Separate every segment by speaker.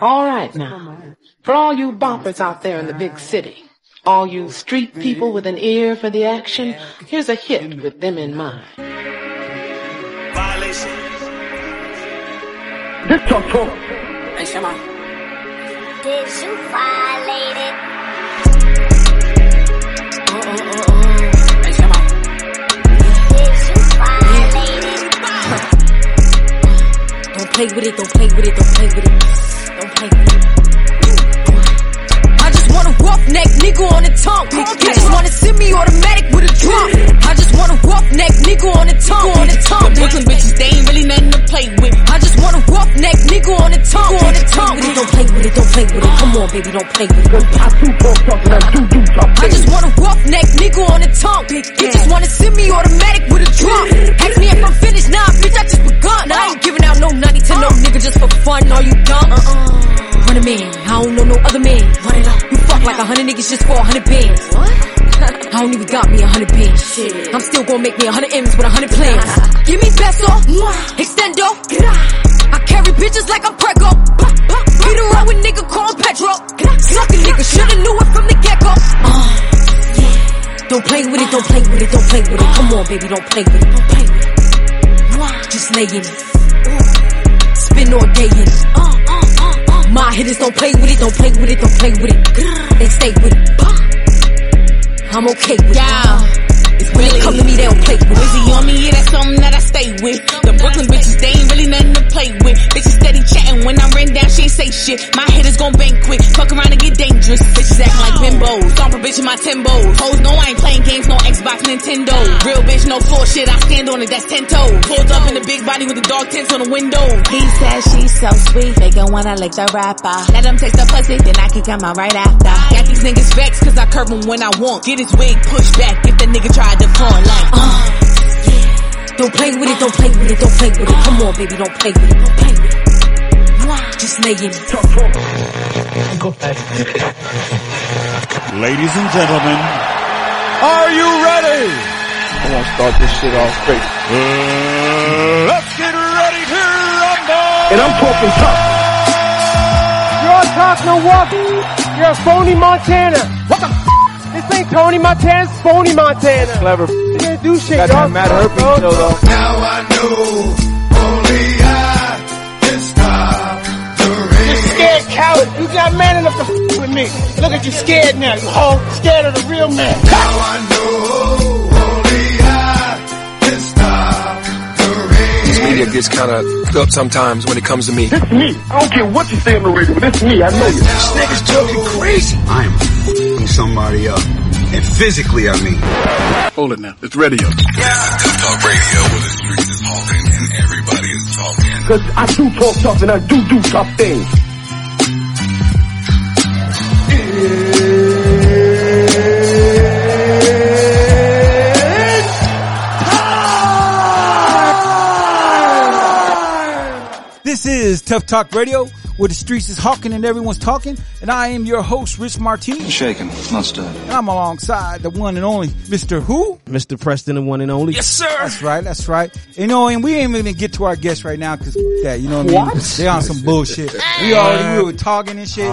Speaker 1: All right now. For all you boppers out there in the big city, all you street
Speaker 2: Mm-hmm.
Speaker 1: people with an ear for the action, here's a hit with them in mind.
Speaker 3: Did you violate it? Did you violate it?
Speaker 2: Don't play with it, don't play with it, don't play with it. Don't play with it. I just want a rough neck nigga on the tongue. I just want a semi automatic with a drum. I just want a rough neck nigga on the tongue. On the tongue. Brooklyn bitches, they ain't really nothing to play with. I just want a rough neck nigga on the tongue. On the tongue. Don't play with it, don't play with it. Come on, baby, don't play with it. I just want a rough neck nigga on the tongue. Bitches want a semi automatic with a drum. Ask me if I'm finished, nah, bitch, I just begun. I ain't giving out no 90 to no nigga just for fun. Are you dumb? Run a man, I don't know no other man. Uh-uh. Run it up. You fuck like a hundred niggas just for a hundred bands. What? I don't even got me a hundred bands. Shit. I'm still gonna make me a hundred M's with a hundred plans. Give me peso, extendo. I carry bitches like I'm Prego. Beat around with nigga called Petro. Suck a nigga, shoulda knew it from the get-go. Uh, don't play with it, don't play with it, don't play with it. Come on, baby, don't play with it, don't play with it. Just lay in it. Spin all day in it. My hitters don't play with it, don't play with it, don't play with it. They stay with it. I'm okay with
Speaker 4: down. It's
Speaker 2: it. When they
Speaker 4: really
Speaker 2: come to me, they don't play with it.
Speaker 4: Busy on me, yeah, that's something that I stay with. The Brooklyn bitches, they ain't really nothing to play with. Bitches steady chatting when I'm ran down, she ain't say shit. My hitters gon' bang quick, fuck around and get dangerous. Bitches acting like bimbos, stomp a bitch in my timbos. Hoes, no, I ain't playing games, no Xbox, Nintendo. Real bitch, no floor shit, I stand on it, that's ten toes. Pulled up in the big body with the dog tints on the windows.
Speaker 5: He says she's so sweet, they gon' wanna lick the rapper. Let them taste the pussy, then I can come out right after.
Speaker 4: Got these niggas vexed cause I curb him when I want. Get his wig pushed back if the nigga tried to pawn like. uh.
Speaker 2: Don't play with it, don't play with it, don't play with it. Come on, baby, don't play with it, don't play with it. Just lay in it.
Speaker 6: Ladies and gentlemen, are you ready?
Speaker 7: I'm gonna start this shit off straight.
Speaker 6: Uh, let's get ready to rumble!
Speaker 7: And I'm talking tough.
Speaker 8: You're on top Milwaukee. You're a phony Montana. What the f- This ain't Tony Montana, it's phony Montana.
Speaker 7: Clever. f-
Speaker 8: You didn't do shit,
Speaker 7: Got
Speaker 8: y'all.
Speaker 7: that Matt Herping show though.
Speaker 9: Now I know only I can stop the
Speaker 8: You
Speaker 9: rain.
Speaker 8: scared coward. You got man enough to f- with me. Look at you scared now, you hoe. Scared of the real man.
Speaker 9: Now I know only I can stop the
Speaker 10: This
Speaker 9: rain.
Speaker 10: media gets kind of up sometimes when it comes to me.
Speaker 7: This me. I don't care what you say on the radio, but this me. I know you.
Speaker 9: This nigga's talking crazy. I am f***ing somebody up. And physically, I mean.
Speaker 6: Hold it now, it's radio.
Speaker 9: Talk radio where the streets is talking and everybody is talking.
Speaker 7: Cause I do talk tough and I do do tough things.
Speaker 11: This is Tough Talk Radio, where the streets is hawking and everyone's talking, and I am your host, Rich Martinez.
Speaker 10: Shaking, not stirred.
Speaker 11: And I'm alongside the one and only Mr. Who?
Speaker 12: Mr. Preston, the one and only.
Speaker 10: Yes, sir.
Speaker 11: That's right, that's right. You know, and we ain't even get to our guests right now because that, you know what I mean? They on some bullshit. We already we were talking and shit, and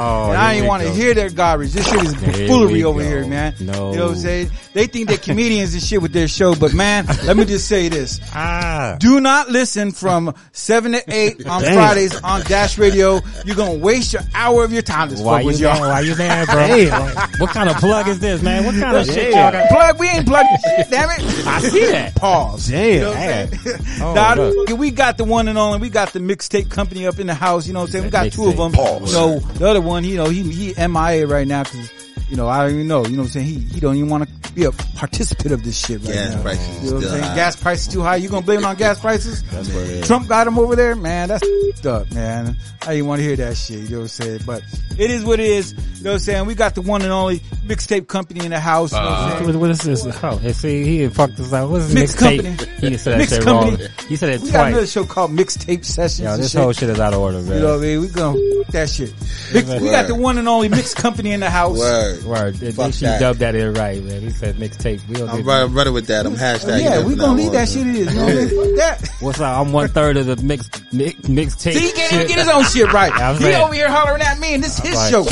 Speaker 12: Oh, here
Speaker 11: I didn't
Speaker 12: we
Speaker 11: want to
Speaker 12: go.
Speaker 11: hear their garbage. This shit is
Speaker 12: Here
Speaker 11: foolery
Speaker 12: we
Speaker 11: over
Speaker 12: go.
Speaker 11: here, man.
Speaker 12: No.
Speaker 11: You know what I'm saying? They think they're comedians and shit with their show, but man, let me just say this.
Speaker 12: Ah.
Speaker 11: Do not listen from seven to eight on
Speaker 12: Damn.
Speaker 11: Fridays on Dash Radio. You're gonna waste your hour of your time. This
Speaker 12: Why
Speaker 11: fuck
Speaker 12: you
Speaker 11: with
Speaker 12: there?
Speaker 11: y'all.
Speaker 12: Why you there, bro? what kind of plug is this, man? What kind of shit y'all got?
Speaker 11: Plug, we ain't plugged. Damn it!
Speaker 12: I see that.
Speaker 11: Pause.
Speaker 12: Damn.
Speaker 11: You know what I'm saying?
Speaker 12: Oh,
Speaker 11: Nah,
Speaker 12: look.
Speaker 11: we got the one and only. We got the mixtape company up in the house. You know what I'm saying? We got two of them.
Speaker 12: Mixtape. Pause.
Speaker 11: So the other one, you know, he he MIA right now because you know I don't even know. You know what I'm saying? He he don't even want to be a participant of this shit right
Speaker 9: Gas
Speaker 11: now.
Speaker 9: prices
Speaker 11: You know what I'm
Speaker 9: still
Speaker 11: saying?
Speaker 9: high.
Speaker 11: Gas prices too high. You gonna blame it on gas prices? Trump got him over there, man. That's f***ed up, man. I didn't want to hear that shit. You know what I'm saying? But it is what it is. You know what I'm saying? We got the one and only mixtape company in the house. You know what I'm
Speaker 13: Uh,
Speaker 11: saying?
Speaker 12: What, what is this? Oh, and see, he had fucked us out. What's this
Speaker 11: Mixed
Speaker 12: mixtape?
Speaker 11: company.
Speaker 12: He said that
Speaker 11: Mixed
Speaker 12: shit wrong.
Speaker 11: company.
Speaker 12: He said it
Speaker 11: We got another
Speaker 12: twice.
Speaker 11: show called Mixtape Sessions.
Speaker 12: Yo,
Speaker 11: and
Speaker 12: this
Speaker 11: shit.
Speaker 12: whole shit is out of order,
Speaker 11: You know what
Speaker 12: man.
Speaker 11: I mean? We gonna f- that shit. Mix- we got the one and only mixed company in the house.
Speaker 9: Word.
Speaker 12: Right. They,
Speaker 13: Fuck
Speaker 12: she
Speaker 13: that.
Speaker 12: dubbed that it right, man. He said mixtape. We don't
Speaker 13: I'm
Speaker 12: get
Speaker 13: right, running with that. I'm hashtag.
Speaker 11: yeah, we gonna leave that shit. It is. You know what I mean? Fuck that.
Speaker 12: What's up? I'm one third of the mix mix mixtape.
Speaker 11: See, he can't even get his own shit right.
Speaker 12: I'm
Speaker 11: He
Speaker 12: saying,
Speaker 11: over here hollering at me, and this his
Speaker 12: Right.
Speaker 11: show.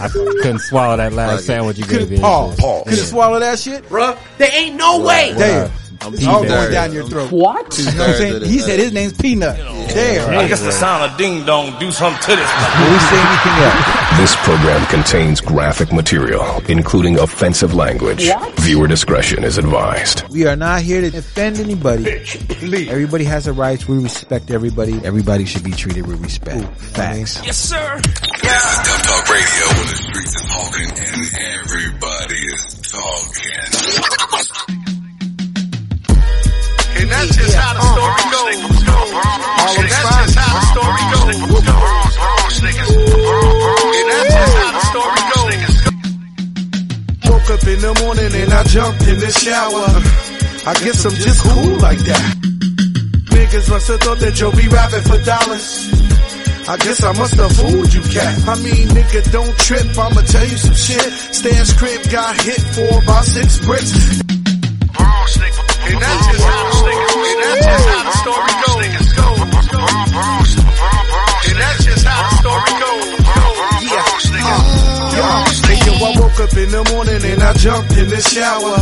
Speaker 12: I couldn't swallow that last sandwich you gave me.
Speaker 11: Paul, Paul, could have swallowed that shit,
Speaker 13: bruh.
Speaker 11: There ain't no
Speaker 12: way.
Speaker 11: Damn,
Speaker 12: I'm
Speaker 11: it's all going
Speaker 12: two-thirds.
Speaker 11: down your throat.
Speaker 1: What?
Speaker 11: You know what I'm saying?
Speaker 13: Two-thirds
Speaker 11: He
Speaker 13: of
Speaker 11: said his name's Peanut. Damn,
Speaker 6: I guess the sound of ding dong do something to this.
Speaker 11: We say anything else.
Speaker 14: This program contains graphic material, including offensive language.
Speaker 11: What?
Speaker 14: Viewer discretion is advised.
Speaker 11: We are not here to offend anybody. Everybody has their rights. We respect everybody. Everybody should be treated with respect. Facts.
Speaker 6: Yes, sir.
Speaker 15: Stuff Talk Radio when the streets is talking and everybody is talking. And that's just how the story goes. All and that's just how the story goes. And that's just how the story goes.
Speaker 16: Woke up in the morning and I jumped in the shower. I guess I'm just cool like that. Niggas must have thought that you'll be rapping for dollars. I guess I must have fooled you, cat. I mean, nigga, don't trip. I'ma tell you some shit. Stan's crib got hit four by six bricks.
Speaker 15: And that's just how the story goes. And that's just how the story goes. And that's just how the story goes.
Speaker 16: Yeah. Nigga, I woke up in the morning and I jumped in the shower.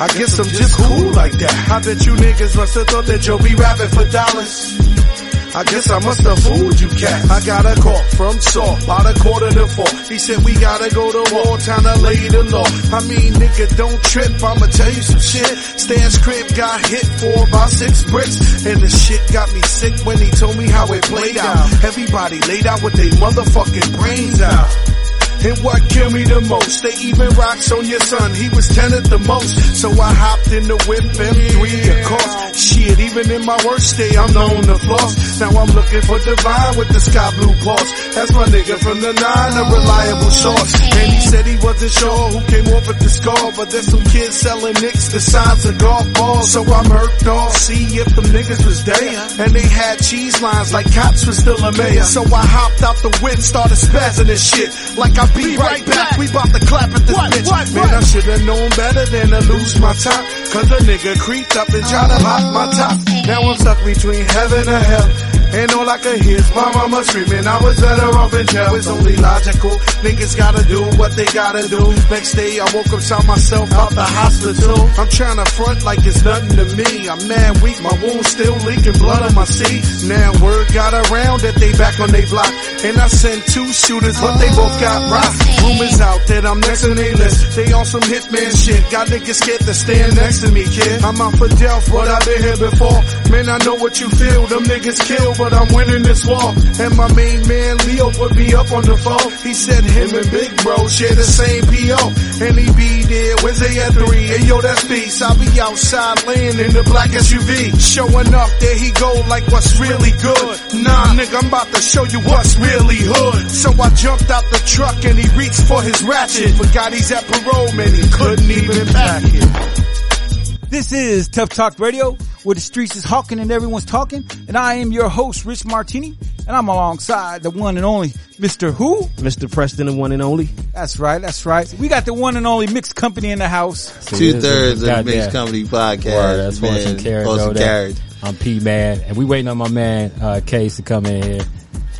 Speaker 16: I guess I'm just cool like that. I bet you niggas must have thought that you'll be rapping for dollars. I guess I must have fooled you, cat. I got a call from Saul, about a quarter to four. He said we gotta go to war, time to lay the law. I mean, nigga, don't trip, I'ma tell you some shit. Stan's crib got hit four by six bricks, and the shit got me sick when he told me how it played out. Everybody laid out with their motherfucking brains out. And what killed me the most, they even rocks on your son. He was 10 at the most. So I hopped in the whip and three across. Shit, even in my worst day, I'm known to floss. Now I'm looking for divine with the sky blue paws. That's my nigga from the nine, a reliable source. And he said he wasn't sure who came off with the score, but there's some kids selling nicks the size of golf balls. So I'm murked off, see if them niggas was there. And they had cheese lines like cops was still a mayor. So I hopped out the whip, started spazzing and shit. Like I be, right, back. we bout to clap at this bitch. Man, I should've known better than to lose my top. Cause a nigga creeped up and tried to hop my top. Now I'm stuck between heaven and hell. And all I could hear is my mama screaming, I was better off in jail. It's only logical. Niggas gotta do what they gotta do. Next day I woke up, saw myself out the hospital. I'm trying to front like it's nothing to me. I'm mad weak, my wounds still leaking blood on my seat. Now word got around that they back on they block. And I sent two shooters, but they both got rocked. Rumors out that I'm next on they list. They on some hitman shit. Got niggas scared to stand next to me, kid. I'm out for death, but I've been here before. Man, I know what you feel. Them niggas kill, but I'm winning this war. And my main man Leo put me up on the phone. He said him and Big Bro share the same PO. And he be there Wednesday at 3. And yo, that's peace. I'll be outside laying in the black SUV. Showing up, there he go, like what's really good. Nah, nigga, I'm about to show you what's really hood. So I jumped out the truck and he reached for his ratchet. Forgot he's at parole, man, he couldn't even pack it.
Speaker 11: This is Tough Talk Radio, where the streets is hawking and everyone's talking. And I am your host, Rich Martini, and I'm alongside the one and only Mr. Who?
Speaker 17: Mr. Preston, the one and only.
Speaker 11: That's right, that's right. We got the one and only mixed company in the house.
Speaker 13: Two thirds of the
Speaker 12: Goddamn.
Speaker 13: Mixed Company Podcast.
Speaker 12: Word, that's for some
Speaker 13: man.
Speaker 12: carrot.
Speaker 13: For
Speaker 12: though,
Speaker 13: some
Speaker 12: that-
Speaker 13: carrot.
Speaker 12: I'm P man, and we waiting on my man uh, Case to come in here.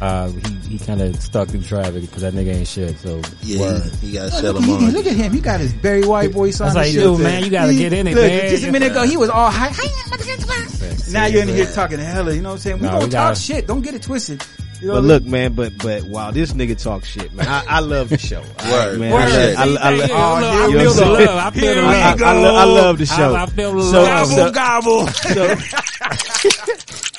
Speaker 12: Uh, he he kind of stuck through traffic because that nigga ain't shit. So
Speaker 13: Yeah,
Speaker 12: word.
Speaker 13: he, got
Speaker 11: Look, he- he- look at him. He got his Barry White voice on.
Speaker 12: That's how
Speaker 11: and
Speaker 12: you
Speaker 11: shit.
Speaker 12: do, man. You gotta
Speaker 11: He-
Speaker 12: get in it,
Speaker 11: look,
Speaker 12: man.
Speaker 11: Just a minute ago, he was all high. Now you're in here talking hella. You know what I'm saying? We
Speaker 17: Nah,
Speaker 11: gonna
Speaker 17: we
Speaker 11: talk
Speaker 17: gotta-
Speaker 11: shit. Don't get it twisted. You know,
Speaker 17: But look, man, but but while this nigga talks shit, man, I, I love the show.
Speaker 13: Word.
Speaker 17: man,
Speaker 13: Word.
Speaker 17: I, lo- I, lo-
Speaker 13: Thank you. I
Speaker 17: you
Speaker 13: love- I feel
Speaker 17: know what I'm
Speaker 13: the
Speaker 17: saying?
Speaker 13: love. I feel the
Speaker 17: I-
Speaker 13: love.
Speaker 17: I, lo- I love the show.
Speaker 12: I- I feel the
Speaker 17: So-
Speaker 12: love.
Speaker 17: so-
Speaker 12: Gobble,
Speaker 17: so-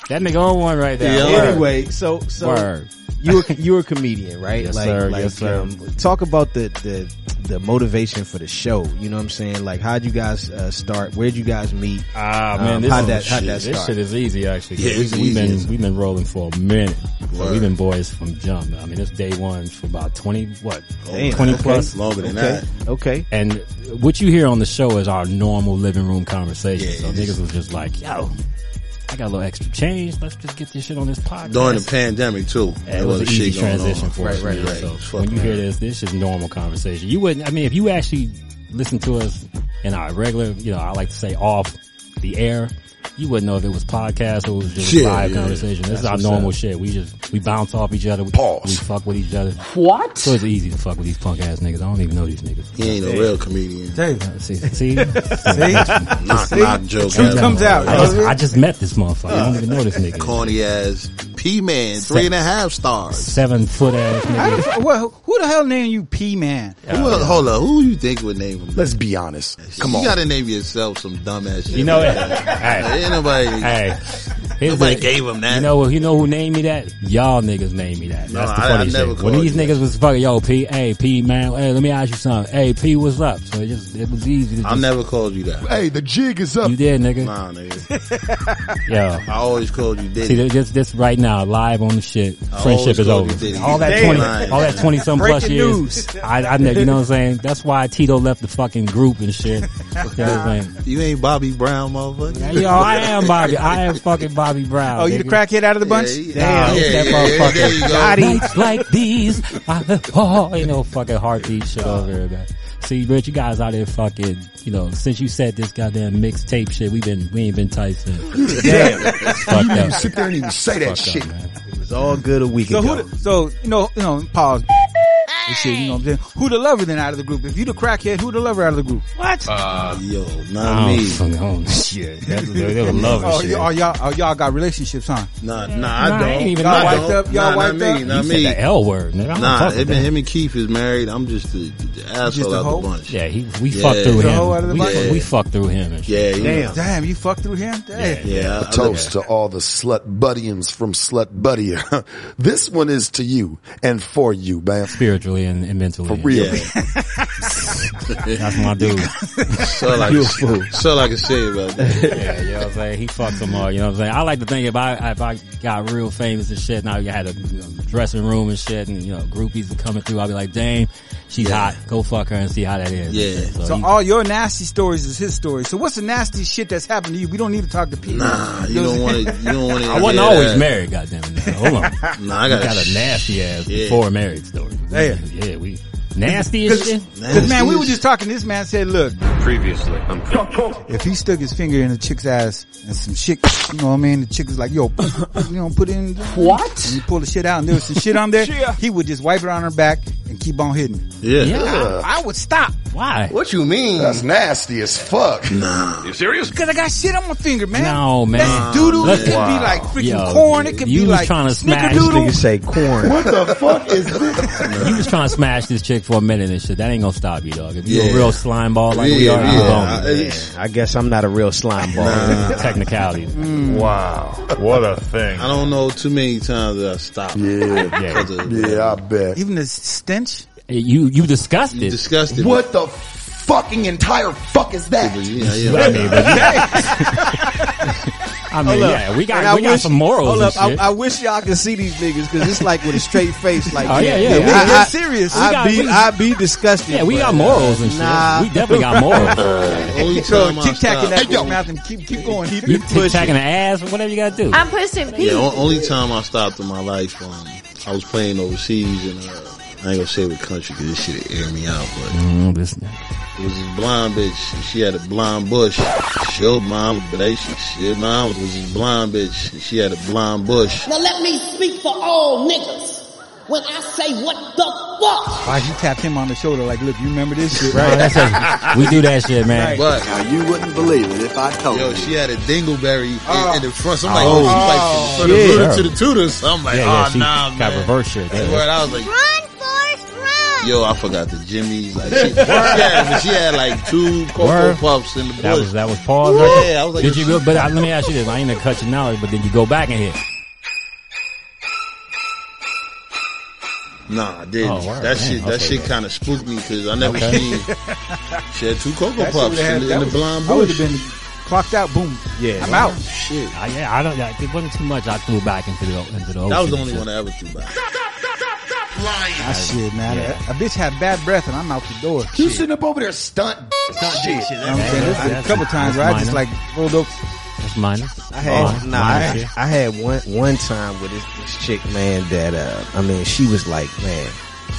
Speaker 12: that nigga on one right there.
Speaker 17: Yeah,
Speaker 12: Word.
Speaker 17: anyway, so so
Speaker 12: Word.
Speaker 17: you were you're a comedian, right? um,
Speaker 12: Yes, sir. Yes, sir.
Speaker 17: talk about the the the motivation for the show. You know what I'm saying? Like, how'd you guys uh, start? Where'd you guys meet?
Speaker 12: Ah
Speaker 17: Um,
Speaker 12: man, this,
Speaker 17: how'd
Speaker 12: is-
Speaker 17: that, how'd
Speaker 12: shit,
Speaker 17: that start?
Speaker 12: this shit is easy actually. 'cause
Speaker 17: Yeah,
Speaker 12: we,
Speaker 17: it's
Speaker 12: we've
Speaker 17: easy.
Speaker 12: been we've been rolling for a minute. So
Speaker 13: Word.
Speaker 12: we've been boys from jump. I mean, it's day one for about twenty what
Speaker 13: Damn,
Speaker 12: twenty
Speaker 13: okay.
Speaker 12: plus
Speaker 13: Longer than
Speaker 12: Okay.
Speaker 17: Okay.
Speaker 12: And what you hear on the show is our normal living room conversation.
Speaker 13: Yeah,
Speaker 12: so
Speaker 13: it
Speaker 12: niggas was just like, yo, I got a little extra change. Let's just get this shit on this podcast.
Speaker 13: During the pandemic too.
Speaker 12: Yeah,
Speaker 13: There
Speaker 12: it was
Speaker 13: wasn't
Speaker 12: an easy
Speaker 13: shit going
Speaker 12: transition
Speaker 13: on.
Speaker 12: for us.
Speaker 13: Right, right,
Speaker 12: man.
Speaker 13: right.
Speaker 12: So when you hear this, this is normal conversation. You wouldn't, I mean, if you actually listen to us in our regular, you know, I like to say off the air, you wouldn't know if it was podcast or it was just
Speaker 13: Shit,
Speaker 12: live
Speaker 13: yeah.
Speaker 12: conversation. This
Speaker 13: That's
Speaker 12: is our
Speaker 13: what's
Speaker 12: normal
Speaker 13: up.
Speaker 12: shit. We just, we bounce off each other. We, Pause. We fuck with each other.
Speaker 1: What?
Speaker 12: So it's easy to fuck with these punk ass niggas. I don't even know these niggas.
Speaker 13: He ain't a real comedian.
Speaker 12: Dave. See, see, see,
Speaker 13: knock knock joke.
Speaker 12: I just, I just met this motherfucker. I don't even know this nigga.
Speaker 13: Corny ass P man, three and a half stars.
Speaker 12: Seven foot ass
Speaker 11: How the
Speaker 12: nigga.
Speaker 11: fu- well, who the hell named you P Man?
Speaker 13: Who else- hold up, who you think would name him? Let's be honest.
Speaker 11: Come
Speaker 13: you
Speaker 11: on.
Speaker 13: You gotta name yourself some dumbass shit.
Speaker 12: You know it.
Speaker 13: Hey. Ain't nobody.
Speaker 12: Hey. Here's
Speaker 13: Nobody
Speaker 12: the-
Speaker 13: gave him that.
Speaker 12: You know, what- you know who named me that? Y'all niggas named me that.
Speaker 13: No,
Speaker 12: That's the
Speaker 13: I- I
Speaker 12: funny shit.
Speaker 13: never
Speaker 12: when
Speaker 13: called
Speaker 12: these niggas was fucking, yo, P, hey, P, man, hey, let me ask you something. Hey, P, what's up? So it just, it was easy to
Speaker 13: I
Speaker 12: just-
Speaker 13: never called you that.
Speaker 12: Hey,
Speaker 13: the jig is up.
Speaker 12: You did, nigga.
Speaker 13: Nah, nigga.
Speaker 12: Yo.
Speaker 13: I always called you
Speaker 12: See,
Speaker 13: Diddy.
Speaker 12: this, this, this right now, live on the shit.
Speaker 13: I
Speaker 12: Friendship
Speaker 13: always
Speaker 12: is
Speaker 13: called
Speaker 12: over.
Speaker 13: you Diddy.
Speaker 12: All that
Speaker 13: Damn.
Speaker 12: twenty,
Speaker 13: Lying.
Speaker 12: all that twenty some plus
Speaker 13: Breaking
Speaker 12: years.
Speaker 13: news.
Speaker 12: I, I know, you know what I'm saying. That's why Tito left the fucking group and shit. You know what I'm saying?
Speaker 13: You ain't Bobby Brown, motherfucker.
Speaker 12: Yo, I am Bobby. I am fucking Bobby Brown.
Speaker 11: Oh, you the
Speaker 12: nigga.
Speaker 11: crackhead out of the bunch?
Speaker 12: Yeah,
Speaker 11: Damn.
Speaker 12: yeah,
Speaker 11: that
Speaker 12: yeah,
Speaker 11: motherfucker.
Speaker 12: there you go.
Speaker 11: Got him.
Speaker 12: Nights like these, I, oh, ain't no fucking heartbeat shit over here, man. See, Rich, you guys out there fucking, you know, since you said this goddamn mixtape shit, we been, we ain't been tight since.
Speaker 11: Damn.
Speaker 12: It's fucked up.
Speaker 11: sit there and even say that shit.
Speaker 17: It was all good a week
Speaker 11: So
Speaker 17: ago.
Speaker 11: who? The, so you know, you know, pause. This Shit, you know what I'm saying? Who the lover then out of the group? If you the crackhead, who the lover out of the group? What?
Speaker 15: Uh,
Speaker 13: Yo,
Speaker 12: I
Speaker 13: not
Speaker 12: don't
Speaker 13: me.
Speaker 12: fucking own shit. That's- Uh, they- they were loving
Speaker 11: oh,
Speaker 12: shit.
Speaker 11: y- oh, y'all, oh, y'all got relationships, huh?
Speaker 13: Nah, nah, I don't.
Speaker 11: even
Speaker 13: Nah,
Speaker 11: y'all
Speaker 13: I
Speaker 11: wiped
Speaker 13: don't.
Speaker 11: up. Y'all
Speaker 13: Nah,
Speaker 11: wiped
Speaker 13: not me.
Speaker 11: up.
Speaker 13: Not
Speaker 12: You
Speaker 13: me.
Speaker 12: said the L word, nigga. I don't
Speaker 13: Nah,
Speaker 12: fuck with
Speaker 13: him and,
Speaker 12: that.
Speaker 13: him and Keith is married. I'm just the, the asshole out the bunch.
Speaker 12: Yeah, he, we fucked through him. We,
Speaker 13: Yeah.
Speaker 12: we fucked through him. And shit.
Speaker 13: Yeah, you know.
Speaker 11: Damn, you fucked through him. Damn.
Speaker 13: Yeah,
Speaker 18: A
Speaker 13: I- I
Speaker 18: toast to all the slut buddians from Slut Buddier. this one is to you and for you, man.
Speaker 12: Spiritually and, and mentally.
Speaker 18: For real.
Speaker 12: That's my dude.
Speaker 13: So like, so like I say about that.
Speaker 12: yeah, you know what I'm saying? He fucked them all, you know what I'm saying? I like to think if I, if I got real famous and shit, now you had a you know, dressing room and shit and, you know, groupies are coming through, I'll be like, dang, she's hot. Go fuck her and see how that is. Yeah. So,
Speaker 11: So
Speaker 12: he-
Speaker 11: all your nasty stories is his story. So what's the nasty shit that's happened to you? We don't need to talk to Pete.
Speaker 13: Nah, you don't want to. You don't want to.
Speaker 12: I wasn't always married, goddamn it. Now, Hold on.
Speaker 13: Nah, I
Speaker 12: We
Speaker 13: got,
Speaker 12: got a nasty ass
Speaker 13: Yeah.
Speaker 12: before married story.
Speaker 11: Yeah.
Speaker 12: Yeah, we nasty as shit.
Speaker 11: Because man, we were just talking. This man said, "Look,
Speaker 19: Previously, I'm
Speaker 11: if he stuck his finger in a chick's ass and some shit, you know what I mean? The chick was like, yo, you know, put it in. What? And you pull the shit out and there was some shit on there. He would just wipe it on her back and keep on hitting. it.
Speaker 13: Yeah.
Speaker 11: I, I would stop.
Speaker 12: Ah, Why?
Speaker 18: What you mean? That's nasty as fuck. Nah.
Speaker 19: You serious?
Speaker 11: Cause I got shit on my finger, man.
Speaker 12: No, man.
Speaker 11: That's doodle. It could
Speaker 12: Wow.
Speaker 11: be like freaking
Speaker 12: Yo,
Speaker 11: corn. It could
Speaker 12: you
Speaker 11: be
Speaker 12: was
Speaker 11: like
Speaker 12: trying to smash
Speaker 11: snickerdoodle.
Speaker 12: this
Speaker 17: say corn.
Speaker 18: What the fuck is this?
Speaker 12: You was trying to smash this chick for a minute and shit. That ain't gonna stop you, dog. If you
Speaker 17: Yeah.
Speaker 12: a real slime ball like we are, you gone.
Speaker 17: I, guess I'm not a real slime ball.
Speaker 12: Nah. Technicalities.
Speaker 13: Wow, what a thing! Mm. I don't know too many times that I stopped. Yeah,
Speaker 18: yeah, I bet.
Speaker 11: Even the stench.
Speaker 12: You you disgusted.
Speaker 13: You disgusted.
Speaker 18: What the fucking entire fuck is that?
Speaker 13: Yeah, yeah.
Speaker 12: I mean, but I mean,
Speaker 17: Hold up.
Speaker 12: yeah, we
Speaker 17: And
Speaker 12: got
Speaker 17: I
Speaker 12: we got
Speaker 17: wish-
Speaker 12: some morals
Speaker 17: Hold
Speaker 12: and
Speaker 17: up, I,
Speaker 12: shit.
Speaker 17: I wish y'all could see these niggas because it's like with a straight face. Like,
Speaker 12: Oh, yeah, yeah, we-
Speaker 17: I,
Speaker 12: we're
Speaker 17: I-
Speaker 12: serious. We
Speaker 17: I,
Speaker 12: got-
Speaker 17: be,
Speaker 12: we-
Speaker 17: I be disgusted.
Speaker 12: Yeah, we
Speaker 17: but,
Speaker 11: uh,
Speaker 17: uh,
Speaker 12: got morals and shit.
Speaker 17: nah.
Speaker 12: We definitely got morals.
Speaker 13: Only
Speaker 11: So
Speaker 13: time I
Speaker 11: tic tacking that
Speaker 13: stopped-
Speaker 11: hey, mouth and keep keep going. He
Speaker 12: You tic tacking the ass or whatever you gotta do.
Speaker 5: I'm pushing Pete.
Speaker 13: Yeah, on- only time I stopped in my life, um, I was playing overseas and uh, I ain't gonna say what country because this shit air me out, but
Speaker 12: Mm,
Speaker 13: it was this blind bitch. She had a blind bush. She old mom, but they she, she mom was this blind bitch. She had a blind bush.
Speaker 20: Now let me speak for all niggas. When I say what the fuck,
Speaker 11: Why he tapped him on the shoulder like, look, you remember this shit,
Speaker 12: Right, that's
Speaker 11: right?
Speaker 12: a- we do that shit, man.
Speaker 13: But
Speaker 11: Now,
Speaker 13: you wouldn't believe it if I told Yo, she had a dingleberry in- in, the front. So I'm like,
Speaker 12: Oh.
Speaker 13: oh, she's like,
Speaker 12: Oh,
Speaker 13: she
Speaker 12: yeah.
Speaker 13: yeah. to the tutors. So I'm like,
Speaker 12: Yeah, yeah,
Speaker 13: oh,
Speaker 12: she
Speaker 13: nah,
Speaker 12: got
Speaker 13: man.
Speaker 12: reverse shit,
Speaker 13: That's
Speaker 12: yeah.
Speaker 13: where I was like,
Speaker 3: Run, Forrest, run!
Speaker 13: Yo, I forgot the Jimmy's. Like, she, she, had, but she had like two cocoa
Speaker 12: Word.
Speaker 13: puffs in the bush.
Speaker 12: That was that was pause. Right there.
Speaker 13: Yeah, I was like,
Speaker 12: did you? go- But I, let me ask you this: I ain't gonna cut your knowledge, but did you go back in here?
Speaker 13: Nah, I didn't.
Speaker 12: Oh, word. Damn,
Speaker 13: that shit, that
Speaker 12: okay.
Speaker 13: shit kind of spooked me because I never
Speaker 12: Okay.
Speaker 13: seen. She had two cocoa
Speaker 11: That shit
Speaker 13: puffs
Speaker 11: would've had-
Speaker 13: in, the,
Speaker 11: that
Speaker 13: in the
Speaker 11: was-
Speaker 13: blind
Speaker 11: I would've
Speaker 13: bush.
Speaker 11: been clocked out. Boom.
Speaker 13: Yeah.
Speaker 11: I'm out.
Speaker 13: Shit.
Speaker 12: I, yeah, I don't. that- It wasn't too much. I threw back into the into the.
Speaker 13: That was the
Speaker 12: ocean and
Speaker 13: only
Speaker 12: shit.
Speaker 13: one I ever threw back.
Speaker 11: That shit, man. A, a bitch had bad breath and I'm out the door.
Speaker 18: You sitting up over there stunt shit.
Speaker 11: You know what I'm saying? There's been a couple times where I just like rolled over.
Speaker 12: It's minus.
Speaker 17: I had,
Speaker 12: Oh,
Speaker 17: nah, I,
Speaker 12: minus, yeah.
Speaker 17: I had one one time with this, this chick, man. That uh, I mean, she was like, man,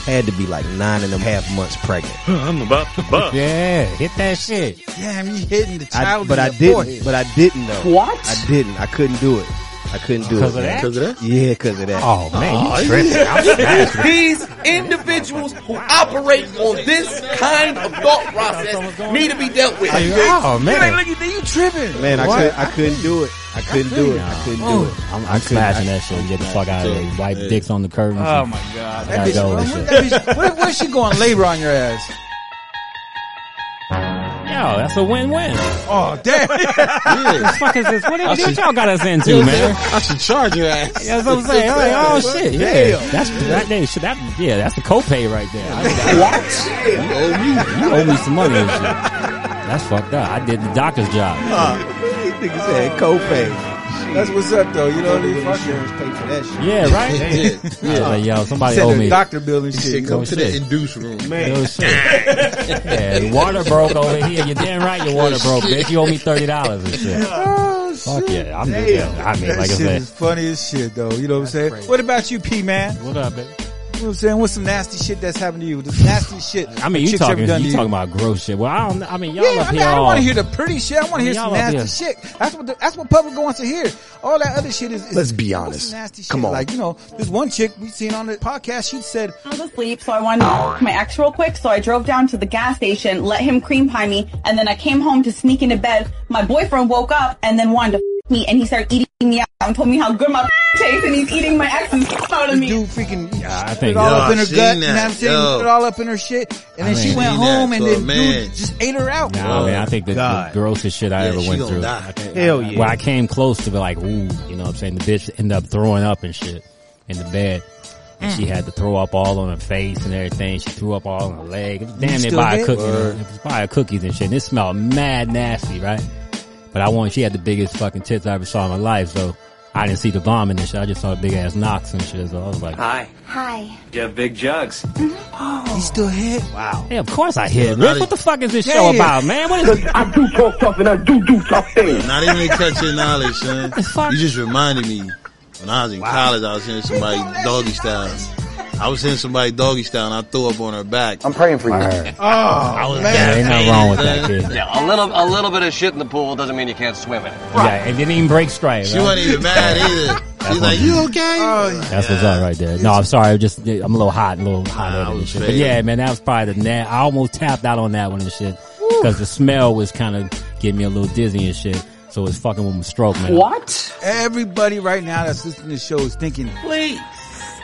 Speaker 17: had to be like nine and a half months pregnant.
Speaker 12: I'm about to
Speaker 17: bust.
Speaker 12: Yeah, hit that shit.
Speaker 11: Damn, you hitting the
Speaker 17: I-
Speaker 11: child
Speaker 17: but
Speaker 11: in
Speaker 17: I
Speaker 11: the
Speaker 17: didn't.
Speaker 11: forehead.
Speaker 17: But I didn't though.
Speaker 11: What?
Speaker 17: I didn't. I couldn't do it. I couldn't do
Speaker 12: Because
Speaker 17: it.
Speaker 12: of that?
Speaker 17: Because of that? Yeah, because of that.
Speaker 12: Oh man, you tripping.
Speaker 21: These individuals who operate on this kind of thought process need to be dealt with.
Speaker 17: Oh, man.
Speaker 11: Look at you, you tripping.
Speaker 17: Man, I
Speaker 11: What? Oh.
Speaker 17: couldn't. I couldn't do it. I couldn't do it. I couldn't do it.
Speaker 12: I'm,
Speaker 17: I
Speaker 12: I'm
Speaker 17: couldn't-
Speaker 12: smashing
Speaker 17: I-
Speaker 12: that shit and get the fuck out of there. Wipe dicks on the
Speaker 17: Mm-hmm.
Speaker 12: curtains.
Speaker 11: Oh
Speaker 12: and-
Speaker 11: my god,
Speaker 12: I gotta go with this
Speaker 11: what-
Speaker 12: shit.
Speaker 11: that bitch- what- what if she going labor on your ass?
Speaker 12: Yo, that's a win-win.
Speaker 11: Oh damn!
Speaker 12: What the fuck is this? What,
Speaker 11: I
Speaker 12: what
Speaker 11: should-
Speaker 12: y'all got us into,
Speaker 11: You know what
Speaker 12: man?
Speaker 11: I'm
Speaker 12: I should charge your ass. That's what I'm saying. I'm like, oh shit, yeah,
Speaker 11: Damn.
Speaker 12: that's that name. Shit, that yeah, that's a copay right there. I,
Speaker 11: What?
Speaker 12: Oh, you owe me some money. and shit. That's fucked up. I did the doctor's job.
Speaker 17: Niggas had copay.
Speaker 11: That's what's up though. You know what I mean? Fuck it.
Speaker 17: for that shit.
Speaker 12: Yeah, right.
Speaker 11: They
Speaker 12: yeah, like, yo, somebody
Speaker 11: Said
Speaker 12: owe
Speaker 11: the
Speaker 12: me.
Speaker 11: doctor bill and shit.
Speaker 12: No shit.
Speaker 13: induce room.
Speaker 12: No shit. yeah, your water broke over here. You're damn right. Your water broke, bitch. You owe me thirty dollars and shit. Fuck yeah, I'm just,
Speaker 11: Oh, Damn.
Speaker 12: I mean,
Speaker 11: that
Speaker 12: like I
Speaker 11: shit
Speaker 12: said,
Speaker 11: is funny as shit though. You know what I'm saying? What about you, P man?
Speaker 12: What up, baby?
Speaker 11: You know what I'm saying? What's some nasty shit that's happened to you? The nasty shit.
Speaker 12: I mean, you
Speaker 11: chicks ever
Speaker 12: talking, you
Speaker 11: done to
Speaker 12: talking about gross shit. Well, I don't. I mean, y'all
Speaker 11: yeah,
Speaker 12: up
Speaker 11: I mean,
Speaker 12: here
Speaker 11: I
Speaker 12: all.
Speaker 11: want to hear the pretty shit. I want
Speaker 12: I
Speaker 11: to
Speaker 12: mean,
Speaker 11: hear some
Speaker 12: y'all up
Speaker 11: nasty
Speaker 12: here.
Speaker 11: shit. That's what the, that's what public wants to hear. All that other shit is. is
Speaker 22: Let's be
Speaker 11: what's
Speaker 22: honest.
Speaker 11: some Nasty shit.
Speaker 22: Come on.
Speaker 11: like you know, this one chick we seen on the podcast. She said,
Speaker 23: I was asleep, so I wanted to f- my ex real quick. So I drove down to the gas station, let him cream pie me, and then I came home to sneak into bed. My boyfriend woke up and then wanted to f- me, and he started eating me out and told me how good my f- tastes, and he's eating my ex's f- out of me.
Speaker 11: Dude, freaking, uh,
Speaker 12: I
Speaker 11: put it
Speaker 12: think
Speaker 11: all up in her gut. You know what I'm saying? Put it all up in her shit, and
Speaker 12: I
Speaker 11: then she
Speaker 12: mean-
Speaker 11: went
Speaker 12: Seen that
Speaker 11: home, and
Speaker 12: to a
Speaker 11: then
Speaker 12: man.
Speaker 11: dude just ate her out.
Speaker 12: Nah, man, I think the, the
Speaker 11: God.
Speaker 12: grossest shit I
Speaker 11: Yeah,
Speaker 12: ever
Speaker 11: she
Speaker 12: went
Speaker 11: gonna
Speaker 12: through.
Speaker 11: die.
Speaker 12: I think-
Speaker 11: Hell
Speaker 12: I-
Speaker 11: yeah.
Speaker 12: Well, I came close to be like, ooh, you know what I'm saying? The bitch ended up throwing up and shit in the bed. And she had to throw up all on her face and everything. She threw up all on her leg. It was
Speaker 11: You
Speaker 12: damn near
Speaker 11: still
Speaker 12: by a
Speaker 11: hit?
Speaker 12: cookie.
Speaker 11: Word.
Speaker 12: It was by a cookies and shit. And it smelled mad nasty, right? But I want, she had the biggest fucking tits I ever saw in my life. So I didn't see the vomit and shit. I just saw the big ass knocks and shit. So I was like,
Speaker 3: Hi. Hi. You have big jugs.
Speaker 24: Mm-hmm.
Speaker 11: Oh, he still hit.
Speaker 3: Wow.
Speaker 12: Yeah, of course I hit. Rick, what the fuck is this show
Speaker 11: Yeah.
Speaker 12: about, man? What is
Speaker 24: I do talk tough and I do do tough things.
Speaker 13: Not even to cut your knowledge, son. You just reminded me when I was in college, I was hearing somebody doggy style. I was hearing somebody doggy style, and I threw up on her back. I'm praying for you. Oh, I was
Speaker 12: Yeah, ain't nothing wrong with that kid.
Speaker 20: uh, Yeah, a little, a little bit of shit in the pool doesn't mean you can't swim in it.
Speaker 12: Yeah, it didn't even break straight.
Speaker 20: She
Speaker 12: right?
Speaker 20: wasn't even mad either.
Speaker 12: That's
Speaker 20: like,
Speaker 12: what-
Speaker 20: "You
Speaker 11: okay?
Speaker 12: That's what's up right there. No, I'm sorry. I'm just I'm a little hot, a little hot headed and shit. But
Speaker 20: faded.
Speaker 12: yeah, man, that was probably the net. I almost tapped out on that one and shit because the smell was kind of getting me a little dizzy and shit. So it's fucking with my stroke, man.
Speaker 11: What? Everybody right now that's listening to the show is thinking, please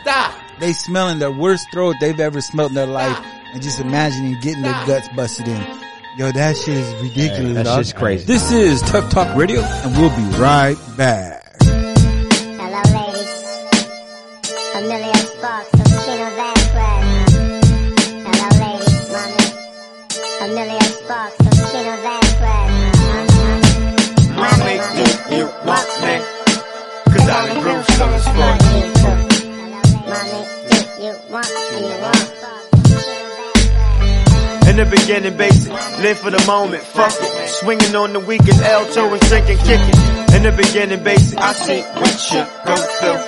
Speaker 11: stop. They smelling the worst throat they've ever smelled in their life and just imagining getting their guts busted in. Yo, that shit is ridiculous.
Speaker 17: that
Speaker 11: dog.
Speaker 17: shit's crazy.
Speaker 11: This is Tough Talk Radio and we'll be right back.
Speaker 25: Hello, ladies. Amelia Sparks of Kino Vasquez. Hello, ladies, mommy. Amelia Sparks of Kino Vasquez. Mommy, do you want me? Cause I'm the groove sellers for you. Mommy, do you want me?
Speaker 26: In the beginning, basic, live for the moment, fuck it. Swinging on the weekend, L toe and sinking, kicking. In the beginning, basic, I see what you go through.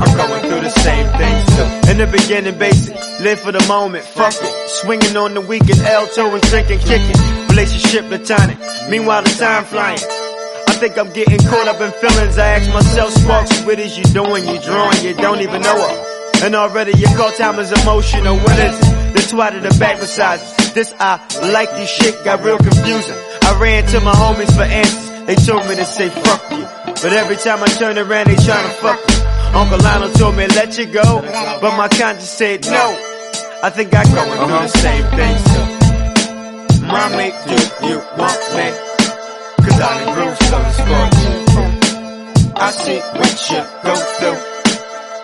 Speaker 26: I'm going through the same thing too. In the beginning, basic, live for the moment, fuck it. Swinging on the weekend, L toe and sinking, kicking. Relationship platonic, meanwhile the time flying. I think I'm getting caught up in feelings. I ask myself, Sparks, what is you doing? You drawing, you don't even know her. And already your call time is emotional. What is it? The twat of the back massages. This I like this shit got real confusing. I ran to my homies for answers. They told me to say fuck you. But every time I turn around they tryna fuck me. Uncle Lionel told me let you go. But my conscience said no. I think I go and do the same thing too. Mommy, do you want me? Cause I done grew so I see what you go through.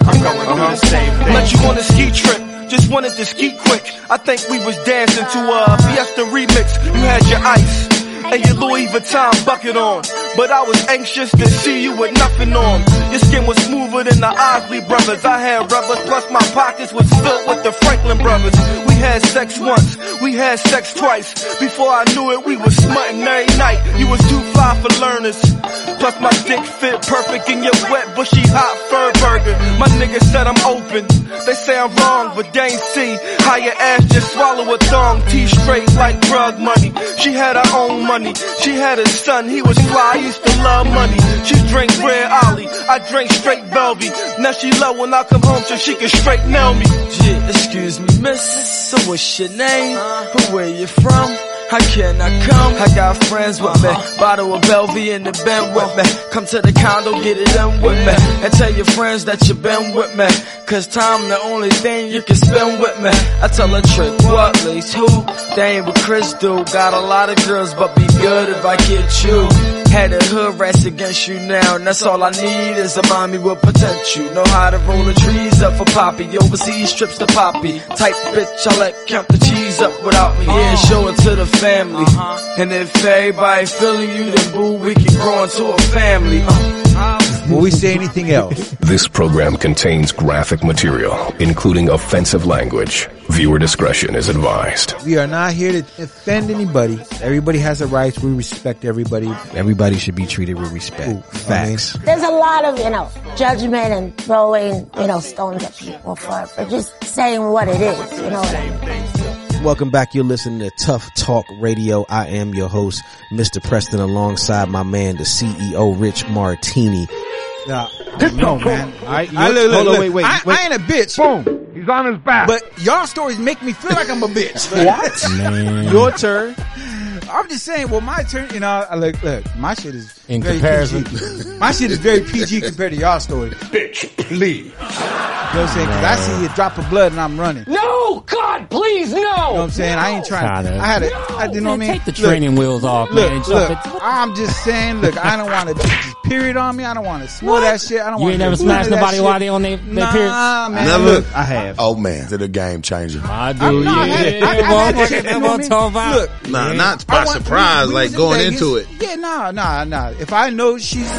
Speaker 26: I'm going through the same thing.
Speaker 27: Met you on a ski trip. Just wanted to ski quick. I think we was dancing to a Fiesta remix. You had your ice and your Louis Vuitton bucket on. But I was anxious to see you with nothing on. Your skin was smoother than the Osley brothers. I had rubber, plus my pockets was filled with the Franklin brothers. We had had sex once, we had sex twice. Before I knew it, we was smutting every night. You was too fly for learners. Plus my dick fit perfect in your wet, bushy, hot fur burger. My nigga said I'm open. They say I'm wrong, but they ain't see how your ass just swallow a thong. T straight like drug money. She had her own money. She had a son. He was fly. I used to love money. She drank red Ollie. I drank straight Belvy. Now she love when I come home so she can straight nail me.
Speaker 15: Yeah, excuse me, missus. So what's your name? Who where you from? How can I come? Uh-huh. I got friends with me. Bottle of Belvy in the bed with me. Come to the condo, get it done with me. And tell your friends that you been with me. Cause time the only thing you can spend with me. I tell her trick, what, lace, who? They ain't what Chris do. Got a lot of girls, but be good if I get you. Had a hood rats against you now, and that's all I need is a mommy with potential. Know how to roll the trees up for poppy, overseas trips to poppy. Type bitch, I let count the cheese up without me here, show it to the family. And if everybody feeling you, then boo, we can grow into a family. Uh-huh.
Speaker 11: Will we say anything else?
Speaker 14: This program contains graphic material, including offensive language. Viewer discretion is advised.
Speaker 11: We are not here to offend anybody. Everybody has a right. We respect everybody.
Speaker 17: Everybody should be treated with respect. Facts.
Speaker 5: There's a lot of, you know, judgment and throwing, you know, stones at people for, for just saying what it is. You know what I mean?
Speaker 17: Welcome back. You're listening to Tough Talk Radio. I am your host, Mr. Preston, alongside my man, the CEO, Rich Martini.
Speaker 11: Nah, no, man. I, I, look,
Speaker 17: Hold
Speaker 11: look,
Speaker 17: on,
Speaker 11: look.
Speaker 17: wait, wait,
Speaker 11: I,
Speaker 17: wait.
Speaker 11: I ain't a bitch. Boom. He's on his back. But y'all stories make me feel like I'm a bitch.
Speaker 17: What?
Speaker 12: Man.
Speaker 17: Your turn.
Speaker 11: I'm just saying. Well, my turn. You know, I look, look. My shit is
Speaker 12: In
Speaker 11: very
Speaker 12: comparison.
Speaker 11: PG. my shit is very PG compared to y'all story. Bitch, please. You know what I'm saying? Because I see you drop of blood and I'm running.
Speaker 15: No, God, please, no. You know
Speaker 11: what I'm saying? I ain't trying.
Speaker 12: Kinda.
Speaker 11: I had a. I didn't know what I mean.
Speaker 12: Take the
Speaker 11: Look,
Speaker 12: training wheels off,
Speaker 11: Look,
Speaker 12: man. Just-
Speaker 11: look, I'm just saying, look, I don't want to just period on me. I don't want to smell that shit. I don't
Speaker 12: You
Speaker 11: want
Speaker 12: ain't never smashed nobody while they on they- they
Speaker 11: nah,
Speaker 12: period?
Speaker 11: Man.
Speaker 21: Never.
Speaker 17: I have.
Speaker 21: Oh man, did a game changer.
Speaker 12: I do.
Speaker 21: I'm
Speaker 11: No, I had- I- I had that shit, you know what I mean? Look,
Speaker 13: Nah,
Speaker 11: Yeah.
Speaker 13: not
Speaker 11: I
Speaker 13: by
Speaker 11: want-
Speaker 13: surprise,
Speaker 11: we- we
Speaker 13: like
Speaker 11: was in
Speaker 13: going
Speaker 11: Vegas.
Speaker 13: into it.
Speaker 11: Yeah, nah, nah, nah. If I know she's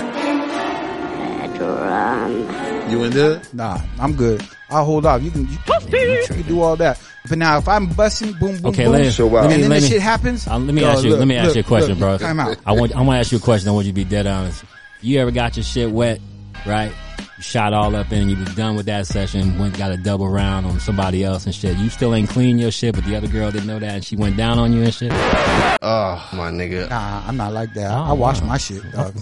Speaker 13: You in there?
Speaker 11: Nah, I'm good. I'll hold off. You can you, you can do all that. But now if I'm busting, boom, boom,
Speaker 12: Okay,
Speaker 11: boom,
Speaker 12: let me, let me,
Speaker 11: and then
Speaker 12: let
Speaker 11: the
Speaker 12: me-
Speaker 11: shit happens.
Speaker 12: Uh, let me
Speaker 11: yo,
Speaker 12: ask you.
Speaker 11: look,
Speaker 12: let me ask
Speaker 11: look,
Speaker 12: you a question,
Speaker 11: look,
Speaker 12: bro.
Speaker 11: Time out.
Speaker 12: I want. I want to ask you a question. I want you to be dead honest. You ever got your shit wet, right? You shot all up in, and you was done with that session. Went got a double round on somebody else and shit. You still ain't clean your shit, but the other girl didn't know that, and she went down on you and shit.
Speaker 13: Oh, my nigga.
Speaker 11: Nah, I'm not like that. I, I wash my shit. dog.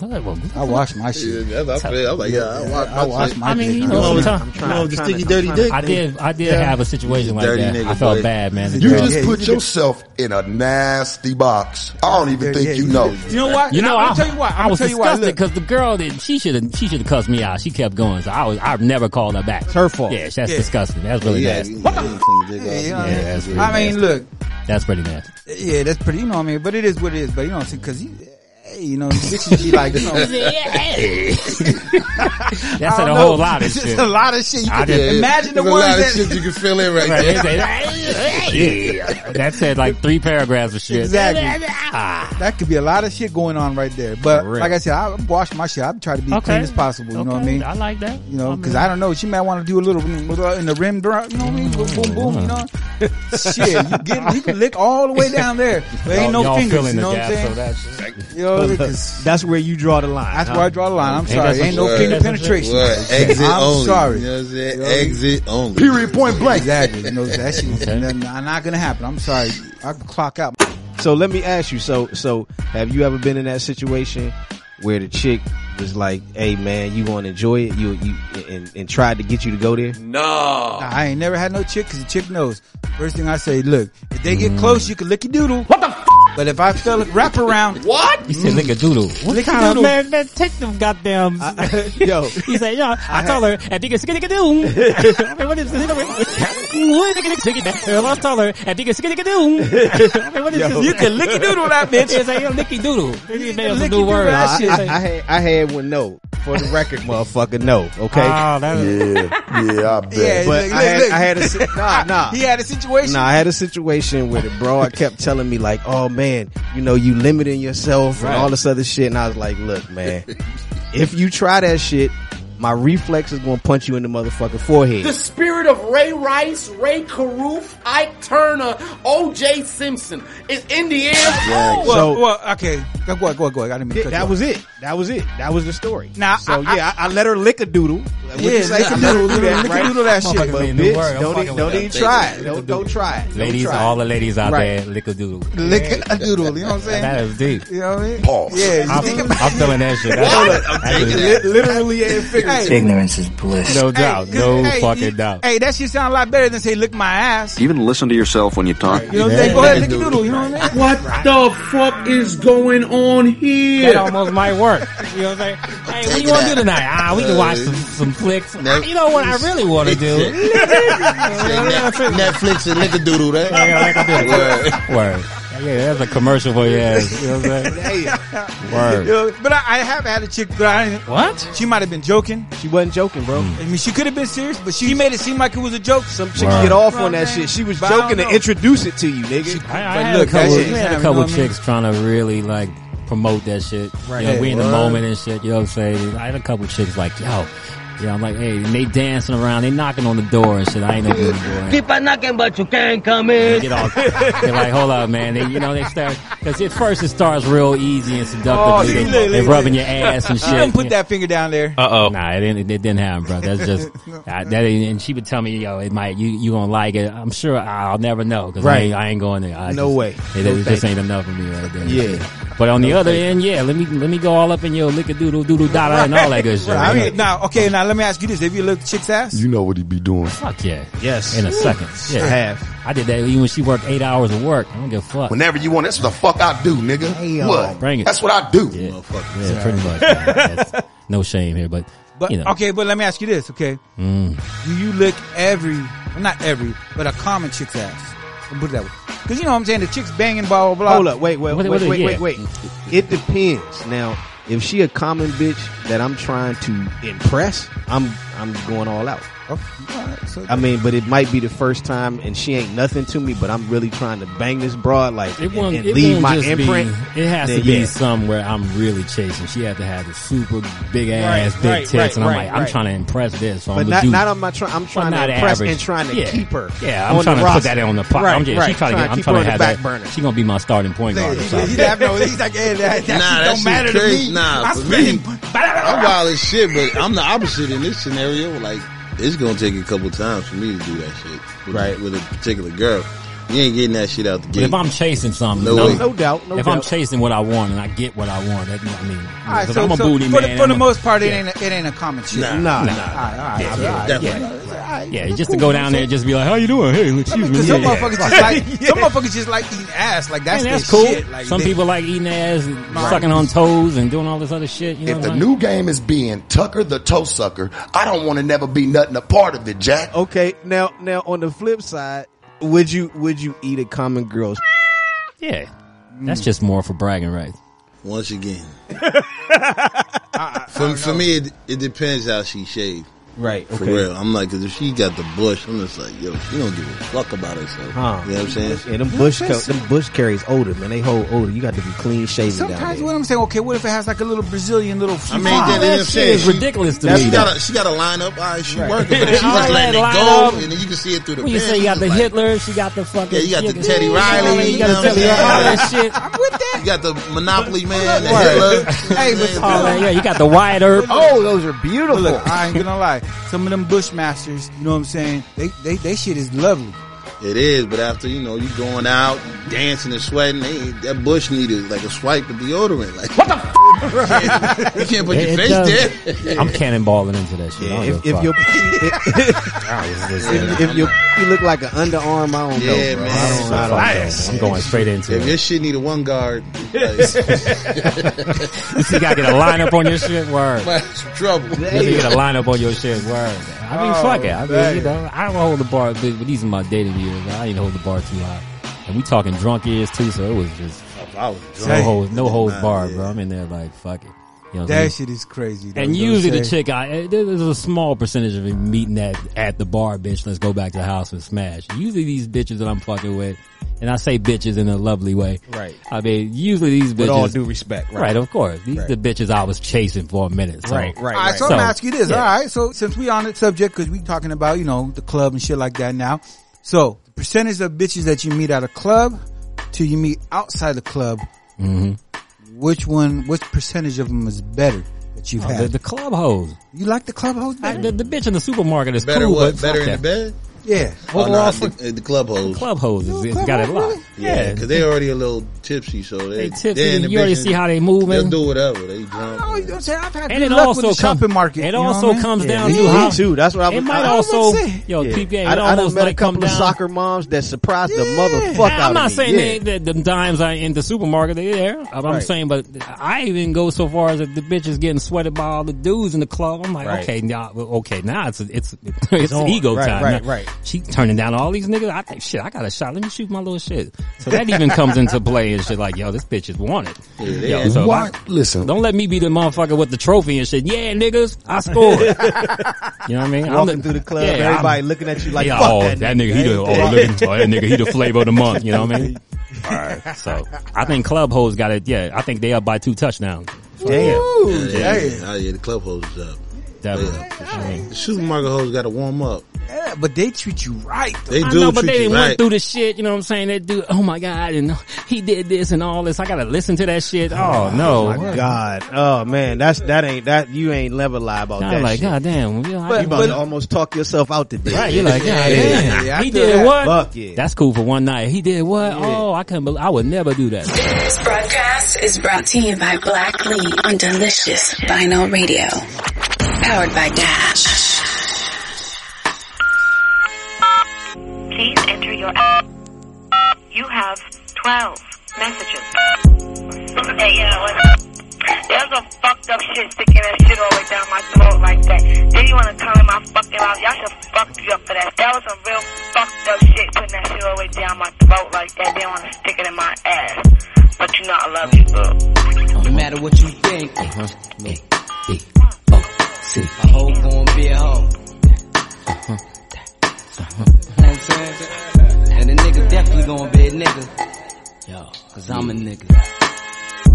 Speaker 11: I wash my shit.
Speaker 13: Yeah, that's how I feel. I'm like, yeah, I wash my
Speaker 11: wash
Speaker 13: shit.
Speaker 11: my
Speaker 13: I mean,
Speaker 11: dick.
Speaker 13: you know, I'm trying- I'm trying- I'm trying to- I'm trying to-
Speaker 12: I did. I did
Speaker 13: Yeah.
Speaker 12: have a situation like
Speaker 13: Dirty
Speaker 12: that.
Speaker 13: nigga,
Speaker 12: I felt
Speaker 13: boy.
Speaker 12: bad, man.
Speaker 21: You just put yourself in a nasty box. I don't even think you know.
Speaker 11: You know what?
Speaker 12: You know,
Speaker 11: I'm
Speaker 12: I,
Speaker 11: gonna tell you what. I'm
Speaker 12: I was
Speaker 11: gonna tell you what.
Speaker 12: disgusted because the girl did. She should have. She should have cussed me out. She kept going, so I was. I've never called her back. It's
Speaker 11: her fault.
Speaker 12: Yeah, that's
Speaker 11: Yeah.
Speaker 12: disgusting. That's really
Speaker 13: Yeah,
Speaker 12: nasty.
Speaker 13: you-
Speaker 12: What
Speaker 13: the?
Speaker 11: Yeah,
Speaker 12: Yeah, that's
Speaker 11: I mean,
Speaker 12: really nasty.
Speaker 11: look.
Speaker 12: That's pretty nasty.
Speaker 11: Yeah, that's pretty. You know what I mean? But it is what it is. But you know what I'm saying? Because you, hey, you know, bitches be like, you know,
Speaker 12: That
Speaker 11: I
Speaker 12: said
Speaker 11: don't
Speaker 12: a
Speaker 11: know.
Speaker 12: whole lot of
Speaker 11: It's
Speaker 12: shit.
Speaker 11: a lot of shit. You
Speaker 12: I
Speaker 11: can
Speaker 12: did.
Speaker 11: imagine the
Speaker 13: There's
Speaker 11: ones
Speaker 13: a lot of
Speaker 11: that.
Speaker 13: shit you can fill in right
Speaker 12: Right,
Speaker 13: there.
Speaker 12: Yeah. That said like three paragraphs of shit.
Speaker 11: Exactly. That could be a lot of shit going on right there. But
Speaker 12: Ah. For real.
Speaker 11: like I said, I wash my shit. I try to be clean as possible. You know what I mean?
Speaker 12: I like that.
Speaker 11: You know, because I don't know. She might want to do a little in the rim drop. You know what I mean? Boom, boom, boom. You know, shit. You get you can lick all the way down there. There ain't
Speaker 12: Y'all-
Speaker 11: no
Speaker 12: y'all
Speaker 11: fingers.
Speaker 12: feeling
Speaker 11: You
Speaker 12: the
Speaker 11: know what I'm
Speaker 12: gap, so
Speaker 11: saying? You know, because
Speaker 28: that's where you draw the line.
Speaker 11: that's
Speaker 28: huh?
Speaker 11: where I draw the line. I'm
Speaker 28: Ain't
Speaker 11: sorry.
Speaker 28: that some
Speaker 11: Ain't no
Speaker 28: shit?
Speaker 11: finger
Speaker 28: That's some shit.
Speaker 11: penetration.
Speaker 13: What? Exit
Speaker 11: I'm
Speaker 13: only.
Speaker 11: sorry.
Speaker 13: You know what I'm saying?
Speaker 11: You know what I mean?
Speaker 13: Exit only.
Speaker 11: Period. Point blank. Exactly. You know that shit is n- n- not gonna happen. I'm sorry. I can clock out.
Speaker 17: So let me ask you. So, so have you ever been in that situation where the chick was like, "Hey, man, you want to enjoy it?" You, you, and, and tried to get you to go there.
Speaker 11: No. I ain't never had no chick because the chick knows. First thing I say, look, if they
Speaker 12: Mm.
Speaker 11: get close, you can lick your doodle. What the f? But if I feel it wrap around.
Speaker 12: What? You said lick a doodle. What
Speaker 11: Lick a
Speaker 12: kind of
Speaker 11: doodle.
Speaker 12: man? man take them goddamn.
Speaker 17: yo,
Speaker 12: he said, yo. I, told her, and because skinny doom. I mean, what is this? What is this? Skinny doom. I told her, and because skinny doom. I mean, what is
Speaker 17: Yo.
Speaker 12: this?
Speaker 17: You can licky doodle that bitch.
Speaker 12: It's like yo, licky doodle. They made up a
Speaker 17: Licky
Speaker 12: new
Speaker 17: doodle
Speaker 12: word.
Speaker 17: that shit. I- I had- I had one no for the record, motherfucker. No, okay.
Speaker 12: Ah, that-
Speaker 21: Yeah, yeah, I
Speaker 17: Yeah,
Speaker 21: bet.
Speaker 17: but I had, I had a si- nah, nah.
Speaker 11: He had a situation.
Speaker 17: Nah, I had a situation where the broad kept telling me like, "Oh man, you know you limiting yourself and
Speaker 11: Right.
Speaker 17: all this other shit," and I was like, "Look, man, if you try that shit, my reflex is gonna punch you in the motherfucking forehead.
Speaker 19: The spirit of Ray Rice, Ray Caruth, Ike Turner, O.J. Simpson is in the air.
Speaker 11: Well, well, okay. Go, go, go, go. I didn't mean to cut you
Speaker 17: that
Speaker 11: off.
Speaker 17: was it. That was it. That was the story.
Speaker 11: Now,
Speaker 17: so
Speaker 11: I- I-
Speaker 17: yeah, I, I let her lick a doodle. What you
Speaker 11: Yeah,
Speaker 17: say?
Speaker 11: lick a
Speaker 17: I let her
Speaker 11: doodle,
Speaker 17: do that,
Speaker 11: lick a
Speaker 17: right?
Speaker 11: doodle that shit.
Speaker 17: But
Speaker 11: Motherfucker,
Speaker 17: bitch,
Speaker 11: man,
Speaker 17: don't,
Speaker 11: don't
Speaker 17: e-
Speaker 11: fucking
Speaker 17: don't
Speaker 11: with
Speaker 17: even
Speaker 11: that
Speaker 17: try it.
Speaker 11: thing.
Speaker 17: Don't, don't try it. Don't
Speaker 12: Ladies,
Speaker 17: try it.
Speaker 12: all the ladies out
Speaker 17: Right.
Speaker 12: there, lick a doodle.
Speaker 11: Lick a doodle. You know what I'm saying?
Speaker 12: That is deep.
Speaker 11: You know what I mean?
Speaker 12: Pause.
Speaker 11: Yeah, you
Speaker 12: I'm,
Speaker 11: think
Speaker 12: I'm feeling that shit. That's,
Speaker 11: Hold up.
Speaker 12: that's just-
Speaker 11: Li- literally and figuratively.
Speaker 4: Ignorance is bliss.
Speaker 12: no doubt.
Speaker 11: Hey,
Speaker 12: no
Speaker 11: hey,
Speaker 12: fucking
Speaker 11: you-
Speaker 12: doubt.
Speaker 11: Hey, that shit sound a lot better than say lick my ass.
Speaker 4: Even listen to yourself when you talk.
Speaker 11: You know what I'm saying? Go ahead, lick a doodle. You know what I mean?
Speaker 19: What the fuck is going on here?
Speaker 12: That almost might work. You know what I'm saying? Hey, what
Speaker 19: Take
Speaker 12: you want to
Speaker 19: that.
Speaker 12: do tonight? Ah, we can watch some, some flicks.
Speaker 13: Netflix.
Speaker 12: You know what I really want to do?
Speaker 13: Netflix and Nickadoodle, that.
Speaker 12: Word. Yeah, that's a commercial for your ass. You know what I'm saying?
Speaker 11: You
Speaker 12: Word.
Speaker 11: know, but I, I have had a chick. But I didn't,
Speaker 12: What? Hmm.
Speaker 11: She might have been joking.
Speaker 17: She wasn't joking, bro.
Speaker 11: I mean, she could have been serious, but she, made it seem like it was a joke. Some
Speaker 17: Chicks get off on that shit. She was joking to introduce it to you, nigga.
Speaker 12: I had a couple, we had a couple chicks trying to really like promote that shit.
Speaker 17: Right.
Speaker 12: You know, we in the
Speaker 17: Word.
Speaker 12: moment and shit. You know what I'm saying? I had a couple chicks like, yo, yeah, I'm like, hey, and they dancing around, they knocking on the door and shit. I ain't no good boy.
Speaker 8: Keep on knocking, but you can't come
Speaker 12: They
Speaker 8: in.
Speaker 12: get all, they're like, hold up, man. They, you know, they start, cause at first it starts real easy and
Speaker 11: Oh,
Speaker 12: seductive.
Speaker 11: see,
Speaker 12: and
Speaker 11: look,
Speaker 12: they, they
Speaker 11: look,
Speaker 12: rubbing
Speaker 11: look.
Speaker 12: your ass and
Speaker 11: She done
Speaker 12: shit.
Speaker 11: put that finger down there.
Speaker 12: Uh oh. Nah, it didn't, it didn't happen, bro. That's just, I, that ain't, and she would tell me, yo, it might, you, you gonna like it. I'm sure I'll never know, cause I,
Speaker 17: Right.
Speaker 12: ain't, I ain't going there. I
Speaker 17: No
Speaker 12: just-
Speaker 17: way.
Speaker 12: It,
Speaker 17: No
Speaker 12: it
Speaker 17: thank
Speaker 12: just ain't enough for me right there.
Speaker 17: Yeah.
Speaker 12: But on the
Speaker 17: No
Speaker 12: other
Speaker 17: thank
Speaker 12: end, yeah, let me, let me go all up in your lick a doodle doodle dada and all that good shit.
Speaker 11: Right. I
Speaker 12: you know?
Speaker 11: mean, now, okay, now let me ask you this: Have you licked chick's ass?
Speaker 18: You know what he be doing.
Speaker 12: Fuck yeah.
Speaker 17: Yes.
Speaker 12: In a second. Yeah.
Speaker 18: I
Speaker 12: have. I did that even when she worked eight hours of work. I don't give a fuck.
Speaker 18: Whenever you want, that's what the fuck I do, nigga. What?
Speaker 12: Bring it.
Speaker 18: That's what I do.
Speaker 12: Yeah,
Speaker 18: Motherfucker.
Speaker 12: yeah pretty much. man. That's no shame here, but,
Speaker 11: But
Speaker 12: you know.
Speaker 11: okay, but let me ask you this: Okay,
Speaker 12: Mm.
Speaker 11: do you lick every, well, not every, but a common chick's ass? Let me Put it that way, because you know what I'm saying. The chick's banging, blah blah blah.
Speaker 17: Hold up, wait, wait,
Speaker 11: What-
Speaker 17: wait,
Speaker 11: what-
Speaker 17: wait,
Speaker 11: yeah.
Speaker 17: wait, wait. It depends. Now, if she a common bitch that I'm trying to impress, I'm I'm going all out.
Speaker 11: Oh,
Speaker 17: I mean, but it might be the first time, and she ain't nothing to me. But I'm really trying to bang this broad, like,
Speaker 12: It
Speaker 17: and,
Speaker 12: won't,
Speaker 17: and
Speaker 12: it
Speaker 17: leave
Speaker 12: won't
Speaker 17: my
Speaker 12: just
Speaker 17: imprint.
Speaker 12: Be, it has
Speaker 17: then
Speaker 12: to be
Speaker 17: yeah.
Speaker 12: somewhere I'm really chasing. She had to have the super big ass,
Speaker 17: Right,
Speaker 12: big
Speaker 17: right,
Speaker 12: tits,
Speaker 17: right,
Speaker 12: and I'm
Speaker 17: right,
Speaker 12: like, I'm
Speaker 17: right.
Speaker 12: trying to impress this. So
Speaker 17: But
Speaker 12: I'm
Speaker 17: not
Speaker 12: do,
Speaker 17: not on my. Try, I'm trying
Speaker 12: not
Speaker 17: to impress
Speaker 12: average.
Speaker 17: and trying to
Speaker 12: Yeah.
Speaker 17: keep her.
Speaker 12: Yeah, I'm
Speaker 17: on
Speaker 12: trying
Speaker 17: the
Speaker 12: to put
Speaker 17: roster.
Speaker 12: that on the pot.
Speaker 17: Right,
Speaker 12: I'm, yeah,
Speaker 17: right,
Speaker 12: she trying to get, I'm
Speaker 17: keep her
Speaker 12: trying to
Speaker 17: on the
Speaker 12: have
Speaker 17: back
Speaker 12: that.
Speaker 17: burner.
Speaker 12: She gonna be my starting point guard. or something.
Speaker 11: You have no. He's like, eh, that, that shit
Speaker 13: Nah, that
Speaker 11: don't
Speaker 13: shit
Speaker 11: matter to
Speaker 13: crazy.
Speaker 11: me.
Speaker 13: Nah,
Speaker 11: I
Speaker 13: for
Speaker 11: spend-
Speaker 13: me. I'm wild as shit, but I'm the opposite in this scenario. Like, it's gonna take a couple times for me to do that shit. With, right. With a particular girl. You ain't getting that shit out the
Speaker 12: But
Speaker 13: gate.
Speaker 12: if I'm chasing something,
Speaker 13: No
Speaker 12: and I'm-
Speaker 13: way. No
Speaker 17: doubt, no
Speaker 12: if I'm
Speaker 17: doubt.
Speaker 12: chasing what I want and I get what I want, that, I mean,
Speaker 11: All right,
Speaker 12: 'cause
Speaker 11: so,
Speaker 12: I'm a
Speaker 11: so
Speaker 12: booty
Speaker 11: for
Speaker 12: man.
Speaker 11: The, for the
Speaker 12: I'm a-
Speaker 11: most part, it
Speaker 12: yeah.
Speaker 11: ain't a, it ain't a common shit.
Speaker 12: Nah, Nah, nah. nah.
Speaker 11: All right, all right,
Speaker 12: Yeah,
Speaker 11: all
Speaker 12: yeah,
Speaker 11: right,
Speaker 12: definitely.
Speaker 11: yeah, all right.
Speaker 12: Yeah, just to go down there and just be like, how you doing? Hey, excuse me.
Speaker 11: Because some
Speaker 12: Yeah, yeah.
Speaker 11: motherfuckers just like some motherfuckers just like eating ass. Like that's,
Speaker 12: Man, that's
Speaker 11: their
Speaker 12: cool.
Speaker 11: Shit. Like,
Speaker 12: Some
Speaker 11: they-
Speaker 12: people like eating ass, and
Speaker 11: Right.
Speaker 12: sucking on toes, and doing all this other shit. You know
Speaker 18: If
Speaker 12: what
Speaker 18: the
Speaker 12: I'm
Speaker 18: new game is being Tucker the toe sucker, I don't want to never be nothing a part of it, Jack.
Speaker 17: Okay, now now on the flip side, would you would you eat a common girl's?
Speaker 12: saying? yeah, that's just more for bragging rights.
Speaker 13: Once again. for, for me, it, it depends how she shaved.
Speaker 17: Right.
Speaker 13: For
Speaker 17: okay.
Speaker 13: real. I'm like, 'cause if she got the bush, I'm just like, yo, she don't give a fuck about herself.
Speaker 17: Huh.
Speaker 13: You know what I'm saying?
Speaker 17: Yeah, them bush co- them bush carries odor, man. They hold odor. You got to be clean shaven down
Speaker 11: Sometimes
Speaker 17: there.
Speaker 11: what I'm saying, okay, what if it has like a little Brazilian little?
Speaker 13: I mean, that, that shit
Speaker 12: is ridiculous to
Speaker 13: She
Speaker 12: me,
Speaker 13: got,
Speaker 12: though.
Speaker 13: a, she got a line up. All right, she
Speaker 12: Right.
Speaker 13: working, but she's
Speaker 12: All
Speaker 13: just
Speaker 12: that
Speaker 13: letting it
Speaker 12: line
Speaker 13: go,
Speaker 12: up.
Speaker 13: and then you can see it through the.
Speaker 12: When you say you got the
Speaker 13: like,
Speaker 12: Hitler, she got the fucking
Speaker 13: Yeah, you got the
Speaker 12: chicken-
Speaker 13: Teddy Riley.
Speaker 12: you got the Teddy Riley, all that shit.
Speaker 13: You got the Monopoly man, the Hitler.
Speaker 11: Hey, but
Speaker 12: All that, Oh, yeah, you got the wide herb.
Speaker 11: Oh,
Speaker 17: those are beautiful.
Speaker 11: Look, I ain't gonna lie. Some of them Bushmasters, you know what I'm saying? They they they shit is lovely.
Speaker 13: It is, but after you know you going out, dancing and sweating, they, that bush needed like a swipe of deodorant. Like what the? F- you can't put
Speaker 12: It-
Speaker 13: your
Speaker 12: it
Speaker 13: face
Speaker 12: does.
Speaker 13: there.
Speaker 12: I'm cannonballing into that shit.
Speaker 17: Yeah, if, if your if, if your you look like an underarm, I don't
Speaker 13: Yeah,
Speaker 17: know, bro.
Speaker 13: man.
Speaker 17: I don't, I don't know.
Speaker 12: I'm going straight into
Speaker 13: If
Speaker 12: it.
Speaker 13: your shit need a one guard,
Speaker 12: You gotta get a lineup on your shit. Word.
Speaker 13: That's trouble.
Speaker 12: You gotta get a lineup on your shit. Word. I mean,
Speaker 13: Oh,
Speaker 12: fuck it. I mean,
Speaker 13: dang.
Speaker 12: you know, I don't hold the bar, but but these are my dating years. I ain't hold the bar too high. And we talking drunk years too, so it was just
Speaker 17: Oh,
Speaker 13: I was
Speaker 12: no
Speaker 13: drunk.
Speaker 12: hold, no hold
Speaker 13: Nah,
Speaker 12: bar,
Speaker 13: yeah.
Speaker 12: bro. I'm in there like fuck it. You know what I'm
Speaker 11: That
Speaker 12: saying?
Speaker 11: shit is crazy. though,
Speaker 12: And
Speaker 11: you know
Speaker 12: usually
Speaker 11: what I'm
Speaker 12: the
Speaker 11: saying?
Speaker 12: chick, I, eh, there's a small percentage of them meeting at, at the bar, bitch, let's go back to the house and smash. Usually these bitches that I'm fucking with, and I say bitches in a lovely way.
Speaker 17: Right.
Speaker 12: I mean, usually these bitches.
Speaker 17: With all due respect,
Speaker 12: Right,
Speaker 17: right.
Speaker 12: of course. These
Speaker 17: Right.
Speaker 12: the bitches I was chasing for a minute. So.
Speaker 17: Right,
Speaker 11: All right, so, I'm gonna ask you this.
Speaker 12: yeah.
Speaker 11: All right, so since we on the subject, because we talking about you know the club and shit like that now. So the percentage of bitches that you meet at a club to you meet outside the club,
Speaker 12: Mhm.
Speaker 11: which one, which percentage of them is better that you've
Speaker 12: Oh,
Speaker 11: had?
Speaker 12: the- the club hoes.
Speaker 11: You like the club hoes better?
Speaker 12: the, the bitch in the supermarket is
Speaker 13: Better
Speaker 12: cool,
Speaker 13: what?
Speaker 12: but
Speaker 13: Better
Speaker 12: fuck
Speaker 13: in
Speaker 12: that.
Speaker 13: the bed?
Speaker 11: Yeah.
Speaker 13: Oh,
Speaker 12: Overall,
Speaker 13: nah,
Speaker 12: for-
Speaker 13: the, the club hoes.
Speaker 12: club hoes is, it's got it locked.
Speaker 13: Yeah,
Speaker 12: Yeah.
Speaker 13: because they already a little tipsy, so they,
Speaker 12: They tipsy,
Speaker 13: in the
Speaker 12: you already
Speaker 13: business.
Speaker 12: see how they moving.
Speaker 13: They'll do whatever. They drunk.
Speaker 11: Oh, You know what I'm saying? I've had
Speaker 12: And it
Speaker 11: good luck
Speaker 12: also
Speaker 11: with the
Speaker 12: come-
Speaker 11: shopping market.
Speaker 12: it
Speaker 11: you know
Speaker 12: also
Speaker 11: what I mean?
Speaker 12: comes
Speaker 11: Yeah.
Speaker 12: down to how-
Speaker 17: too. That's what I
Speaker 12: It
Speaker 17: was.
Speaker 12: might
Speaker 17: I,
Speaker 12: also-
Speaker 17: I was gonna say.
Speaker 12: yo, TPA, it
Speaker 17: I, I done
Speaker 12: almost
Speaker 17: met
Speaker 12: like
Speaker 17: a
Speaker 12: come
Speaker 17: couple of
Speaker 12: down-
Speaker 17: soccer moms that surprised the motherfucker out
Speaker 12: I'm not
Speaker 17: of me.
Speaker 12: saying
Speaker 17: Yeah.
Speaker 12: they, that them dimes I in the supermarket they there. I'm I'm
Speaker 17: Right.
Speaker 12: saying, but I even go so far as if the bitch is getting sweated by all the dudes in the club. I'm like,
Speaker 17: Right.
Speaker 12: okay, now, well, okay, now it's it's it's,
Speaker 17: on.
Speaker 12: ego
Speaker 17: Right,
Speaker 12: time.
Speaker 17: right,
Speaker 12: Now,
Speaker 17: right.
Speaker 12: She turning down all these niggas. I think shit, I got a shot. Let me shoot my little shit. So that even comes into play and shit. Like, yo, this bitch is wanted.
Speaker 13: yeah.
Speaker 12: Yo, so if
Speaker 13: Why-
Speaker 12: I- don't let me be the motherfucker with the trophy and shit. Yeah, niggas, I scored. you know what I mean? I'm
Speaker 17: Walking through the club,
Speaker 12: I'm-
Speaker 17: everybody looking at you like,
Speaker 12: yeah,
Speaker 17: "Fuck
Speaker 12: oh,
Speaker 17: that
Speaker 12: that
Speaker 17: nigga."
Speaker 12: nigga, he the, oh,
Speaker 17: Yeah.
Speaker 12: look at- oh, that nigga, he the flavor of the month. You know what I mean? All right, so I think club hoes got it. Yeah, I think they up by two touchdowns.
Speaker 13: Ooh, yeah, yeah, yeah. Oh, yeah, the club hoes is up.
Speaker 12: Definitely.
Speaker 13: They up for sure. The supermarket hoes got to warm up.
Speaker 11: Yeah, but they treat you right.
Speaker 13: They do
Speaker 12: I know, but
Speaker 13: treat
Speaker 12: they
Speaker 13: you
Speaker 12: didn't
Speaker 13: right.
Speaker 12: went through the shit. You know what I'm saying? That dude, oh my god, and he did this and all this. I gotta listen to that shit. Oh no,
Speaker 17: Oh my God. Oh man, that's that ain't that you ain't never lie about
Speaker 12: Nah,
Speaker 17: that.
Speaker 12: like,
Speaker 17: shit.
Speaker 12: God damn, you know, I-
Speaker 17: you about
Speaker 12: but-
Speaker 17: to almost talk yourself out today.
Speaker 12: Right, you're like, yeah, yeah, he did what?
Speaker 17: Fuck yeah.
Speaker 12: That's cool for one night. He did what? Oh, I couldn't believe. I would never do that.
Speaker 6: This broadcast is brought to you by Black Lee on Delicious Vinyl Radio. Powered by Dash.
Speaker 9: Please enter your. You have 12 messages. Hey, you know what? There's some fucked up shit sticking that shit all the way down my throat like that. Then you wanna come in my fucking house? Y'all should fuck you up for that. That was some real fucked up shit putting that shit all the way down my throat like that. They wanna stick it in my ass. But you know I love you, boo.
Speaker 10: No matter what you think, a hoe gonna be a hoe. Know what I'm saying? And a nigga definitely gonna be a nigga. Yo, cause I'm a nigga.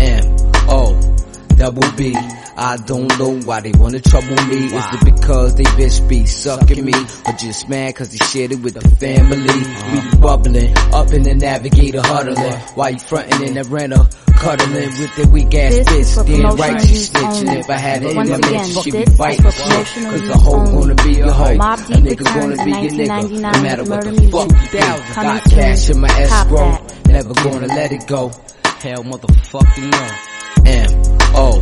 Speaker 10: M O double B. I don't know why they wanna trouble me. Is it because they bitch be sucking me? Or just mad cause they shared it with the family? We bubbling, up in the navigator huddling. While you frontin' in the rental, cuddling with the weak ass
Speaker 15: This is for
Speaker 10: bitch. Then
Speaker 15: promotional
Speaker 10: right she
Speaker 15: use
Speaker 10: snitching.
Speaker 15: only.
Speaker 10: If I had it in
Speaker 15: Once
Speaker 10: my
Speaker 15: again,
Speaker 10: bitch, she be
Speaker 15: this is for
Speaker 10: biting shit.
Speaker 15: promotional
Speaker 10: Cause a
Speaker 15: use
Speaker 10: hoe gonna be a hoe.
Speaker 15: Mobb
Speaker 10: A
Speaker 15: Deep
Speaker 10: nigga
Speaker 15: returns
Speaker 10: gonna
Speaker 15: in
Speaker 10: be a nigga. No
Speaker 15: 1999
Speaker 10: matter what the
Speaker 15: with
Speaker 10: fuck
Speaker 15: Murder
Speaker 10: you do.
Speaker 15: Music. Coming
Speaker 10: Got cash
Speaker 15: soon.
Speaker 10: in my
Speaker 15: Cop
Speaker 10: escrow.
Speaker 15: that.
Speaker 10: Never gonna let it go.
Speaker 15: Hell motherfucking no.
Speaker 10: M O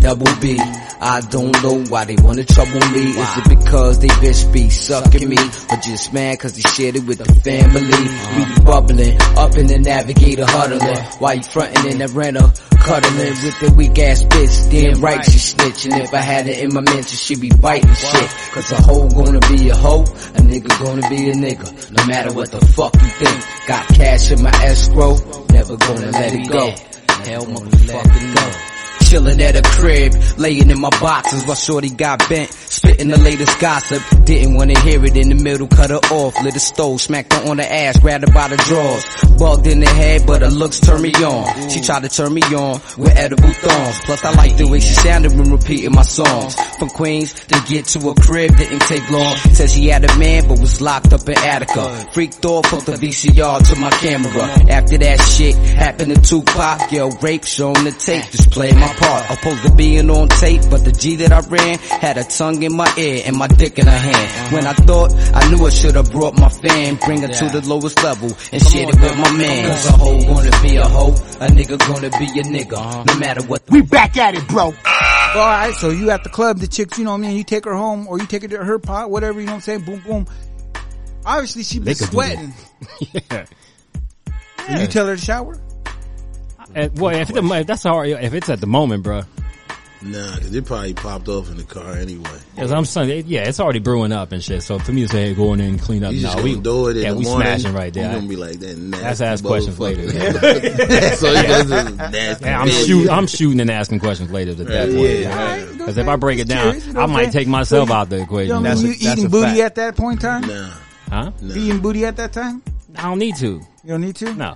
Speaker 10: double B. I don't know why they wanna trouble me. Is it because they bitch be sucking me? Or just mad cause they shared it with the family? We be bubbling, up in the navigator huddling. While you frontin' in the rental, cuddling with the weak ass bitch. Then right, she snitching. If I had it in my mention, she be biting shit. Cause a hoe gonna be a hoe, a nigga gonna be a nigga. No matter what the fuck you think. Got cash in my escrow, never gonna let it go. Hell motherfucking no. Chillin' at a crib, laying in my boxes while shorty got bent, spittin' the latest gossip. Didn't wanna hear it in the middle, cut her off, lit a stove, smacked her on the ass, grabbed her by the drawers. Bugged in the head, but her looks turned me on. She tried to turn me on with edible thongs. Plus I like the way she sounded when repeating my songs. From Queens to get to a crib, didn't take long. Said she had a man, but was locked up in Attica. Freaked off, hooked the VCR to my camera. After that shit happened to Tupac, yo, rape shown the tape, just play my part. Opposed to being on tape, but the G that I ran had a tongue in my ear and my dick in her hand. When I thought I knew I should have brought my fam, bring her to the lowest level and share it with my man. Cause a hoe gonna be a hoe, a nigga gonna be a nigga, no matter what.
Speaker 11: We back at it, bro. All right, so you at the club, the chicks, you know what I mean. You take her home, or you take her to her pot, whatever. You know what I'm saying? Boom, boom. Obviously, she
Speaker 12: They
Speaker 11: been
Speaker 12: could do
Speaker 11: sweating.
Speaker 12: yeah.
Speaker 11: Will you tell her to shower?
Speaker 12: Uh, well, if, the, if that's hard, if it's at the moment, bro.
Speaker 13: Nah, cause it probably popped off in the car anyway.
Speaker 12: As I'm saying, it- yeah, it's already brewing up and shit. So for me to say, hey, go in there and clean up,
Speaker 13: You just
Speaker 12: no,
Speaker 13: gonna
Speaker 12: we
Speaker 13: do it in
Speaker 12: yeah,
Speaker 13: the
Speaker 12: we
Speaker 13: morning.
Speaker 12: smashing right
Speaker 13: You
Speaker 12: there.
Speaker 13: gonna be like that nasty
Speaker 12: That's asked questions later.
Speaker 13: motherfucker. So you guys is nasty
Speaker 12: Yeah, I'm
Speaker 13: bitch.
Speaker 12: shooting. I'm shooting and asking questions later to that
Speaker 13: Yeah,
Speaker 12: point.
Speaker 13: yeah.
Speaker 12: Because if I break it down,
Speaker 11: you know
Speaker 12: I
Speaker 11: what I'm
Speaker 12: might
Speaker 11: saying?
Speaker 12: take myself out the equation.
Speaker 11: Young, you eating booty at that point in time?
Speaker 12: Huh?
Speaker 11: You eating booty at that time?
Speaker 12: I don't need to. You
Speaker 11: don't need to.
Speaker 12: No,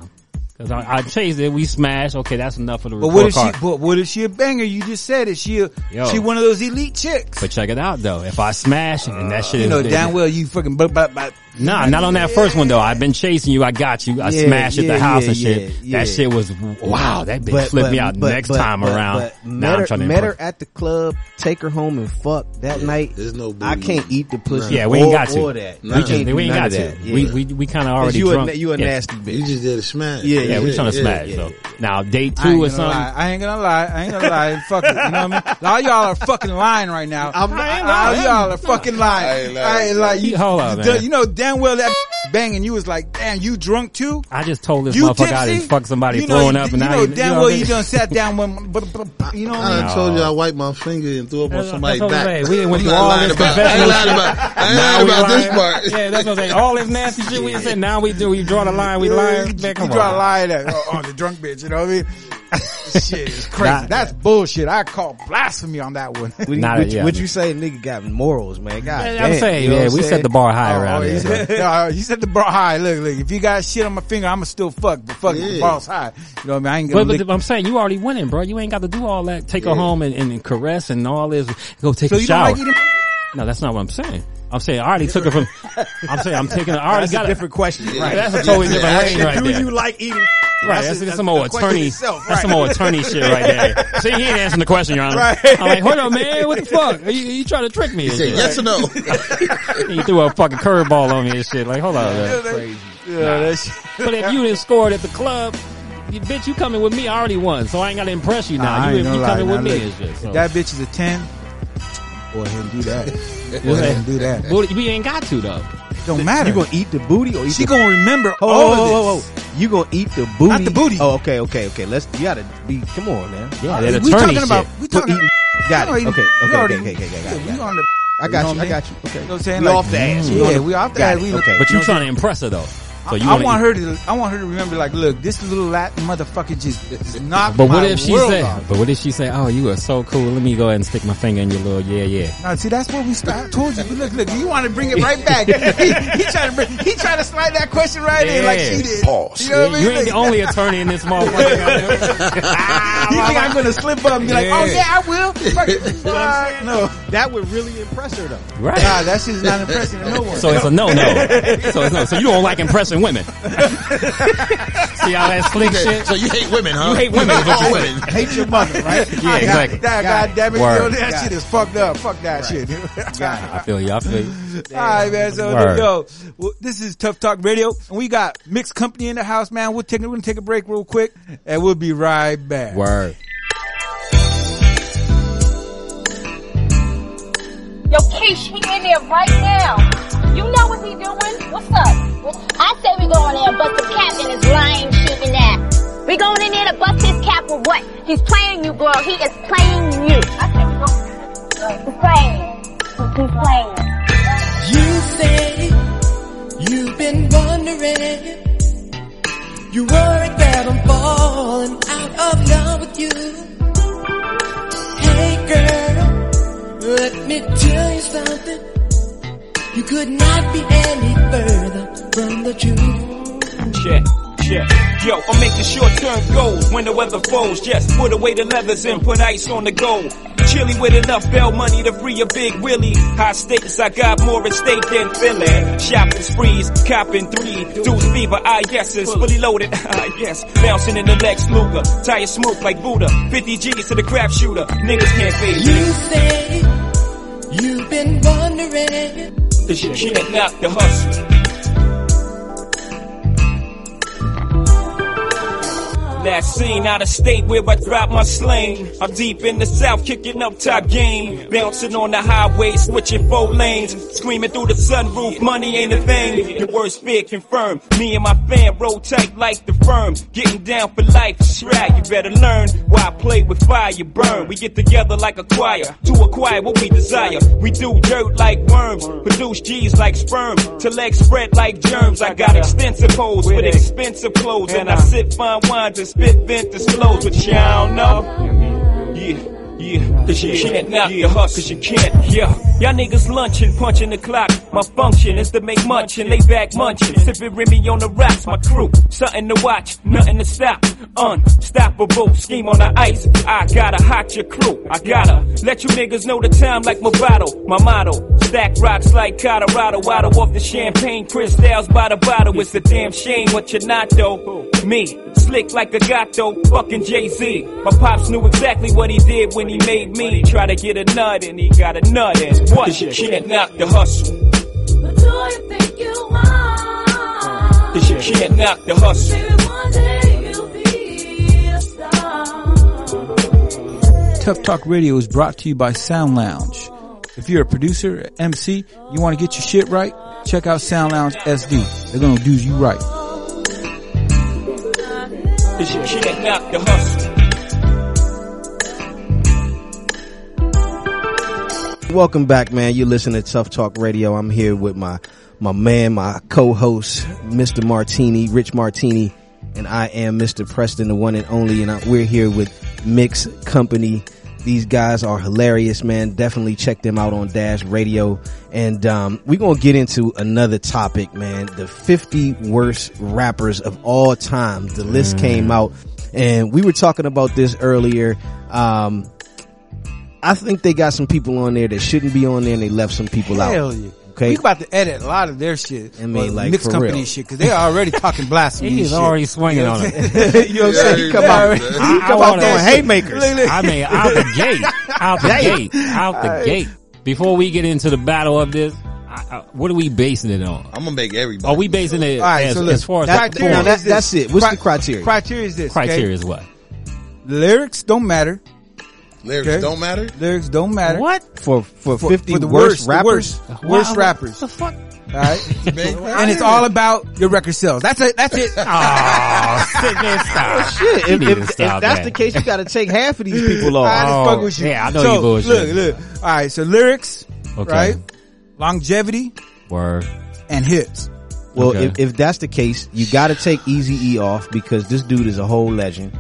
Speaker 12: because I, I chased it. We smashed. Okay, that's enough for the
Speaker 11: But
Speaker 12: report
Speaker 11: what if
Speaker 12: card.
Speaker 11: she? But what if she a banger? You just said it. She a,
Speaker 12: Yo.
Speaker 11: she one of those elite chicks.
Speaker 12: But check it out though. If I smash and that shit,
Speaker 11: Uh, you know
Speaker 12: is,
Speaker 11: damn well you fucking. But but but.
Speaker 12: Nah, not on that first one though. I've been chasing you. I got you. I
Speaker 11: Yeah,
Speaker 12: smashed at
Speaker 11: yeah,
Speaker 12: the house
Speaker 11: yeah,
Speaker 12: and shit.
Speaker 11: yeah, yeah.
Speaker 12: That shit was wow. That bitch flipped me out
Speaker 17: but-
Speaker 12: next
Speaker 17: but-
Speaker 12: time
Speaker 17: but-
Speaker 12: around.
Speaker 17: but
Speaker 12: now
Speaker 17: met
Speaker 12: I'm
Speaker 17: her,
Speaker 12: trying to
Speaker 17: met
Speaker 12: impress.
Speaker 17: her at the club, take her home and fuck that night.
Speaker 13: There's no.
Speaker 17: I can't eat the pussy.
Speaker 12: Yeah, we ain't
Speaker 17: or-
Speaker 12: got to.
Speaker 17: or that.
Speaker 12: We, just, we ain't got to. We we we kind of already
Speaker 17: you
Speaker 12: drunk.
Speaker 17: A, you a
Speaker 12: Yeah.
Speaker 17: nasty bitch.
Speaker 13: You just did a smash.
Speaker 12: Yeah, yeah, we trying to smash.
Speaker 17: yeah,
Speaker 12: so now day
Speaker 11: I ain't
Speaker 12: two or
Speaker 11: gonna
Speaker 12: something.
Speaker 11: Lie. I ain't gonna lie. I ain't gonna lie. Fuck it. You know what I mean? All y'all are fucking lying right now. I'm, all y'all are fucking lying. I ain't lying. like you,
Speaker 12: Hold on,
Speaker 11: you,
Speaker 12: man.
Speaker 11: you know damn well that banging you was like, damn, you drunk too?
Speaker 12: I just told this
Speaker 11: You
Speaker 12: motherfucker I
Speaker 11: tipsy?
Speaker 12: didn't fuck somebody
Speaker 11: You know,
Speaker 12: throwing
Speaker 11: you-
Speaker 12: up,
Speaker 11: you
Speaker 12: and I
Speaker 11: know
Speaker 12: ain't-
Speaker 11: damn
Speaker 12: know
Speaker 11: well
Speaker 12: what I
Speaker 11: you
Speaker 12: mean?
Speaker 11: done sat down when, but, but, but, you know. what
Speaker 13: I
Speaker 11: I
Speaker 13: done
Speaker 11: mean?
Speaker 13: told you I wiped my finger and threw up on
Speaker 11: That's-
Speaker 13: somebody's
Speaker 11: that's what I'm
Speaker 13: back.
Speaker 11: saying. We done went
Speaker 13: I'm
Speaker 11: through
Speaker 13: not
Speaker 11: all
Speaker 13: lying
Speaker 11: this
Speaker 13: about. I ain't lying
Speaker 12: confessional
Speaker 13: about. I ain't
Speaker 12: Now
Speaker 13: lying
Speaker 12: we
Speaker 13: about this
Speaker 12: lying.
Speaker 13: part.
Speaker 12: Yeah, that's what I'm saying. All this nasty shit we said. Now we do. We draw the line. We lie. Man, come
Speaker 11: you try to
Speaker 12: on.
Speaker 11: lie that oh, oh, the drunk bitch. You know what I mean? Shit is crazy. That's bullshit. I call blasphemy on that one.
Speaker 17: What, you- what, you- what you say, nigga? Got morals, man. God,
Speaker 11: Yeah,
Speaker 17: damn,
Speaker 11: I'm saying,
Speaker 17: you know
Speaker 11: yeah,
Speaker 17: what I'm
Speaker 11: we set
Speaker 17: saying?
Speaker 11: the bar high
Speaker 12: around
Speaker 11: you, said, Oh, no, you said the bar high. Look, look. If you got shit on my finger, I'ma still fuck. But fuck, it, the
Speaker 12: Yeah.
Speaker 11: bar's high. You know what I mean? I ain't gonna.
Speaker 12: But, um, but
Speaker 11: lick-
Speaker 12: I'm saying you already winning, bro. You ain't got to do all that. Take
Speaker 11: Yeah.
Speaker 12: her home and, and caress and all this. Go take
Speaker 11: So
Speaker 12: a
Speaker 11: you don't
Speaker 12: shower.
Speaker 11: like eating?
Speaker 12: no, that's not what I'm saying. I'm saying I already took her from. I'm saying I'm taking. I already
Speaker 17: That's a
Speaker 12: got
Speaker 17: different question,
Speaker 12: Yeah,
Speaker 17: right.
Speaker 12: That's a totally
Speaker 17: Yeah,
Speaker 12: different range
Speaker 17: yeah.
Speaker 12: right
Speaker 17: Do
Speaker 12: there.
Speaker 17: you like eating?
Speaker 12: Right, that's,
Speaker 17: That's a-
Speaker 12: that's
Speaker 17: that's
Speaker 12: some
Speaker 17: a
Speaker 12: old
Speaker 17: question
Speaker 12: attorney.
Speaker 17: itself,
Speaker 12: That's some
Speaker 17: right.
Speaker 12: old attorney shit right there. See, he ain't answering the question, Your Honor.
Speaker 17: Right.
Speaker 12: I'm like, hold on, man, what the fuck? Are you, you trying to trick me?
Speaker 13: He
Speaker 12: and
Speaker 13: said
Speaker 12: shit?
Speaker 13: yes or no.
Speaker 12: he threw a fucking curveball on me and shit. Like, hold on, man.
Speaker 11: Yeah,
Speaker 12: Nah.
Speaker 11: that's-
Speaker 12: But if you didn't score it at the club, you, bitch, you coming with me? I already won, so I ain't got to impress you now.
Speaker 11: Nah, I
Speaker 12: you
Speaker 11: ain't
Speaker 12: you
Speaker 11: gonna
Speaker 12: coming
Speaker 11: lie.
Speaker 12: with
Speaker 11: Now,
Speaker 12: me
Speaker 11: look,
Speaker 12: and shit. So.
Speaker 11: If that bitch is a ten, go ahead and do that. Go ahead and do that.
Speaker 12: Booty, we ain't got to though.
Speaker 11: Don't matter.
Speaker 17: You gonna eat the booty or eat
Speaker 11: She
Speaker 17: the-
Speaker 11: gonna remember
Speaker 17: Hold
Speaker 11: all
Speaker 17: on,
Speaker 11: of
Speaker 17: whoa, whoa,
Speaker 11: this.
Speaker 17: whoa. You gonna eat the booty? Not the booty. Oh, okay, okay, okay. Let's. You gotta be. Come on, man.
Speaker 12: Yeah, that
Speaker 11: We talking about. We
Speaker 17: We're
Speaker 11: talking.
Speaker 17: eating- Got it.
Speaker 11: we already-
Speaker 17: Okay, okay,
Speaker 11: we
Speaker 17: okay,
Speaker 11: already-
Speaker 17: okay, okay, okay, got it,
Speaker 11: yeah,
Speaker 17: got it.
Speaker 11: we on the.
Speaker 17: I got you.
Speaker 11: know
Speaker 17: I
Speaker 11: what
Speaker 17: got you. Okay.
Speaker 11: You know what I'm saying?
Speaker 17: We
Speaker 11: Like,
Speaker 17: off the ass.
Speaker 11: Yeah, we off the
Speaker 17: Got
Speaker 11: ass.
Speaker 17: it.
Speaker 11: We
Speaker 17: Okay.
Speaker 12: But you
Speaker 11: know
Speaker 12: trying to impress her though. So you
Speaker 11: I, I
Speaker 12: wanna
Speaker 11: want
Speaker 12: eat-
Speaker 11: her to. I want her to remember. Like, look, this little Latin motherfucker just knocked
Speaker 12: But what
Speaker 11: my
Speaker 12: if she
Speaker 11: world
Speaker 12: say?
Speaker 11: off.
Speaker 12: But what if she say? Oh, you are so cool. Let me go ahead and stick my finger in your little yeah, yeah.
Speaker 11: Now, see, that's what we start. I told you. Look, look, you want to bring it right back. he, he trying to bring, he trying to slide that question right in like she did. You know what I mean?
Speaker 12: You ain't the only attorney in this motherfucker.
Speaker 11: You think I'm gonna slip up and be like, oh yeah, I will. Fuck it. Fuck, no,
Speaker 17: that would really impress her though.
Speaker 12: Right.
Speaker 11: Nah, that shit's not impressing to no one.
Speaker 12: So it's a no no. So it's no. So you don't like impressing women. See all that slick shit.
Speaker 13: So you hate women, huh?
Speaker 12: You hate women. is what
Speaker 13: All
Speaker 12: you
Speaker 13: women.
Speaker 11: Hate your mother, right?
Speaker 12: Yeah,
Speaker 11: I got
Speaker 12: exactly. Got
Speaker 11: That, God
Speaker 12: it.
Speaker 11: damn it,
Speaker 12: Word.
Speaker 11: yo, that
Speaker 12: Got
Speaker 11: shit is fucked up. Fuck that shit.
Speaker 12: I feel you. I feel you.
Speaker 11: All right, man. So
Speaker 12: Word.
Speaker 11: yo, well, this is Tough Talk Radio, and we got mixed company in the house, man. We'll take we're gonna take a break real quick, and we'll be right back.
Speaker 12: Word.
Speaker 1: Yo, Keish, he in there right now. You know what he doing. What's up? I say we go in there and bust his cap and his lying shooting that. We going in there to bust his cap with what? He's playing you, girl. He is playing you. I say we go. He's playing. He's playing.
Speaker 5: You say you've been wondering. You worry that I'm falling out of love with you. Hey girl, let me tell you something. You could not be any further from the truth.
Speaker 20: Check, check. Yo, I'm making short-term goals when the weather falls. Just put away the leathers and put ice on the gold. Chilly with enough bell money to free a big Willie. High stakes, I got more at stake than Philly. Shopping sprees, copping three. Deuce fever, ah yes, it's fully loaded, ah yes. Bouncing in the Lex Luger. Tire smoke like Buddha. 50 G's to the crap shooter. Niggas can't face
Speaker 5: You
Speaker 20: me.
Speaker 5: say you've been wondering.
Speaker 20: Cause you can't knock the hustle. Now last seen out of state where I dropped my sling. I'm deep in the south, kicking up top game. Bouncing on the highway, switching four lanes. Screaming through the sunroof, money ain't a thing. Your worst fear confirmed. Me and my fam roll tight like the firm. Getting down for life, shrag. You better learn why I play with fire, you burn. We get together like a choir to acquire what we desire. We do dirt like worms, produce G's like sperm. Till legs spread like germs. I got extensive holes with expensive clothes. And I sip fine wines and spit vintage flows, but y'all don't know. Yeah. Yeah, cause you can't knock the hustle, cause you can't, yeah. Y'all niggas lunching, punching the clock. My function is to make munch and lay back munching. Sipping Remy on the rocks, my crew. Something to watch, nothing to stop. Unstoppable, scheme on the ice. I gotta hot your crew, I gotta let you niggas know the time like Movado. My motto, stack rocks like Colorado. Waddle off the champagne, crystals by the bottle. It's a damn shame what you're not though. Me, slick like a gato, fucking Jay-Z. My pops knew exactly what he did when he made me. Try to get a nut and he got a nut and what? Cause you can't knock the hustle.
Speaker 7: But do you think you are?
Speaker 20: Cause you can't knock the hustle.
Speaker 7: Maybe one day you'll be a star.
Speaker 11: Tough Talk Radio is brought to you by Sound Lounge. If you're a producer, MC, you want to get your shit right, check out Sound Lounge SD. They're gonna do you right.
Speaker 20: Cause you can't knock the hustle.
Speaker 17: Welcome back, man. You're listening to Tough Talk Radio. I'm here with my my man, my co-host, Mr. Martini, Rich Martini, and I am Mr. Preston, the one and only. And I, we're here with Mix Company. These guys are hilarious, man. Definitely check them out on Dash Radio. And um, we're gonna get into another topic, man. The 50 worst rappers of all time. The list
Speaker 23: Mm.
Speaker 17: came out, and we were talking about this earlier. Um, I think they got some people on there that shouldn't be on there, and they left some people
Speaker 11: Hell
Speaker 17: out.
Speaker 11: yeah.
Speaker 17: Okay,
Speaker 11: We about to edit a lot of their shit.
Speaker 17: I mean,
Speaker 11: Or
Speaker 17: like,
Speaker 11: mixed
Speaker 17: for
Speaker 11: company
Speaker 17: real.
Speaker 11: shit because they are already talking blasphemy.
Speaker 12: He
Speaker 11: and
Speaker 12: is
Speaker 11: shit.
Speaker 12: already swinging
Speaker 11: You know
Speaker 12: on
Speaker 11: what I'm
Speaker 12: it.
Speaker 11: saying? you know what I'm saying? He come out, he
Speaker 12: I- I
Speaker 11: come out
Speaker 12: wanna-
Speaker 11: there with haymakers.
Speaker 12: I mean, out the gate, out the
Speaker 11: Damn.
Speaker 12: gate, out the
Speaker 13: Hey.
Speaker 12: gate. Before we get into the battle of this, I, I, what are we basing it on?
Speaker 13: I'm gonna make everybody.
Speaker 12: Are we basing it
Speaker 11: All right,
Speaker 12: as,
Speaker 11: so look,
Speaker 12: as far as
Speaker 11: that-
Speaker 12: the
Speaker 11: criteria
Speaker 12: form?
Speaker 11: is this. Cri- Criteria is this. okay?
Speaker 12: Criteria is what?
Speaker 11: Lyrics don't matter.
Speaker 13: Lyrics don't matter?
Speaker 11: Lyrics don't matter.
Speaker 12: What?
Speaker 17: For for, 50
Speaker 11: the
Speaker 17: worst
Speaker 11: the
Speaker 17: rappers?
Speaker 11: Worst, worst
Speaker 17: Wow,
Speaker 12: What
Speaker 11: rappers.
Speaker 12: the fuck?
Speaker 11: All right. and it's all about your record sales. That's it. That's it.
Speaker 12: Oh, sit there, stop.
Speaker 17: Oh, Shit,
Speaker 11: You
Speaker 17: if,
Speaker 11: need
Speaker 17: if,
Speaker 11: to
Speaker 17: if
Speaker 11: stop
Speaker 17: that's
Speaker 11: that.
Speaker 17: the case, you got to take half of these people off.
Speaker 11: I just fuck with you. so, Look, look. All right. So lyrics,
Speaker 17: Okay.
Speaker 11: right? Longevity
Speaker 12: Word.
Speaker 11: and hits.
Speaker 17: Well,
Speaker 11: Okay.
Speaker 17: if, if that's the case, you got to take Easy E off because this dude is a whole legend.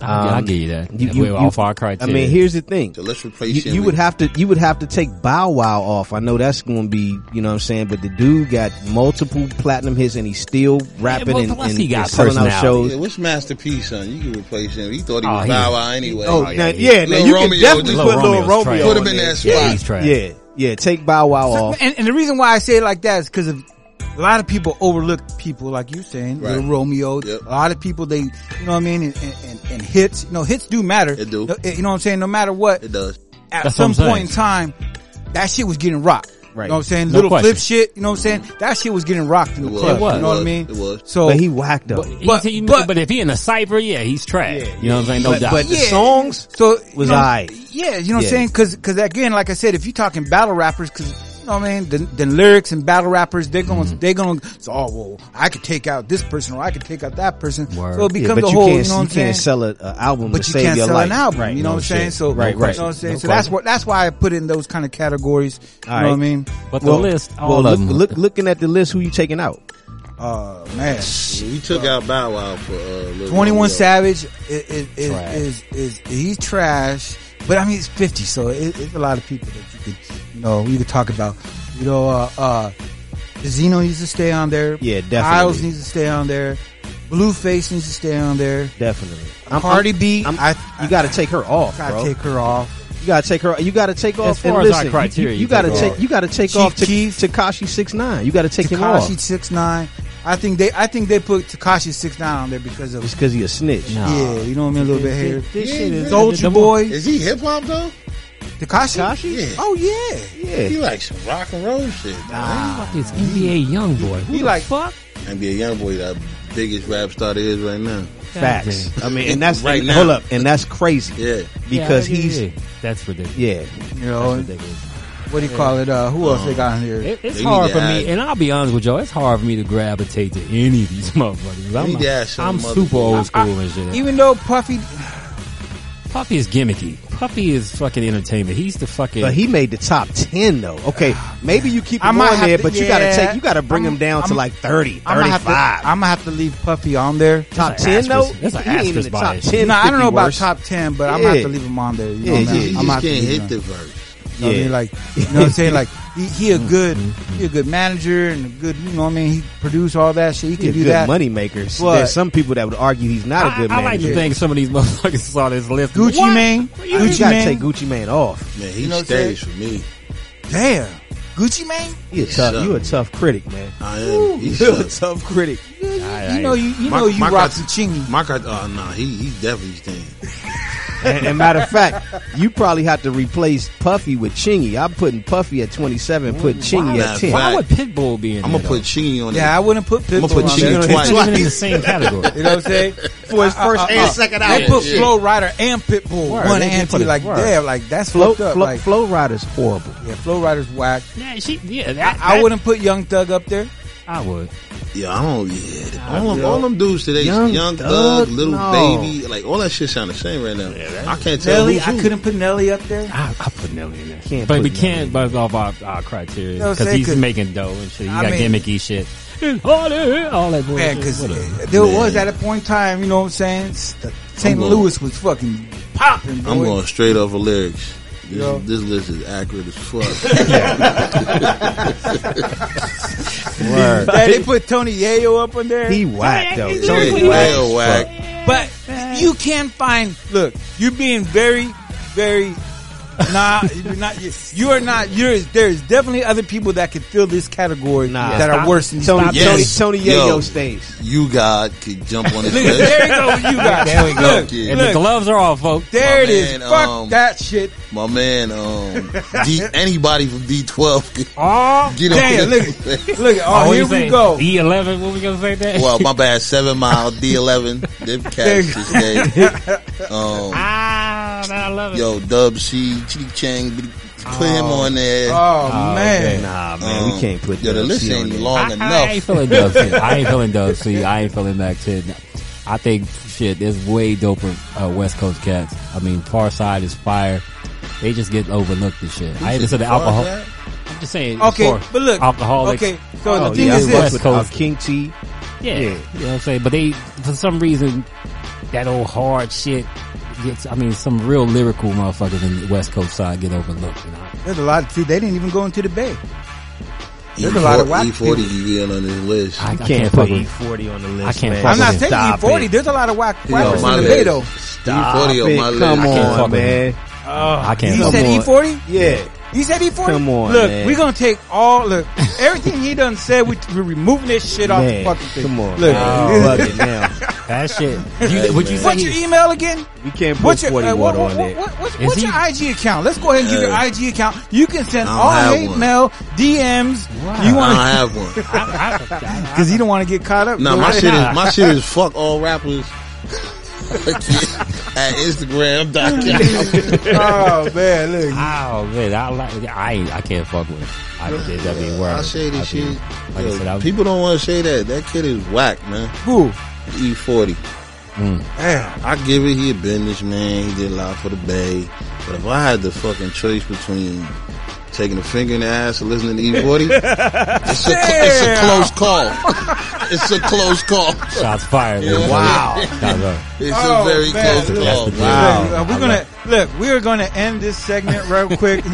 Speaker 17: Um,
Speaker 12: I'll- I'll give Um, you that. We're off our criteria.
Speaker 17: I mean, here's the thing.
Speaker 13: So let's replace
Speaker 17: You, you would have to you would have to take Bow Wow off. I know that's going to be you know what I'm saying, but the dude got multiple platinum hits and he's still rapping and, and, and selling out shows.
Speaker 13: Yeah, what's masterpiece, son? You can replace him. He thought he
Speaker 17: Oh,
Speaker 13: was
Speaker 17: he-
Speaker 13: Bow Wow anyway.
Speaker 17: Oh, now, yeah, now
Speaker 13: Lil
Speaker 17: you
Speaker 13: Romeo
Speaker 17: can definitely
Speaker 13: just-
Speaker 17: put Lil Romeo
Speaker 13: Put him
Speaker 17: on
Speaker 13: in
Speaker 17: there.
Speaker 13: that spot.
Speaker 17: Yeah, yeah, take Bow Wow
Speaker 11: So-
Speaker 17: off.
Speaker 11: and, and the reason why I say it like that is because a lot of people overlook people like you saying,
Speaker 17: Right.
Speaker 11: Lil Romeo. A lot of people, they, you know what I mean? And, and, and, and hits, you know, hits do matter. It do. You know what I'm saying? No matter what. It
Speaker 13: does.
Speaker 12: That's
Speaker 11: At
Speaker 12: what
Speaker 11: some
Speaker 12: I'm saying.
Speaker 11: point in time, that shit was getting rocked.
Speaker 17: Right.
Speaker 11: You know what I'm saying?
Speaker 12: No
Speaker 11: Little
Speaker 12: question.
Speaker 11: flip shit. You know what I'm saying? That shit was getting rocked in the
Speaker 12: was.
Speaker 11: club.
Speaker 12: It was.
Speaker 11: You know what I
Speaker 12: It
Speaker 11: mean?
Speaker 12: was. It was.
Speaker 11: So.
Speaker 12: But he
Speaker 17: whacked up.
Speaker 12: But, he, but, if he in a cipher, yeah, he's trash. you know what I'm saying? No
Speaker 11: But-
Speaker 12: doubt.
Speaker 11: but the Yeah. songs
Speaker 17: so
Speaker 11: you know, Yeah, you know what I'm saying? Cause, cause again, like I said, if you're talking battle rappers, cause, you know what I mean? Then, then lyrics and battle rappers, they're going,
Speaker 17: Mm-hmm.
Speaker 11: to they're going, it's all, oh, well, I could take out this person or I could take out that person. So it
Speaker 17: Yeah,
Speaker 11: becomes
Speaker 17: but
Speaker 11: a
Speaker 17: you
Speaker 11: whole,
Speaker 17: can't,
Speaker 11: you know what I'm
Speaker 17: you
Speaker 11: saying?
Speaker 17: can't sell an album
Speaker 11: but
Speaker 17: to
Speaker 11: you
Speaker 17: save
Speaker 11: can't
Speaker 17: your
Speaker 11: sell
Speaker 17: life.
Speaker 11: an album,
Speaker 17: Right,
Speaker 11: you know
Speaker 17: no
Speaker 11: what I'm saying?
Speaker 17: shit.
Speaker 11: So,
Speaker 17: right, right.
Speaker 11: you know what I'm saying?
Speaker 17: No
Speaker 11: so that's
Speaker 17: question.
Speaker 11: what, that's why I put in those kind of categories. You
Speaker 17: All
Speaker 11: know
Speaker 17: right.
Speaker 11: what I mean?
Speaker 17: Well, well, look, look, looking at the list, who you taking out? Uh,
Speaker 11: Oh man,
Speaker 13: We took out Bow Wow for uh, Lil
Speaker 11: 21
Speaker 13: Romeo.
Speaker 11: Savage is, is,
Speaker 13: Trash.
Speaker 11: is, is, he's trash, but I mean, it's 50, so it, it's a lot of people that you could, you know, you could talk about. You know, uh, uh, Zeno needs to stay on there.
Speaker 17: Yeah, definitely.
Speaker 11: Isles needs to stay on there. Blueface needs to stay on there.
Speaker 17: Definitely.
Speaker 11: Cardi B,
Speaker 17: I'm, you got to take her off.
Speaker 11: Gotta
Speaker 17: bro.
Speaker 11: take her off.
Speaker 17: You got to take her. You got to take
Speaker 11: As
Speaker 17: off.
Speaker 11: far
Speaker 17: and
Speaker 11: as our
Speaker 17: listen,
Speaker 11: criteria,
Speaker 17: you,
Speaker 11: you
Speaker 17: got to
Speaker 11: take her
Speaker 17: take.
Speaker 11: off.
Speaker 17: You got to take
Speaker 11: Chief
Speaker 17: off Ta- Takashi six nine. You got to take him off.
Speaker 11: Takashi six nine. I think they, I think they put Takashi six nine on there because of
Speaker 17: It's because he a snitch.
Speaker 11: yeah, you know what I mean, a little bit here.
Speaker 17: This shit is-
Speaker 11: Soldier Boy,
Speaker 13: Is he hip hop though?
Speaker 11: Takashi.
Speaker 13: Yeah.
Speaker 11: Oh yeah.
Speaker 13: He likes some rock and roll shit.
Speaker 12: Nah, this NBA young boy. Who
Speaker 11: He
Speaker 12: the
Speaker 11: like
Speaker 12: fuck?
Speaker 13: NBA Youngboy, the biggest rap star there is right now.
Speaker 17: Facts. I mean, and that's right Hold up, and that's crazy.
Speaker 13: Yeah.
Speaker 17: because
Speaker 12: Yeah,
Speaker 17: he's
Speaker 12: yeah, yeah. that's ridiculous.
Speaker 17: Yeah,
Speaker 11: You know,
Speaker 12: That's ridiculous.
Speaker 11: what do you call it? Uh, who else they got in here?
Speaker 12: It, it's hard for me, and I'll be honest with y'all. It's hard for me to gravitate to any of these motherfuckers.
Speaker 11: need
Speaker 12: I'm,
Speaker 11: to ask some
Speaker 12: I'm
Speaker 11: motherfuckers.
Speaker 12: super old
Speaker 11: I- I-
Speaker 12: school and shit.
Speaker 11: Even though Puffy,
Speaker 12: Puffy is gimmicky. Puffy is fucking entertainment. He's the fucking. Ah,
Speaker 17: But he made the top ten though. Okay, maybe you keep
Speaker 11: I
Speaker 17: him
Speaker 11: might
Speaker 17: on
Speaker 11: have
Speaker 17: there,
Speaker 11: to-
Speaker 17: but you gotta
Speaker 11: yeah.
Speaker 17: take, you gotta bring him down to
Speaker 11: I'm-
Speaker 17: like 30,
Speaker 11: I'm gonna have to-
Speaker 17: 35.
Speaker 11: I'm gonna have to leave Puffy on there.
Speaker 17: Top That's an 10 though? asterisk- that's an He ain't in asterisk the top by it. 10,
Speaker 11: No, I don't know
Speaker 17: 50
Speaker 11: about
Speaker 17: worst.
Speaker 11: top ten, but I'm gonna have to
Speaker 17: Yeah.
Speaker 11: leave him on there. You
Speaker 17: Yeah,
Speaker 11: know
Speaker 17: you
Speaker 11: what I mean?
Speaker 17: just- you
Speaker 11: I'm
Speaker 17: just
Speaker 11: gonna have to
Speaker 17: can't
Speaker 11: leave
Speaker 17: hit
Speaker 11: him
Speaker 17: the
Speaker 11: on.
Speaker 13: verse.
Speaker 11: You know what I mean?
Speaker 17: Yeah. Mm-hmm.
Speaker 11: Like you know what I'm saying? Like he, he a good he a good manager and a good you know what I mean? He produced all that shit. He can
Speaker 17: He's a
Speaker 11: do
Speaker 17: good
Speaker 11: that.
Speaker 17: money makers.
Speaker 11: But-
Speaker 17: There's some people that would argue he's not a good
Speaker 12: I
Speaker 17: manager.
Speaker 12: like to think some of these motherfuckers saw this list.
Speaker 11: Gucci
Speaker 12: What?
Speaker 11: Mane,
Speaker 12: You
Speaker 17: you
Speaker 12: Gucci
Speaker 17: gotta
Speaker 12: Mane.
Speaker 17: take Gucci Mane off.
Speaker 13: Man, he
Speaker 17: You know what I'm
Speaker 13: stays for me.
Speaker 11: Damn. Gucci Mane?
Speaker 17: You a tough, you a tough critic, man.
Speaker 13: I am. He's
Speaker 17: You a tough critic.
Speaker 11: you know you- you know you rock
Speaker 13: some chingy. My cut, oh no, he he's definitely staying.
Speaker 17: And, and matter of fact, you probably have to replace Puffy with Chingy. I'm putting Puffy at 27, putting Chingy
Speaker 13: Matter
Speaker 17: at
Speaker 13: of
Speaker 17: 10.
Speaker 13: fact,
Speaker 12: Pitbull be
Speaker 13: I'm gonna put Chingy on.
Speaker 11: Yeah, I wouldn't put
Speaker 13: I'm
Speaker 11: Pitbull.
Speaker 13: gonna put
Speaker 11: on
Speaker 13: Chingy
Speaker 11: there.
Speaker 13: twice.
Speaker 11: It's not even
Speaker 12: in the same category.
Speaker 11: you know what I'm saying?
Speaker 17: For his first and second
Speaker 11: They
Speaker 17: album.
Speaker 11: put
Speaker 17: Yeah.
Speaker 11: Flow Rider and Pitbull
Speaker 17: Word.
Speaker 11: one
Speaker 17: They
Speaker 11: and
Speaker 17: put
Speaker 11: two.
Speaker 17: it-
Speaker 11: Like
Speaker 17: word.
Speaker 11: damn, like that's
Speaker 17: Flow,
Speaker 11: fucked up.
Speaker 17: Flow,
Speaker 11: like
Speaker 17: Flow Rider's horrible.
Speaker 11: yeah, Flow Rider's whack.
Speaker 12: Yeah, she, yeah
Speaker 11: I, I wouldn't put Young Thug up there.
Speaker 12: I would.
Speaker 13: Yeah, I don't. Yeah,
Speaker 11: I
Speaker 13: all them,
Speaker 11: feel-
Speaker 13: all them dudes today,
Speaker 11: Young
Speaker 13: Young,
Speaker 11: Thug?
Speaker 13: Thug, Little
Speaker 11: No.
Speaker 13: Baby, like all that shit sound the same right now. I can't tell.
Speaker 11: Nelly,
Speaker 13: who's
Speaker 11: I
Speaker 13: who.
Speaker 11: couldn't put Nelly up there.
Speaker 12: I, I put Nelly in there.
Speaker 17: Can't
Speaker 12: but
Speaker 17: put
Speaker 12: we
Speaker 17: Nelly
Speaker 12: can't buzz off our, our criteria
Speaker 11: You know what I'm
Speaker 12: because
Speaker 11: saying?
Speaker 12: he's
Speaker 11: 'Cause-
Speaker 12: making dough and shit. He
Speaker 11: I
Speaker 12: got
Speaker 11: mean-
Speaker 12: gimmicky shit. It's harder, all that bullshit.
Speaker 11: Man, 'cause
Speaker 12: Whatever.
Speaker 11: There was at a point in time, you know what I'm saying? S- St.
Speaker 13: going-
Speaker 11: Louis was fucking popping.
Speaker 13: I'm
Speaker 11: boy.
Speaker 13: going straight off of lyrics. This,
Speaker 11: Yo.
Speaker 13: this list is accurate as fuck.
Speaker 11: Word. That- they put Tony Yayo up on there.
Speaker 17: He whack, though.
Speaker 11: Tony
Speaker 17: Tony
Speaker 11: Yayo
Speaker 17: whack as
Speaker 13: whack.
Speaker 11: But you can find. Look, you're being very, very. Nah, you're not. you- You are not. You're. There's definitely other people that could fill this category
Speaker 17: Nah.
Speaker 11: that are
Speaker 17: Stop.
Speaker 11: worse than
Speaker 17: Tony-
Speaker 11: Stop.
Speaker 13: Yes.
Speaker 17: Tony Yayo stays.
Speaker 13: You God could jump on this
Speaker 11: Look,
Speaker 13: list.
Speaker 11: there you go, you God.
Speaker 13: There we go.
Speaker 11: Look, And the look.
Speaker 12: gloves are off, folks.
Speaker 11: There it is. Fuck that shit.
Speaker 13: um, My man, um, D, anybody from D12 could get up
Speaker 11: damn,
Speaker 13: there.
Speaker 11: look, look, oh,
Speaker 12: Oh,
Speaker 11: here
Speaker 12: you
Speaker 11: we
Speaker 12: say
Speaker 11: go.
Speaker 12: D11, what we gonna say that?
Speaker 13: Well, my bad. Seven Mile, D11, them cats this day. Um,
Speaker 12: ah, man, I love it.
Speaker 13: yo, Dub C, Chitty Chang, put him on there. Um,
Speaker 11: Oh, Oh, man.
Speaker 17: Nah, man, we can't put
Speaker 13: Yo, the
Speaker 17: Dub
Speaker 13: list
Speaker 17: C on
Speaker 13: ain't
Speaker 17: there.
Speaker 13: long
Speaker 12: I,
Speaker 13: enough.
Speaker 12: I ain't feeling Dove shit. I ain't feeling Dove See, I ain't feeling that shit. I think shit. There's way doper uh, West Coast cats. I mean, Far Side is fire. They just get overlooked and shit. I ain't just said the alcohol. I'm just saying.
Speaker 11: Okay,
Speaker 12: for
Speaker 11: but look,
Speaker 12: alcoholics.
Speaker 11: okay, so the
Speaker 12: Oh,
Speaker 11: thing
Speaker 12: yeah,
Speaker 11: is
Speaker 12: West
Speaker 11: this.
Speaker 12: Coast.
Speaker 17: King T.
Speaker 12: Yeah, you know what I'm saying. But they, for some reason, that old hard shit gets. I mean, some real lyrical motherfuckers in the West Coast side get overlooked. You know?
Speaker 11: There's a lot. See, they didn't even go into the Bay. There's a
Speaker 13: E40
Speaker 11: lot of whack people.
Speaker 13: E40 you get on this list.
Speaker 12: I
Speaker 17: can't can't put put E40 on the list, I can't man. fuck
Speaker 11: I'm not
Speaker 17: with
Speaker 11: taking E
Speaker 17: it.
Speaker 11: E40.
Speaker 17: Stop it.
Speaker 11: There's a lot of whack
Speaker 13: Yo,
Speaker 11: rappers
Speaker 13: my
Speaker 11: in the
Speaker 13: list.
Speaker 11: Bay, though.
Speaker 13: E40 on
Speaker 17: Stop
Speaker 13: my
Speaker 17: it.
Speaker 13: list.
Speaker 17: Ah, Come
Speaker 13: I can't
Speaker 17: on,
Speaker 13: fuck with
Speaker 17: man. I
Speaker 11: He said E40?
Speaker 17: Yeah.
Speaker 11: He said E E40?
Speaker 17: Come on,
Speaker 11: Look,
Speaker 17: man.
Speaker 11: we're going to take all, look, everything he done said, we, we're removing this shit off the
Speaker 17: Man,
Speaker 11: fucking thing.
Speaker 17: come
Speaker 11: Look.
Speaker 17: on,
Speaker 11: E
Speaker 17: man. Fuck it now.
Speaker 12: That shit.
Speaker 17: Hey,
Speaker 12: You, would you
Speaker 17: man.
Speaker 12: say
Speaker 11: What's your email again?
Speaker 17: You can't put
Speaker 11: What's your,
Speaker 17: 41
Speaker 11: uh, what, what,
Speaker 17: on
Speaker 11: what,
Speaker 17: there.
Speaker 11: what, what's,
Speaker 17: Is
Speaker 11: what's your IG account? Let's go ahead and give
Speaker 17: Uh,
Speaker 11: your IG account. You can send
Speaker 13: I don't
Speaker 11: all
Speaker 13: have
Speaker 11: hate
Speaker 13: one.
Speaker 11: mail, DMs. You want
Speaker 13: I don't have one.
Speaker 11: Because you don't want to get caught up.
Speaker 13: No,
Speaker 11: Go
Speaker 13: my
Speaker 11: ahead.
Speaker 13: shit is my shit is fuck all rappers at Instagram.com.
Speaker 11: oh man, look.
Speaker 12: Oh man, I like. I I can't fuck with. It. I did that be worse.
Speaker 13: I say this
Speaker 12: be-
Speaker 13: shit.
Speaker 12: Like I
Speaker 13: yo,
Speaker 12: said, I,
Speaker 13: people don't want to say that. That kid is whack, man.
Speaker 11: Who?
Speaker 13: E40.
Speaker 12: Mm.
Speaker 11: Damn.
Speaker 13: I give it. He a businessman. He did a lot for the Bay. But if I had the fucking choice between taking a finger in the ass and listening to E40, it's a, it's a
Speaker 11: Damn.
Speaker 13: close call. It's a close call.
Speaker 12: shots fired. man.
Speaker 13: Wow.
Speaker 12: Shots fired.
Speaker 13: It's
Speaker 11: Oh,
Speaker 13: a very
Speaker 11: man,
Speaker 13: close
Speaker 11: look.
Speaker 13: call.
Speaker 12: That's the
Speaker 13: man.
Speaker 11: Look, uh, we're gonna look. We are gonna end this segment real quick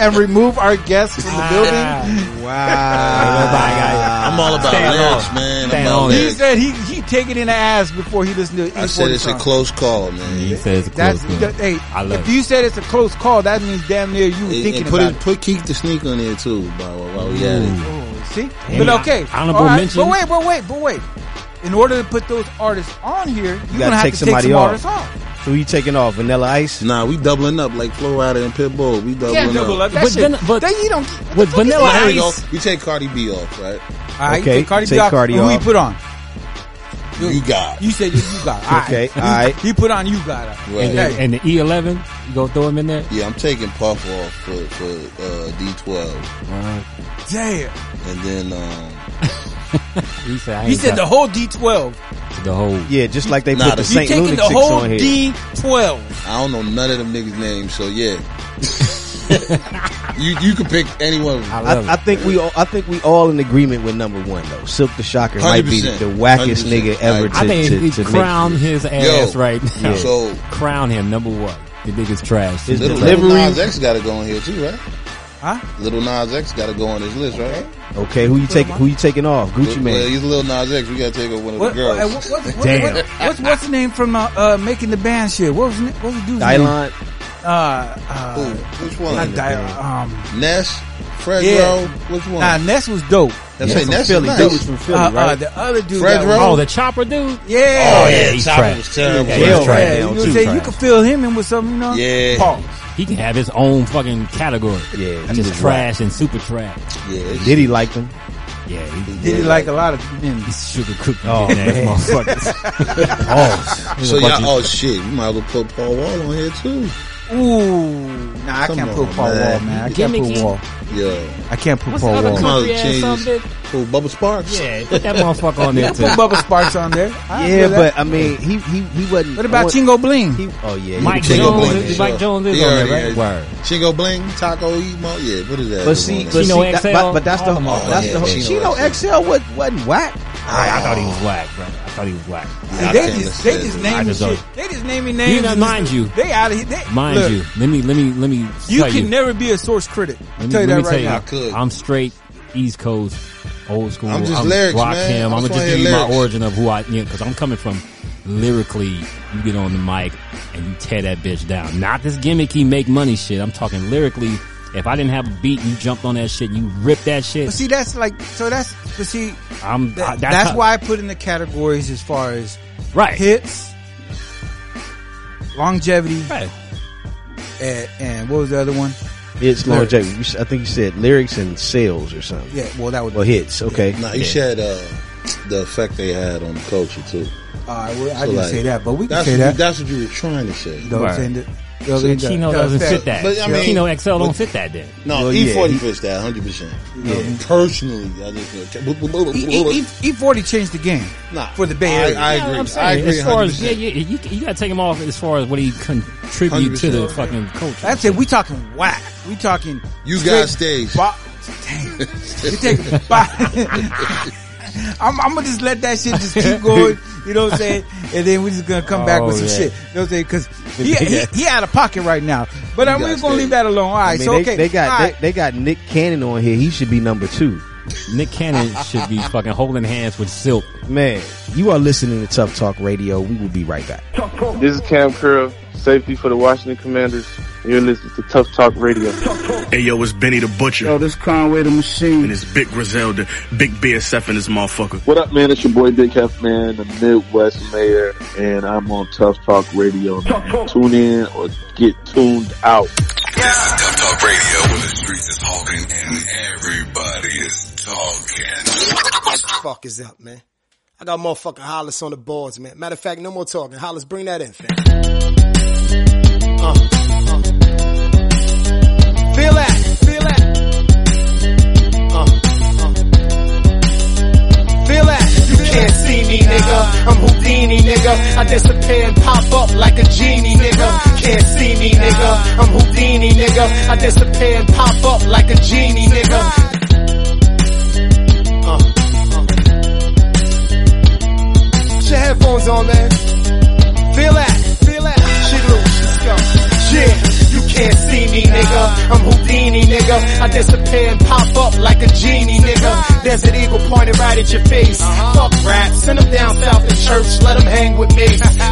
Speaker 11: and remove our guests from the building.
Speaker 13: I'm all about
Speaker 11: Stand
Speaker 13: lyrics,
Speaker 11: on.
Speaker 13: man. I'm all
Speaker 11: He
Speaker 13: lyrics.
Speaker 11: said he he take it in the ass before he listened to E40
Speaker 13: I said it's a
Speaker 11: song.
Speaker 13: close call, man.
Speaker 12: He says it's a
Speaker 11: E That's
Speaker 12: close
Speaker 11: that-
Speaker 12: call.
Speaker 11: hey.
Speaker 12: I love
Speaker 11: if you said it's a close call, that means damn near you were
Speaker 13: And,
Speaker 11: thinking
Speaker 13: and put
Speaker 11: about
Speaker 13: it, put Keith the Sneak on there too. While, while we at
Speaker 12: Ooh.
Speaker 13: it.
Speaker 11: it. See,
Speaker 12: Hey,
Speaker 11: but okay,
Speaker 12: honorable
Speaker 11: All
Speaker 12: mention.
Speaker 11: But wait, but wait, but wait. In order to put those artists on here, you're
Speaker 17: gotta
Speaker 11: gonna have
Speaker 17: take
Speaker 11: to take
Speaker 17: somebody
Speaker 11: some
Speaker 17: off.
Speaker 11: artists off.
Speaker 17: So you taking off vanilla ice?
Speaker 13: Nah, we doubling up like Florida and Pitbull. We doubling
Speaker 17: Can't
Speaker 13: up.
Speaker 17: double up. That But shit- then- but- they- you don't-
Speaker 12: with
Speaker 17: vanilla
Speaker 13: Here we go.
Speaker 17: ice-
Speaker 13: You take Cardi B off, right?
Speaker 11: All right, you Okay, take Cardi B take off. Cardi Who he off. put on?
Speaker 13: You, got.
Speaker 11: You said you, you got. All right.
Speaker 13: Okay,
Speaker 11: He-
Speaker 13: all right.
Speaker 11: He put on you got. it.
Speaker 13: Right.
Speaker 11: Okay.
Speaker 12: And the E E11, you gonna throw him in there?
Speaker 13: Yeah, I'm taking Puff off for for uh, D12.
Speaker 11: Damn.
Speaker 13: And then um,
Speaker 12: he said,
Speaker 11: He said the whole D12.
Speaker 12: the whole
Speaker 17: yeah, just like they
Speaker 13: Nah,
Speaker 17: put the
Speaker 13: the-
Speaker 17: Saint
Speaker 13: You taking
Speaker 17: Lunatics
Speaker 13: the whole
Speaker 17: on here.
Speaker 13: D-
Speaker 11: Twelve.
Speaker 13: I don't know none of them niggas' names, so yeah. you you can pick any one of them.
Speaker 17: I, I think we all, I think we all in agreement with number one though. Silk the Shocker might be the
Speaker 13: 100%.
Speaker 17: wackest
Speaker 13: 100%.
Speaker 17: nigga ever to,
Speaker 12: I think
Speaker 17: to,
Speaker 12: he
Speaker 17: to
Speaker 12: crown
Speaker 17: make.
Speaker 12: his ass right now. crown him number one. The nigga's trash.
Speaker 17: His
Speaker 13: Little, Little Nas X got to go on here too, right?
Speaker 11: Huh?
Speaker 13: Little Nas X got to go on this list, right?
Speaker 17: Okay, who you taking? Who you taking off? Gucci
Speaker 13: Lil-
Speaker 17: Man.
Speaker 13: Well, he's Lil Nas X. We got to take up one of
Speaker 11: What,
Speaker 13: the girls.
Speaker 11: uh, what, what, what,
Speaker 17: Damn.
Speaker 11: what- what's, what's the name from uh, uh, making the band shit? What was the, what was the dude's
Speaker 17: Dylon.
Speaker 11: name? Uh, uh,
Speaker 13: Who? Which one?
Speaker 11: Not Dylon. Um,
Speaker 13: Ness, Fred
Speaker 11: yeah.
Speaker 13: Rowe, which one?
Speaker 11: Nah, Ness was dope.
Speaker 13: That's right, Ness is nice. Dude was from Philly,
Speaker 11: Uh, uh,
Speaker 13: right?
Speaker 11: the other dude.
Speaker 13: Fred
Speaker 11: that
Speaker 13: Rowe?
Speaker 11: was-
Speaker 13: Oh, the
Speaker 12: Chopper dude.
Speaker 11: Yeah.
Speaker 13: Oh, yeah,
Speaker 12: he's
Speaker 13: Chopper
Speaker 12: trash.
Speaker 13: was terrible.
Speaker 12: Yeah,
Speaker 13: Yeah,
Speaker 12: he's trash.
Speaker 13: yeah,
Speaker 11: You, know
Speaker 12: now,
Speaker 11: what I'm
Speaker 12: too.
Speaker 11: saying? you can fill him in with something, you know?
Speaker 13: Yeah.
Speaker 11: Pause.
Speaker 12: He can have his own fucking category.
Speaker 17: Yeah,
Speaker 12: he just trash and super trash.
Speaker 13: Yeah,
Speaker 17: Did he like them?
Speaker 12: Yeah, he
Speaker 11: Did he like a lot of men?
Speaker 12: He's sugar cookie
Speaker 17: Oh,
Speaker 12: ass
Speaker 17: man.
Speaker 12: motherfuckers.
Speaker 17: Oh,
Speaker 13: So y'all, oh shit, we might as well put Paul Wall on here too.
Speaker 11: Ooh, nah, I
Speaker 13: Come
Speaker 11: can't
Speaker 13: on,
Speaker 11: put Paul
Speaker 13: man.
Speaker 11: Wall, man. I can't put
Speaker 13: Gimmicky.
Speaker 11: Wall.
Speaker 13: Yeah.
Speaker 11: I can't put
Speaker 13: What's
Speaker 11: Paul
Speaker 13: the other
Speaker 11: Wall.
Speaker 13: country
Speaker 11: Miles
Speaker 13: ass
Speaker 11: Changes.
Speaker 13: something? Who, Bubba Sparks?
Speaker 12: Yeah, put that motherfucker on
Speaker 11: Yeah,
Speaker 12: there
Speaker 11: put
Speaker 12: too.
Speaker 11: Bubba Sparks on there. I
Speaker 17: Yeah,
Speaker 11: feel that.
Speaker 17: but I mean, he he he wasn't.
Speaker 11: What about
Speaker 17: what-
Speaker 11: Chingo Bling?
Speaker 17: Oh yeah,
Speaker 12: Mike
Speaker 17: he was-
Speaker 12: Jones is- Mike Jones is
Speaker 13: He
Speaker 12: on there,
Speaker 13: already
Speaker 12: right?
Speaker 13: is.
Speaker 12: Word.
Speaker 13: Chingo Bling, Taco Emo, yeah, what is that?
Speaker 17: But see, but,
Speaker 12: Chino
Speaker 17: see that,
Speaker 12: XL,
Speaker 17: but, but that's the
Speaker 12: all them all.
Speaker 17: that's
Speaker 13: Oh, Yeah,
Speaker 17: the whole.
Speaker 13: Chino
Speaker 17: Chino XL was wasn't whack.
Speaker 12: I, I thought he was whack, bro. I thought he was whack.
Speaker 13: Yeah, I
Speaker 11: they
Speaker 13: can't
Speaker 11: just, they
Speaker 13: listen to
Speaker 11: just
Speaker 13: it.
Speaker 11: naming
Speaker 12: I just
Speaker 11: shit.
Speaker 12: don't-
Speaker 11: They just naming names.
Speaker 12: You know,
Speaker 11: and just-
Speaker 12: mind you.
Speaker 11: they out of here. They,
Speaker 12: Mind
Speaker 11: look,
Speaker 12: you, let me let me let me tell
Speaker 11: you
Speaker 12: you.
Speaker 11: can never be a source critic. I
Speaker 12: Let
Speaker 11: tell you
Speaker 12: let
Speaker 11: that right now.
Speaker 12: I'm straight East Coast, old school.
Speaker 13: I'm just lyrics,
Speaker 12: rock
Speaker 13: man.
Speaker 12: Him.
Speaker 13: I
Speaker 12: I'm
Speaker 13: just
Speaker 12: gonna just give
Speaker 13: wanna hear
Speaker 12: you my
Speaker 13: lyrics.
Speaker 12: origin of who I, you because I'm coming from lyrically. You get on the mic and you tear that bitch down. Not this gimmicky make money shit. I'm talking lyrically. If I didn't have a beat, you jumped on that shit. You ripped that shit.
Speaker 11: But see, that's like so. That's but see,
Speaker 12: I'm.
Speaker 11: that-
Speaker 17: Uh,
Speaker 12: I-
Speaker 11: that's,
Speaker 12: how-
Speaker 11: why I put in the categories as far as
Speaker 12: Right.
Speaker 11: hits, longevity,
Speaker 12: Right.
Speaker 11: and, and what was the other one?
Speaker 17: It's Lil
Speaker 11: Lyrics.
Speaker 17: J. You s- I think you said lyrics and sales or something.
Speaker 11: Yeah, well, that would
Speaker 17: Well, hits. Okay.
Speaker 13: Nah, you
Speaker 17: Yeah.
Speaker 13: said uh, the effect they had on the culture too.
Speaker 11: All right, well, I
Speaker 13: So,
Speaker 11: didn't
Speaker 13: like,
Speaker 11: say that, but we can
Speaker 13: that's
Speaker 11: say
Speaker 13: what you-
Speaker 11: that.
Speaker 13: That's what you were trying to say.
Speaker 11: Don't
Speaker 12: Right.
Speaker 11: send it.
Speaker 12: So Chino doesn't fit that.
Speaker 13: But, I mean-
Speaker 12: Chino XL don't
Speaker 13: but-
Speaker 12: fit that then.
Speaker 13: No,
Speaker 12: Well,
Speaker 13: E forty
Speaker 12: yeah,
Speaker 13: fits that hundred percent.
Speaker 12: Yeah.
Speaker 13: Personally, I just
Speaker 11: E, e, 40 changed the game
Speaker 13: Nah,
Speaker 11: for the Bay
Speaker 13: I-
Speaker 11: Area.
Speaker 13: I
Speaker 12: You know what
Speaker 13: agree.
Speaker 12: I'm saying?
Speaker 13: I agree.
Speaker 12: As far as
Speaker 13: 100%.
Speaker 12: yeah, yeah, you, you gotta take him off as far as what he contribute to the
Speaker 13: 100%.
Speaker 12: fucking culture.
Speaker 11: That's it. We talking whack. We talking.
Speaker 13: You
Speaker 11: straight
Speaker 13: guys stage.
Speaker 11: Bo- Dang. You take bo- I'm, I'm gonna just let that shit just keep going. You know what I'm saying? And then we're just gonna come back with
Speaker 17: Oh,
Speaker 11: some
Speaker 17: yeah.
Speaker 11: shit. You know what I'm saying? Because he, he he out of pocket right now. But
Speaker 17: You
Speaker 11: uh, we're
Speaker 17: guys
Speaker 11: gonna
Speaker 17: stage.
Speaker 11: leave that alone. All right.
Speaker 17: I mean,
Speaker 11: so
Speaker 17: they,
Speaker 11: okay.
Speaker 17: they got
Speaker 11: All right.
Speaker 17: they, they got Nick Cannon on here. He should be number two.
Speaker 12: Nick Cannon should be fucking holding hands with Silk.
Speaker 17: Man, you are listening to Tough Talk Radio. We will be right back.
Speaker 16: This is Cam Curl, safety for the Washington Commanders. You're listening to Tough Talk Radio.
Speaker 23: Hey yo, it's Benny the Butcher. Yo, this Conway the Machine. And it's Big Griselda, Big BSF and this motherfucker.
Speaker 16: What up, man? It's your boy Big Hef Man, the Midwest Mayor, and I'm on Tough Talk Radio. Tune in or get tuned out.
Speaker 26: Tough Talk Radio, where the streets is talking and everybody is talking.
Speaker 21: What the fuck is up, man? I got motherfucking Hollis on the boards, man. Matter of fact, no more talking. Hollis, bring that in, fam. Uh, uh. Feel that, feel that. Uh, uh. Feel that. You can't see me, nigga. I'm Houdini, nigga. I disappear and pop up like a genie, nigga. Can't see me, nigga. I'm Houdini, nigga. I disappear and pop up like a genie, nigga. Uh, Put your headphones on, man. Feel that, feel that. Shit loose, let's go. Yeah, you can't see me, nigga. I'm Houdini, nigga. I disappear and pop up like a genie, nigga. Desert Eagle pointed right at your face. Fuck rap, send them down south to church, let them hang with me.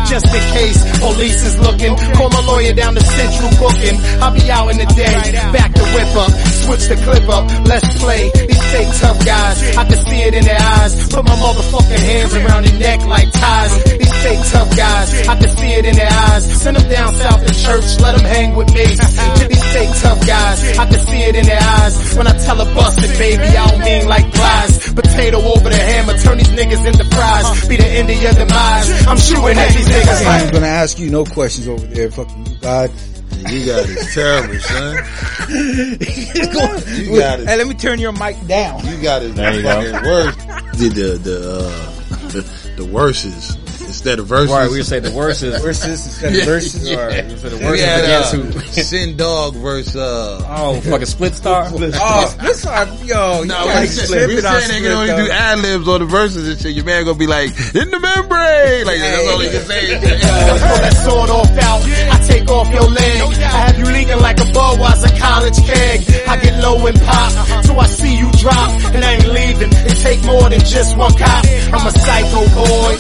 Speaker 21: Just in case police is looking. Call my lawyer down to Central Booking. I'll be out in the day. Back the whip up, switch the clip up. Let's play. These fake tough guys, I can see it in their eyes. Put my motherfucking hands around their neck like ties. These fake tough guys. I can see it in their eyes. Send them down south to church, let them hang with me. Jiffy State tough guys. I can see it in their eyes. When I tell a busted baby, I don't mean like flies. Potato over the hammer, turn these niggas into fries. Be the end of your demise. I'm shooting at these niggas
Speaker 11: I ain't
Speaker 21: like.
Speaker 11: gonna ask you no questions over there. Fucking you, God.
Speaker 13: You got it terrible, son.
Speaker 11: you
Speaker 13: got it.
Speaker 11: Hey, let me turn your mic down.
Speaker 13: You got it.
Speaker 11: There you go.
Speaker 13: fucking worst. Did the the uh, the, the worses instead of verses.
Speaker 11: Right, we say the worses. Worses instead of verses, or instead of worses against
Speaker 13: who? Sin Dog versus uh,
Speaker 11: oh fucking
Speaker 12: Split Star.
Speaker 11: Oh, this are yo.
Speaker 13: No,
Speaker 11: you
Speaker 13: we
Speaker 11: like
Speaker 13: said-
Speaker 11: tripping
Speaker 13: we
Speaker 11: on
Speaker 13: saying they can
Speaker 11: Split,
Speaker 13: only
Speaker 11: though.
Speaker 13: do ad libs on the verses and shit. Your man gonna be like in the membrane, like that's all he can say.
Speaker 21: Pull that sword off out. I take off your leg. I have you leaking like a Budweiser college keg. I get low and
Speaker 13: Uh-huh.
Speaker 21: pop till I see you drop. And I ain't leaving. It take more than just one cop. I'm a psycho boy.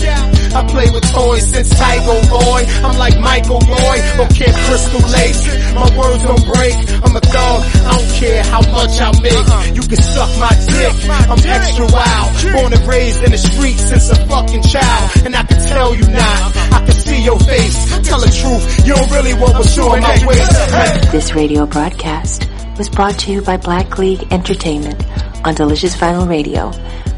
Speaker 21: I play with toys since Psycho Boy. I'm like Michael Boy or Kid Crystal Lace. My words don't break. I'm a dog. I don't care how much I make. You can Uh-huh. suck my dick. I'm extra wild. Born and raised in the streets since a fucking child. And I can tell you now. I can see your face. Tell the truth. You don't really want what's on my waist.
Speaker 3: This radio broadcast was brought to you by Black League Entertainment on Delicious Vinyl Radio,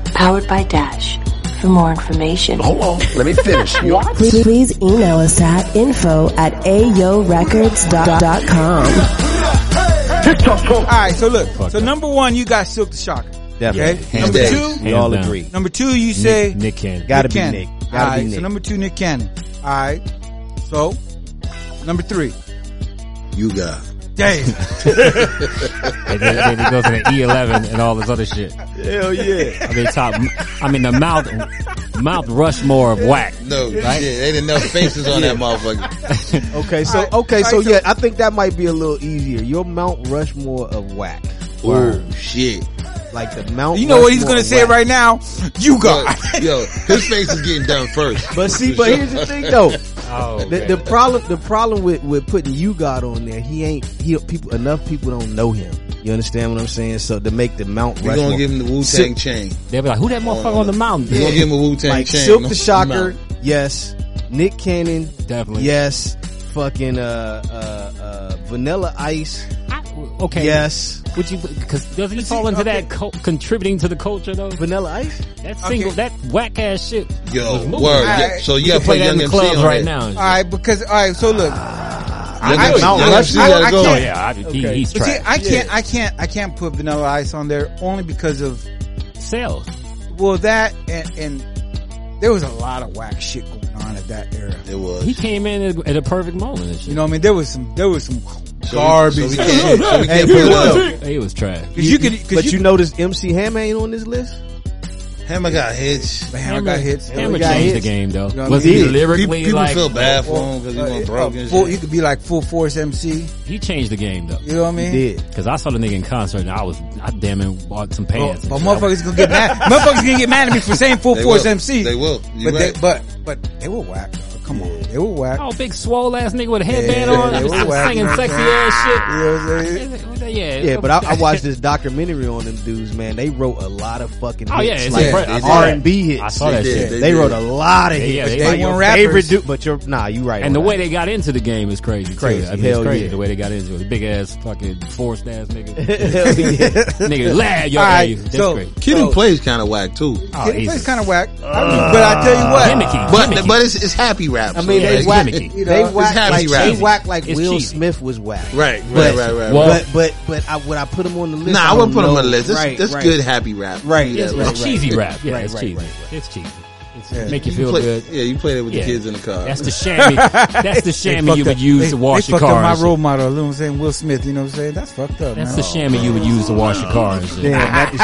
Speaker 3: powered by Dash. For more information,
Speaker 18: Hold on, let me finish.
Speaker 2: Please, please email us at info at ayorecords.com.
Speaker 11: Alright, so look. so number one, you got Silk the Shocker.
Speaker 17: Definitely.
Speaker 11: Okay?
Speaker 17: Hands
Speaker 11: Number
Speaker 17: down.
Speaker 11: two,
Speaker 17: We all Hands down. agree.
Speaker 11: Number two, you
Speaker 17: Nick-
Speaker 11: say
Speaker 17: Nick Cannon. Gotta be Nick. Gotta be
Speaker 11: Alright,
Speaker 17: Nick.
Speaker 11: So number two, Nick Cannon. Alright. So number three.
Speaker 13: You got.
Speaker 11: Damn.
Speaker 12: And then, then it goes to the E11 and all this other shit.
Speaker 11: Hell yeah.
Speaker 12: I mean, top. I mean, the mouth, mouth Rushmore of whack.
Speaker 13: No,
Speaker 12: Right?
Speaker 13: shit, ain't enough faces on that motherfucker.
Speaker 17: Okay, so okay, so yeah, I think that might be a little easier. Your Mount Rushmore of whack.
Speaker 13: Oh shit!
Speaker 17: Like the Mount.
Speaker 11: You know what he's
Speaker 17: Rushmore
Speaker 11: gonna
Speaker 17: of
Speaker 11: say
Speaker 17: whack.
Speaker 11: right now? You got.
Speaker 13: But, yo, his face is getting done first. Oh,
Speaker 17: But see, but here's the thing though.
Speaker 12: Oh,
Speaker 17: the, the problem, the problem with with putting you God on there, he ain't he people enough people don't know him. You understand what I'm saying? So to make the Mount,
Speaker 13: We gonna
Speaker 17: Rushmore-
Speaker 13: give him the Wu-Tang
Speaker 17: Sil-
Speaker 13: chain.
Speaker 12: They'll be like, "Who that motherfucker on the mountain?"
Speaker 13: We gonna give him a Wu-Tang
Speaker 17: like
Speaker 13: chain
Speaker 17: Silk
Speaker 13: on
Speaker 17: the
Speaker 13: the
Speaker 17: Shocker,
Speaker 13: mountain.
Speaker 17: yes. Nick Cannon,
Speaker 12: definitely.
Speaker 17: Yes. Fucking uh uh uh Vanilla Ice.
Speaker 12: Okay.
Speaker 17: Yes.
Speaker 12: Would you? Because doesn't he fall into that co- contributing to the culture though?
Speaker 17: Vanilla Ice.
Speaker 12: That single, that whack ass shit.
Speaker 13: Yo,
Speaker 12: was moving.
Speaker 13: word. Yeah, so
Speaker 12: You
Speaker 13: yeah,
Speaker 12: can play
Speaker 13: play
Speaker 12: that in
Speaker 13: Young
Speaker 12: the
Speaker 13: MC
Speaker 12: clubs
Speaker 13: on
Speaker 12: right
Speaker 13: it.
Speaker 12: now.
Speaker 11: Alright, because alright, so
Speaker 12: Uh,
Speaker 11: look.
Speaker 13: Young MC- Young MC gotta go. Yeah, I- he- he's
Speaker 11: But see,
Speaker 13: trash.
Speaker 11: I can't, I can't, I can't put Vanilla Ice on there only because of
Speaker 12: sales.
Speaker 11: Well, that and, and there was a lot of whack shit going on at that era.
Speaker 13: It was.
Speaker 12: He came in at, at a perfect moment. And shit.
Speaker 11: You know, what I mean, there was some, there was some
Speaker 12: So we-
Speaker 11: garbage.
Speaker 12: so we can't- so we
Speaker 11: Hey,
Speaker 12: can't
Speaker 11: you
Speaker 12: put it
Speaker 11: know,
Speaker 12: up. He was trash.
Speaker 11: Cause you could, cause
Speaker 17: but you,
Speaker 11: you,
Speaker 17: notice MC Hammer ain't on this list.
Speaker 13: Hammer got hits.
Speaker 11: Hammer got hits.
Speaker 12: Hammer
Speaker 11: got
Speaker 12: changed
Speaker 11: hits.
Speaker 12: the game though.
Speaker 11: You know what I
Speaker 12: was
Speaker 11: mean?
Speaker 12: he lyrically
Speaker 13: People
Speaker 12: like?
Speaker 13: feel bad for him because he went broke and
Speaker 11: full,
Speaker 12: Oh,
Speaker 13: shit.
Speaker 11: he could be like full force MC.
Speaker 12: He changed the game though.
Speaker 11: You know what I mean? He did.
Speaker 12: Because I saw the nigga in concert and I was, I damn near bought some pants.
Speaker 11: But motherfuckers gonna get mad. motherfuckers gonna get mad at me for saying full
Speaker 12: They
Speaker 11: force
Speaker 12: will.
Speaker 11: MC.
Speaker 12: They will.
Speaker 11: But
Speaker 12: You
Speaker 11: they,
Speaker 12: right.
Speaker 11: but but they were whack. Though. Come on, they were whack.
Speaker 12: Oh, big swole ass nigga with a headband
Speaker 11: Yeah,
Speaker 12: on,
Speaker 11: they were whack,
Speaker 12: singing
Speaker 11: man.
Speaker 12: sexy ass
Speaker 11: You know what I'm saying?
Speaker 12: shit. Yeah,
Speaker 17: Yeah, but I, I watched this documentary on them dudes. Man, they wrote a lot of fucking.
Speaker 12: Oh, yeah,
Speaker 17: hits,
Speaker 12: it's
Speaker 17: like
Speaker 12: impre- I saw
Speaker 17: R
Speaker 12: that.
Speaker 17: and B hits.
Speaker 12: I saw that They shit. did,
Speaker 17: They,
Speaker 12: they
Speaker 17: wrote a
Speaker 12: did.
Speaker 17: lot of
Speaker 12: Yeah,
Speaker 17: hits.
Speaker 12: yeah, they
Speaker 17: Like,
Speaker 12: weren't
Speaker 17: your
Speaker 12: rappers.
Speaker 17: favorite dude, but your nah, you right.
Speaker 12: And the
Speaker 17: right.
Speaker 12: way they got into the game is crazy. too.
Speaker 17: Crazy.
Speaker 12: I mean,
Speaker 17: Hell
Speaker 12: it's crazy
Speaker 17: yeah.
Speaker 12: the way they got into it. Big ass fucking forced ass nigga.
Speaker 17: Hell yeah.
Speaker 12: nigga, lad, yo,
Speaker 11: All right,
Speaker 12: that's
Speaker 11: so-
Speaker 12: great.
Speaker 13: Kid who
Speaker 11: So-
Speaker 13: plays kind of whack too.
Speaker 11: Oh, It plays kind of whack, but I tell you what,
Speaker 13: but but it's, it's happy rap.
Speaker 17: I mean,
Speaker 13: so
Speaker 17: they
Speaker 13: it's
Speaker 17: whack.
Speaker 13: gimmicky.
Speaker 17: They whack
Speaker 13: It's happy
Speaker 17: like
Speaker 13: rap.
Speaker 17: they whack like
Speaker 13: It's
Speaker 17: Will
Speaker 13: cheesy.
Speaker 17: Smith was whack.
Speaker 13: Right,
Speaker 17: But-
Speaker 13: right, right, right,
Speaker 17: But
Speaker 13: right.
Speaker 17: but but I, would I put him on the list?
Speaker 13: Nah, I
Speaker 17: don't
Speaker 13: wouldn't put him
Speaker 17: know.
Speaker 13: on the list. That's-
Speaker 17: Right,
Speaker 13: that's
Speaker 17: right.
Speaker 13: good happy rap.
Speaker 17: Right,
Speaker 13: Yeah,
Speaker 17: right,
Speaker 13: like
Speaker 17: right,
Speaker 13: cheesy
Speaker 17: right.
Speaker 13: rap. Yeah,
Speaker 17: Right,
Speaker 13: it's
Speaker 17: right,
Speaker 13: cheesy.
Speaker 17: right.
Speaker 12: It's cheesy. It's
Speaker 13: Yeah.
Speaker 12: make you
Speaker 13: You
Speaker 12: feel
Speaker 13: play-
Speaker 12: good.
Speaker 13: yeah, you play that with the kids in the car.
Speaker 12: That's the chamois. that's the chamois you would use to wash
Speaker 11: they
Speaker 12: your
Speaker 11: fucked
Speaker 12: car.
Speaker 11: up my
Speaker 12: and shit.
Speaker 11: role model. You know what I'm saying? Will Smith. You know what I'm saying? That's fucked up.
Speaker 12: That's
Speaker 11: man.
Speaker 12: the chamois you would use to wash your car and shit.
Speaker 11: Damn, that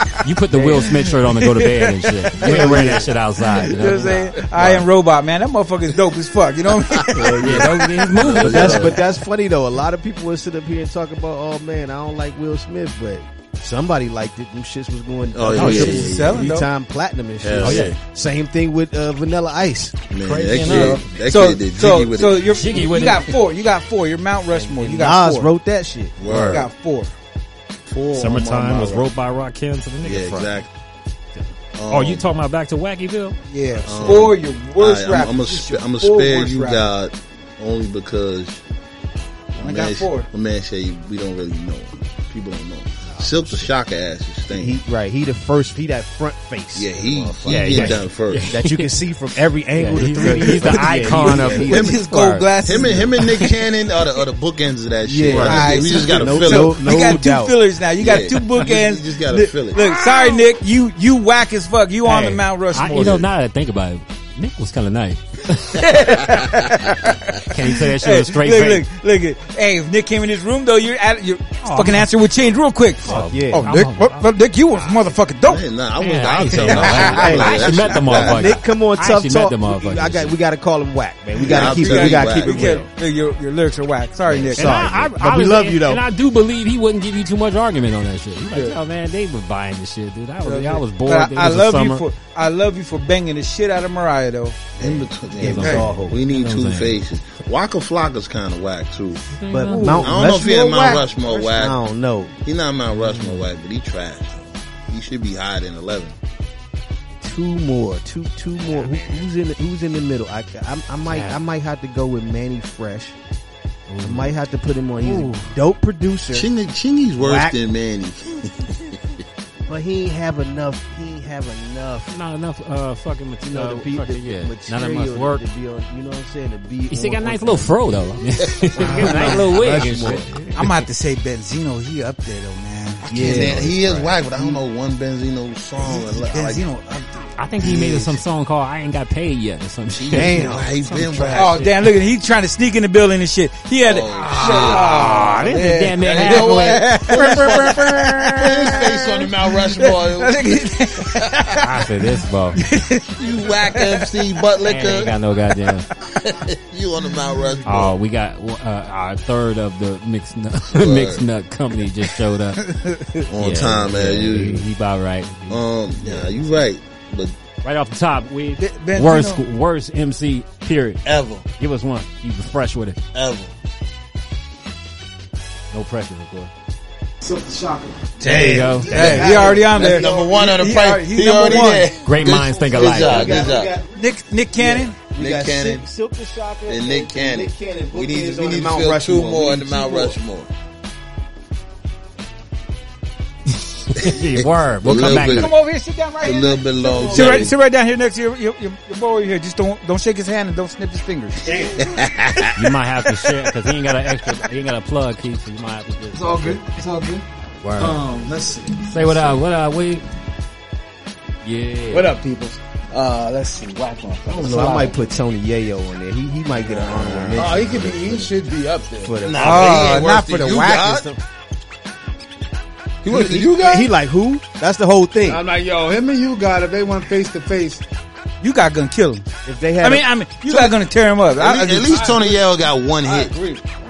Speaker 12: Yeah. You put the Will Smith shirt on and go to bed and shit. You ain't wearing that shit outside.
Speaker 11: You
Speaker 12: You
Speaker 11: know what I'm saying? I am robot, man. That motherfucker's dope as fuck. You know what I mean?
Speaker 17: But that's, but that's funny though. A lot of people would sit up here and talk about, oh man, I don't like Will Smith, but somebody liked it. Them shits was going
Speaker 13: Oh, yeah,
Speaker 17: triple-
Speaker 13: yeah, yeah, yeah.
Speaker 11: Selling, though.
Speaker 17: three-time platinum and shit. Oh,
Speaker 13: Hell, yeah.
Speaker 17: Same thing with uh, Vanilla Ice.
Speaker 13: Man,
Speaker 17: Crazy
Speaker 13: that
Speaker 17: enough.
Speaker 13: kid, that
Speaker 11: so,
Speaker 13: kid did
Speaker 11: so,
Speaker 13: jiggy with
Speaker 11: so
Speaker 13: it.
Speaker 11: you're, you got four. You got four. You're Mount Rushmore. You got
Speaker 17: Nas
Speaker 11: four.
Speaker 17: wrote that shit.
Speaker 11: You got four. Four.
Speaker 12: Summertime
Speaker 11: on Oh, my
Speaker 12: was
Speaker 11: roll.
Speaker 12: wrote by Rakim to the nigga.
Speaker 13: Yeah,
Speaker 12: front.
Speaker 13: exactly.
Speaker 4: oh, you talking about back to Wackyville?
Speaker 11: Yeah.
Speaker 13: Um,
Speaker 11: Or your worst
Speaker 13: all right,
Speaker 11: rapper.
Speaker 13: I'm, I'm
Speaker 11: Just
Speaker 13: sp-
Speaker 11: your
Speaker 13: I'm gonna
Speaker 11: four
Speaker 13: spare
Speaker 11: worst
Speaker 13: you
Speaker 11: rappers.
Speaker 13: God only because
Speaker 11: I
Speaker 13: my
Speaker 11: got
Speaker 13: man,
Speaker 11: four.
Speaker 13: my man say we don't really know. him. People don't know. him. Silk's a shocker ass is thing.
Speaker 17: He right. He the first. He that front face.
Speaker 13: Yeah, he- he
Speaker 17: yeah,
Speaker 13: get done first.
Speaker 17: That you can see from every angle.
Speaker 13: Yeah,
Speaker 17: the 3D. Yeah, he-
Speaker 13: him,
Speaker 17: he-
Speaker 13: Right. Him and him and Nick Cannon are the, are the bookends of that shit.
Speaker 11: Yeah.
Speaker 13: Right.
Speaker 11: Alright,
Speaker 13: we
Speaker 11: so
Speaker 13: just got to
Speaker 11: no-
Speaker 13: fill
Speaker 11: no-
Speaker 13: it.
Speaker 11: you got two fillers now. You got
Speaker 13: Yeah.
Speaker 11: two bookends.
Speaker 13: you just got to
Speaker 11: look,
Speaker 13: fill it.
Speaker 11: Look, sorry, Nick. You you whack as fuck. You on
Speaker 12: Hey,
Speaker 11: the Mount Rushmore.
Speaker 12: I, you know, now that I think about it, Nick was kind of nice. Can't say that shit
Speaker 11: Hey,
Speaker 12: with a straight
Speaker 11: look,
Speaker 12: face. Oh,
Speaker 11: Look, look, at- Hey, if Nick came in this room though, you're at your fucking answer would change real quick. Oh,
Speaker 17: Oh, yeah.
Speaker 11: Oh,
Speaker 17: I'm
Speaker 11: Nick,
Speaker 17: on-
Speaker 11: but, but Nick, you was motherfucking dope.
Speaker 13: nah,
Speaker 11: I was-
Speaker 17: Yeah,
Speaker 11: I was telling
Speaker 17: ain't-
Speaker 11: you, I was- I was like, that's-
Speaker 17: actually met the
Speaker 11: that's-
Speaker 17: motherfucker. Nick, come on,
Speaker 11: I
Speaker 17: tough
Speaker 11: actually
Speaker 17: talk.
Speaker 11: met the motherfucker.
Speaker 17: I got, we got to call him whack, man. We
Speaker 11: Yeah,
Speaker 17: got
Speaker 11: I'll
Speaker 17: to keep
Speaker 11: tell
Speaker 17: it. We
Speaker 11: you
Speaker 17: got to
Speaker 11: what,
Speaker 17: keep it
Speaker 11: you can't-
Speaker 17: real.
Speaker 11: Nick, Your, your lyrics are whack. Sorry, Nick.
Speaker 12: And
Speaker 11: Sorry,
Speaker 12: I- I-
Speaker 11: Nick.
Speaker 12: I was- and- And I do believe he wouldn't give you too much argument on that shit. He's like,
Speaker 11: Yeah.
Speaker 12: oh man, they were buying this shit, dude. I was,
Speaker 11: Yeah.
Speaker 12: I was bored.
Speaker 11: But
Speaker 12: It
Speaker 11: I, I
Speaker 12: was the
Speaker 11: love
Speaker 12: summer.
Speaker 11: you for I love you for banging the shit out of Mariah though.
Speaker 13: In between,
Speaker 11: Yeah,
Speaker 13: yeah,
Speaker 11: hey.
Speaker 13: hey, we need
Speaker 11: You know
Speaker 13: two
Speaker 11: what I'm saying?
Speaker 13: faces. Waka Flocka's kind of whack too.
Speaker 17: But
Speaker 13: Ooh.
Speaker 17: Mount
Speaker 13: I don't know if he in
Speaker 17: Rushmore
Speaker 13: Mount
Speaker 17: whack?
Speaker 13: Rushmore whack.
Speaker 17: I don't know.
Speaker 13: He not Mount Rushmore whack, but he trash. He should be higher than eleven.
Speaker 17: Two more, two two more. Who, who's in the, Who's in the middle? I, I, I might I might have to go with Manny Fresh. I might have to put him on. He's
Speaker 13: Ooh.
Speaker 17: a dope producer.
Speaker 13: Chingy, Chingy's worse
Speaker 17: Whack.
Speaker 13: than Manny.
Speaker 17: But he ain't have enough. He ain't have enough.
Speaker 12: Not enough uh, fucking material.
Speaker 17: the
Speaker 12: to
Speaker 17: people,
Speaker 12: fucking- yeah.
Speaker 17: material
Speaker 12: Not enough work.
Speaker 17: To be on, you know what I'm saying? To be.
Speaker 12: He still
Speaker 17: on-
Speaker 12: got a
Speaker 17: on-
Speaker 12: nice little fro though. He got a nice little wig and shit.
Speaker 11: I'm about to say Benzino. He up there though, man.
Speaker 13: Yeah, he is whack, but I don't know one Benzino song. I like-
Speaker 11: Benzino
Speaker 12: I think he made some song called "I Ain't Got Paid Yet" or some shit.
Speaker 11: Damn,
Speaker 13: he's
Speaker 12: been
Speaker 11: Oh damn! Look at he trying to sneak in the building and shit. He had. Oh,
Speaker 12: Ah, this is damn near
Speaker 13: face on the Mount Rushmore.
Speaker 12: I said this, bro.
Speaker 13: you whack MC butt
Speaker 12: Man, ain't
Speaker 13: liquor.
Speaker 12: got no goddamn.
Speaker 13: you on the Mount Rushmore.
Speaker 12: Oh, we got uh, our third of the mixed nut, mixed nut company just showed up
Speaker 13: On
Speaker 12: Yeah,
Speaker 13: time, man.
Speaker 12: yeah,
Speaker 13: you,
Speaker 12: he, he about right.
Speaker 13: um, yeah, you right, but
Speaker 12: Right off the top, we
Speaker 13: Ben-
Speaker 12: worst
Speaker 13: Benzino.
Speaker 12: worst MC period
Speaker 13: Ever.
Speaker 12: Give us one. You was fresh with it.
Speaker 13: ever.
Speaker 12: No pressure, of course.
Speaker 13: There you go.
Speaker 11: Hey, he already on
Speaker 13: That's
Speaker 11: there.
Speaker 13: number one on the
Speaker 11: He- he
Speaker 13: price.
Speaker 11: already- he's
Speaker 13: He
Speaker 11: number
Speaker 13: already
Speaker 11: one.
Speaker 13: there.
Speaker 12: Great
Speaker 13: Good-
Speaker 12: minds think
Speaker 13: good
Speaker 12: alike.
Speaker 13: job,
Speaker 12: We got-
Speaker 13: good job.
Speaker 11: Nick Nick Cannon.
Speaker 13: Nick Cannon.
Speaker 17: Silk the Shocker
Speaker 13: and Nick Cannon.
Speaker 17: Cannon.
Speaker 13: We need,
Speaker 17: Bookends
Speaker 13: we
Speaker 17: on the
Speaker 13: need to
Speaker 17: Mount
Speaker 13: fill two
Speaker 17: Rushmore. We
Speaker 13: more in the
Speaker 17: need
Speaker 13: Mount
Speaker 17: two more.
Speaker 13: Rushmore.
Speaker 12: Yeah, Word. We'll
Speaker 13: A
Speaker 12: come
Speaker 13: little
Speaker 12: back.
Speaker 13: bit.
Speaker 11: Come over here, sit down right
Speaker 13: A
Speaker 11: here.
Speaker 13: little bit long.
Speaker 11: Sit right, sit right down here next to your, your, your, your boy over here. Just don't don't shake his hand and don't snip his fingers.
Speaker 12: You might have to share because he ain't got an extra. He ain't got a plug, Keith. So you might have to just.
Speaker 14: It's all good. It's all good.
Speaker 12: Word.
Speaker 14: Um, let's see.
Speaker 12: Say what up. What up? We. Yeah.
Speaker 14: What up, peoples? Uh, let's see. Whack one.
Speaker 17: I don't know. I might put Tony Yayo on there. He he might get an honorable mention.
Speaker 14: Oh, he could be. He should be up there.
Speaker 17: For the-
Speaker 14: Nah,
Speaker 11: Oh, not for the wackest.
Speaker 17: He
Speaker 14: was the you guy?
Speaker 17: He like who? That's the whole thing.
Speaker 14: I'm like, yo, him and you got if they went face to face.
Speaker 11: You got gonna kill him.
Speaker 17: If they
Speaker 14: had
Speaker 11: I mean, I mean, you got gonna tear him up.
Speaker 13: At least, at least Tony Yale got one hit.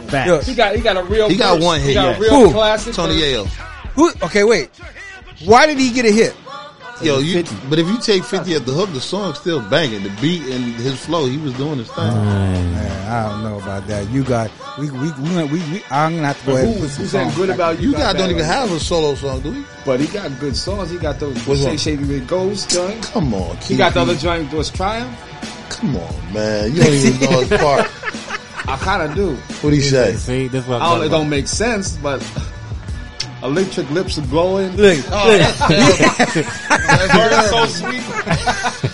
Speaker 14: Facts. He got he got a real.
Speaker 13: He got
Speaker 14: first.
Speaker 13: one hit.
Speaker 14: He got a real
Speaker 11: Who?
Speaker 14: classic.
Speaker 13: Tony
Speaker 14: first.
Speaker 13: Yale.
Speaker 11: Who? Okay, wait. Why did he get a hit?
Speaker 13: Yo, you, but if you take 50 at the hook, the song's still banging. The beat and his flow, he was doing his thing.
Speaker 11: Man, I don't know about that. You got we we we, we, we I'm gonna have to go ahead. and put some songs back on.
Speaker 13: You guys don't even have a solo song, do we?
Speaker 14: But he got good songs. He got those
Speaker 13: What's
Speaker 14: What's
Speaker 13: wrong?
Speaker 14: Shake Shake It Goes joint.
Speaker 13: Come on,
Speaker 14: He
Speaker 13: Keith.
Speaker 14: got the other joint was Triumph.
Speaker 13: Come on, man. You don't even know his part.
Speaker 14: I kind of do.
Speaker 13: What'd he say?
Speaker 12: See, this
Speaker 14: I don't, it don't make sense, but electric lips are glowing. Oh,
Speaker 11: Look,
Speaker 29: Oh,
Speaker 11: look.
Speaker 14: that's so sweet.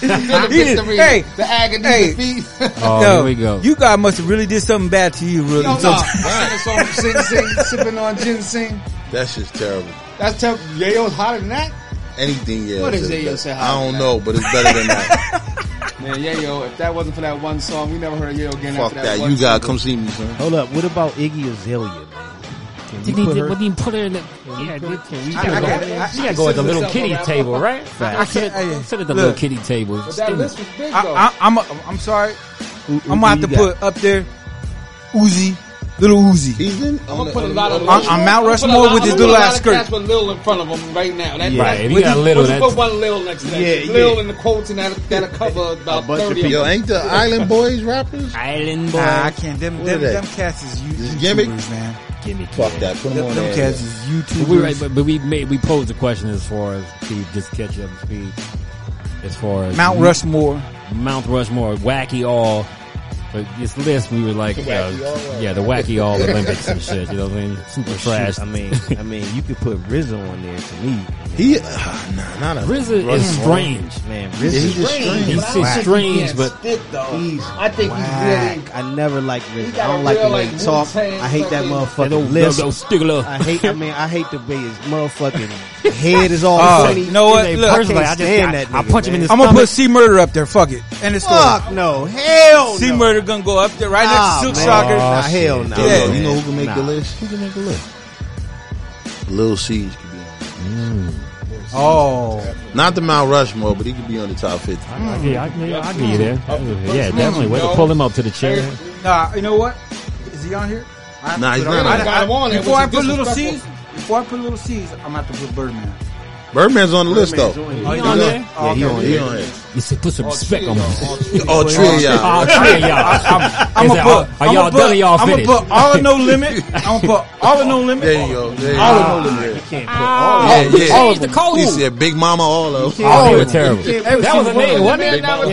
Speaker 11: He did- hey,
Speaker 14: the agony
Speaker 11: hey.
Speaker 14: defeat.
Speaker 12: Oh,
Speaker 11: Yo,
Speaker 12: here we go.
Speaker 11: You guys must have really did something bad to you, really.
Speaker 14: No,
Speaker 11: So-
Speaker 14: no. That's on sing, sing, sipping on ginseng.
Speaker 13: That's just terrible.
Speaker 14: That's tough. Yayo's hotter than that.
Speaker 13: Anything Yale
Speaker 14: What does
Speaker 13: says
Speaker 14: Yale
Speaker 13: better.
Speaker 14: say?
Speaker 13: I don't know, but it's better than that.
Speaker 14: Man, Yayo, if that wasn't for that one song, we never heard of Yayo again
Speaker 13: Fuck
Speaker 14: after that.
Speaker 13: that.
Speaker 14: one
Speaker 13: You got
Speaker 14: single.
Speaker 13: come see me, son.
Speaker 17: Hold up. What about Iggy Azalea, man? Can
Speaker 12: Didn't
Speaker 17: you
Speaker 12: he,
Speaker 17: put her?
Speaker 12: didn't he put her in the? Yeah, dude, you
Speaker 14: I- I
Speaker 12: gotta
Speaker 14: got-
Speaker 12: go.
Speaker 14: I-
Speaker 12: You gotta go at the little
Speaker 14: I-
Speaker 12: kitty
Speaker 14: I-
Speaker 12: table, right?
Speaker 17: Facts.
Speaker 12: I sit, I sit at the
Speaker 11: Look.
Speaker 12: little kitty table.
Speaker 14: But that list was big though.
Speaker 11: I, I, I'm a, I'm sorry.
Speaker 17: Who-
Speaker 11: I'm gonna have
Speaker 17: who
Speaker 11: to
Speaker 17: you got?
Speaker 11: put up there, Uzi, little Uzi.
Speaker 13: He's in.
Speaker 14: I'm gonna put a lot of.
Speaker 11: I'm- I'm Mount Rushmore with his little ass skirt.
Speaker 14: That's with Lil in front of him right now. That,
Speaker 12: Yeah. Right,
Speaker 14: that's-
Speaker 12: if you
Speaker 14: we
Speaker 12: got
Speaker 14: just-
Speaker 12: Lil,
Speaker 14: we just
Speaker 12: that's-
Speaker 14: put one Lil next to that.
Speaker 17: Yeah,
Speaker 14: Just Lil
Speaker 17: yeah.
Speaker 14: in the quotes and that that'll cover about
Speaker 17: bunch of
Speaker 14: thirty.
Speaker 13: Yo,
Speaker 14: them.
Speaker 13: ain't the Island Boys rappers?
Speaker 12: Island boy.
Speaker 11: Nah, I can't. Them,
Speaker 13: What
Speaker 11: them,
Speaker 13: are they?
Speaker 11: them cats is
Speaker 13: Just
Speaker 11: YouTubers,
Speaker 13: gimmick?
Speaker 11: man.
Speaker 12: Gimme,
Speaker 13: Fuck that. Put them
Speaker 11: Them,
Speaker 13: on
Speaker 11: them
Speaker 13: there.
Speaker 11: cats is
Speaker 12: But we,
Speaker 11: YouTubers.
Speaker 12: but we made we posed the question as far as to just catch up to speed. as far as
Speaker 11: Mount Rushmore.
Speaker 12: Mount Rushmore, wacky all. But this list, we were like,
Speaker 17: The
Speaker 12: you know,
Speaker 17: wacky all.
Speaker 12: yeah, the wacky all Olympics and shit. You know what I mean? Super
Speaker 17: Well, shit,
Speaker 12: trash.
Speaker 17: I mean, I mean, you could put Rizzo on there to me.
Speaker 13: He, uh, nah, not a
Speaker 12: RZA is strange.
Speaker 17: man.
Speaker 12: Yeah,
Speaker 17: Rizzo
Speaker 12: he's
Speaker 17: is
Speaker 12: just strange. He's
Speaker 17: He's whack.
Speaker 12: strange, but
Speaker 13: stick though. I think
Speaker 17: Whack. I never liked Rizzo. I don't like the way he talk. I hate that motherfucking
Speaker 12: Little-
Speaker 17: lisp.
Speaker 12: little stiggler.
Speaker 17: I hate. I mean, I hate the way his motherfucking head is all
Speaker 11: Oh,
Speaker 17: funny.
Speaker 11: you know what? Look,
Speaker 17: I can't stand that. nigga, man.
Speaker 11: I'm gonna put C Murder up there. Fuck it. And it's
Speaker 17: Fuck no. Hell
Speaker 11: C Murder gonna go up there right
Speaker 21: Ah,
Speaker 17: Nah,
Speaker 11: next to
Speaker 17: man.
Speaker 11: Silk Shocker.
Speaker 21: Oh,
Speaker 17: Nah, hell no.
Speaker 11: Yeah.
Speaker 13: You know who can make the
Speaker 17: Nah.
Speaker 13: list? Who can make the list? Lil Siege could be
Speaker 12: Mm.
Speaker 13: on.
Speaker 11: Oh,
Speaker 13: not the Mount Rushmore, but he could be on the top fifty.
Speaker 12: I- yeah, I- yeah, I get you there. Yeah, definitely. Way to
Speaker 11: No.
Speaker 12: pull him up to the chair.
Speaker 11: Nah, you know what? Is he on here? I
Speaker 13: Nah, he's
Speaker 11: put on-
Speaker 13: not on
Speaker 11: I-
Speaker 13: here.
Speaker 11: I-
Speaker 13: Got him on there,
Speaker 11: Before I
Speaker 13: which is
Speaker 11: put little C's,
Speaker 13: disrespectful.
Speaker 11: before I put little C's, I'm gonna have to put Birdman.
Speaker 13: Birdman's on the list though.
Speaker 11: Birdman's on here. Oh, he on there?
Speaker 13: Yeah, he on
Speaker 11: Okay.
Speaker 13: here. He on Oh, here.
Speaker 12: You said put some respect on me.
Speaker 13: All three of y'all.
Speaker 12: All three of y'all.
Speaker 11: I'm,
Speaker 12: Is
Speaker 11: I'm gonna
Speaker 12: that-
Speaker 11: put.
Speaker 12: are
Speaker 11: I'm
Speaker 12: y'all done
Speaker 11: gonna
Speaker 12: or
Speaker 11: put,
Speaker 12: y'all
Speaker 11: I'm gonna
Speaker 12: finished?
Speaker 11: put all or no limit. I'm gonna put all or no limit.
Speaker 13: There you go. There you
Speaker 11: All
Speaker 13: go.
Speaker 12: Ah.
Speaker 11: or no limit.
Speaker 13: Yeah,
Speaker 11: Oh,
Speaker 13: yeah.
Speaker 11: change the code.
Speaker 13: He said Big Mama all of them.
Speaker 11: Oh,
Speaker 12: they were terrible.
Speaker 11: Every
Speaker 12: That was
Speaker 11: single
Speaker 12: a
Speaker 11: one of
Speaker 12: name,
Speaker 11: them.
Speaker 12: wasn't it?
Speaker 11: Big Mama.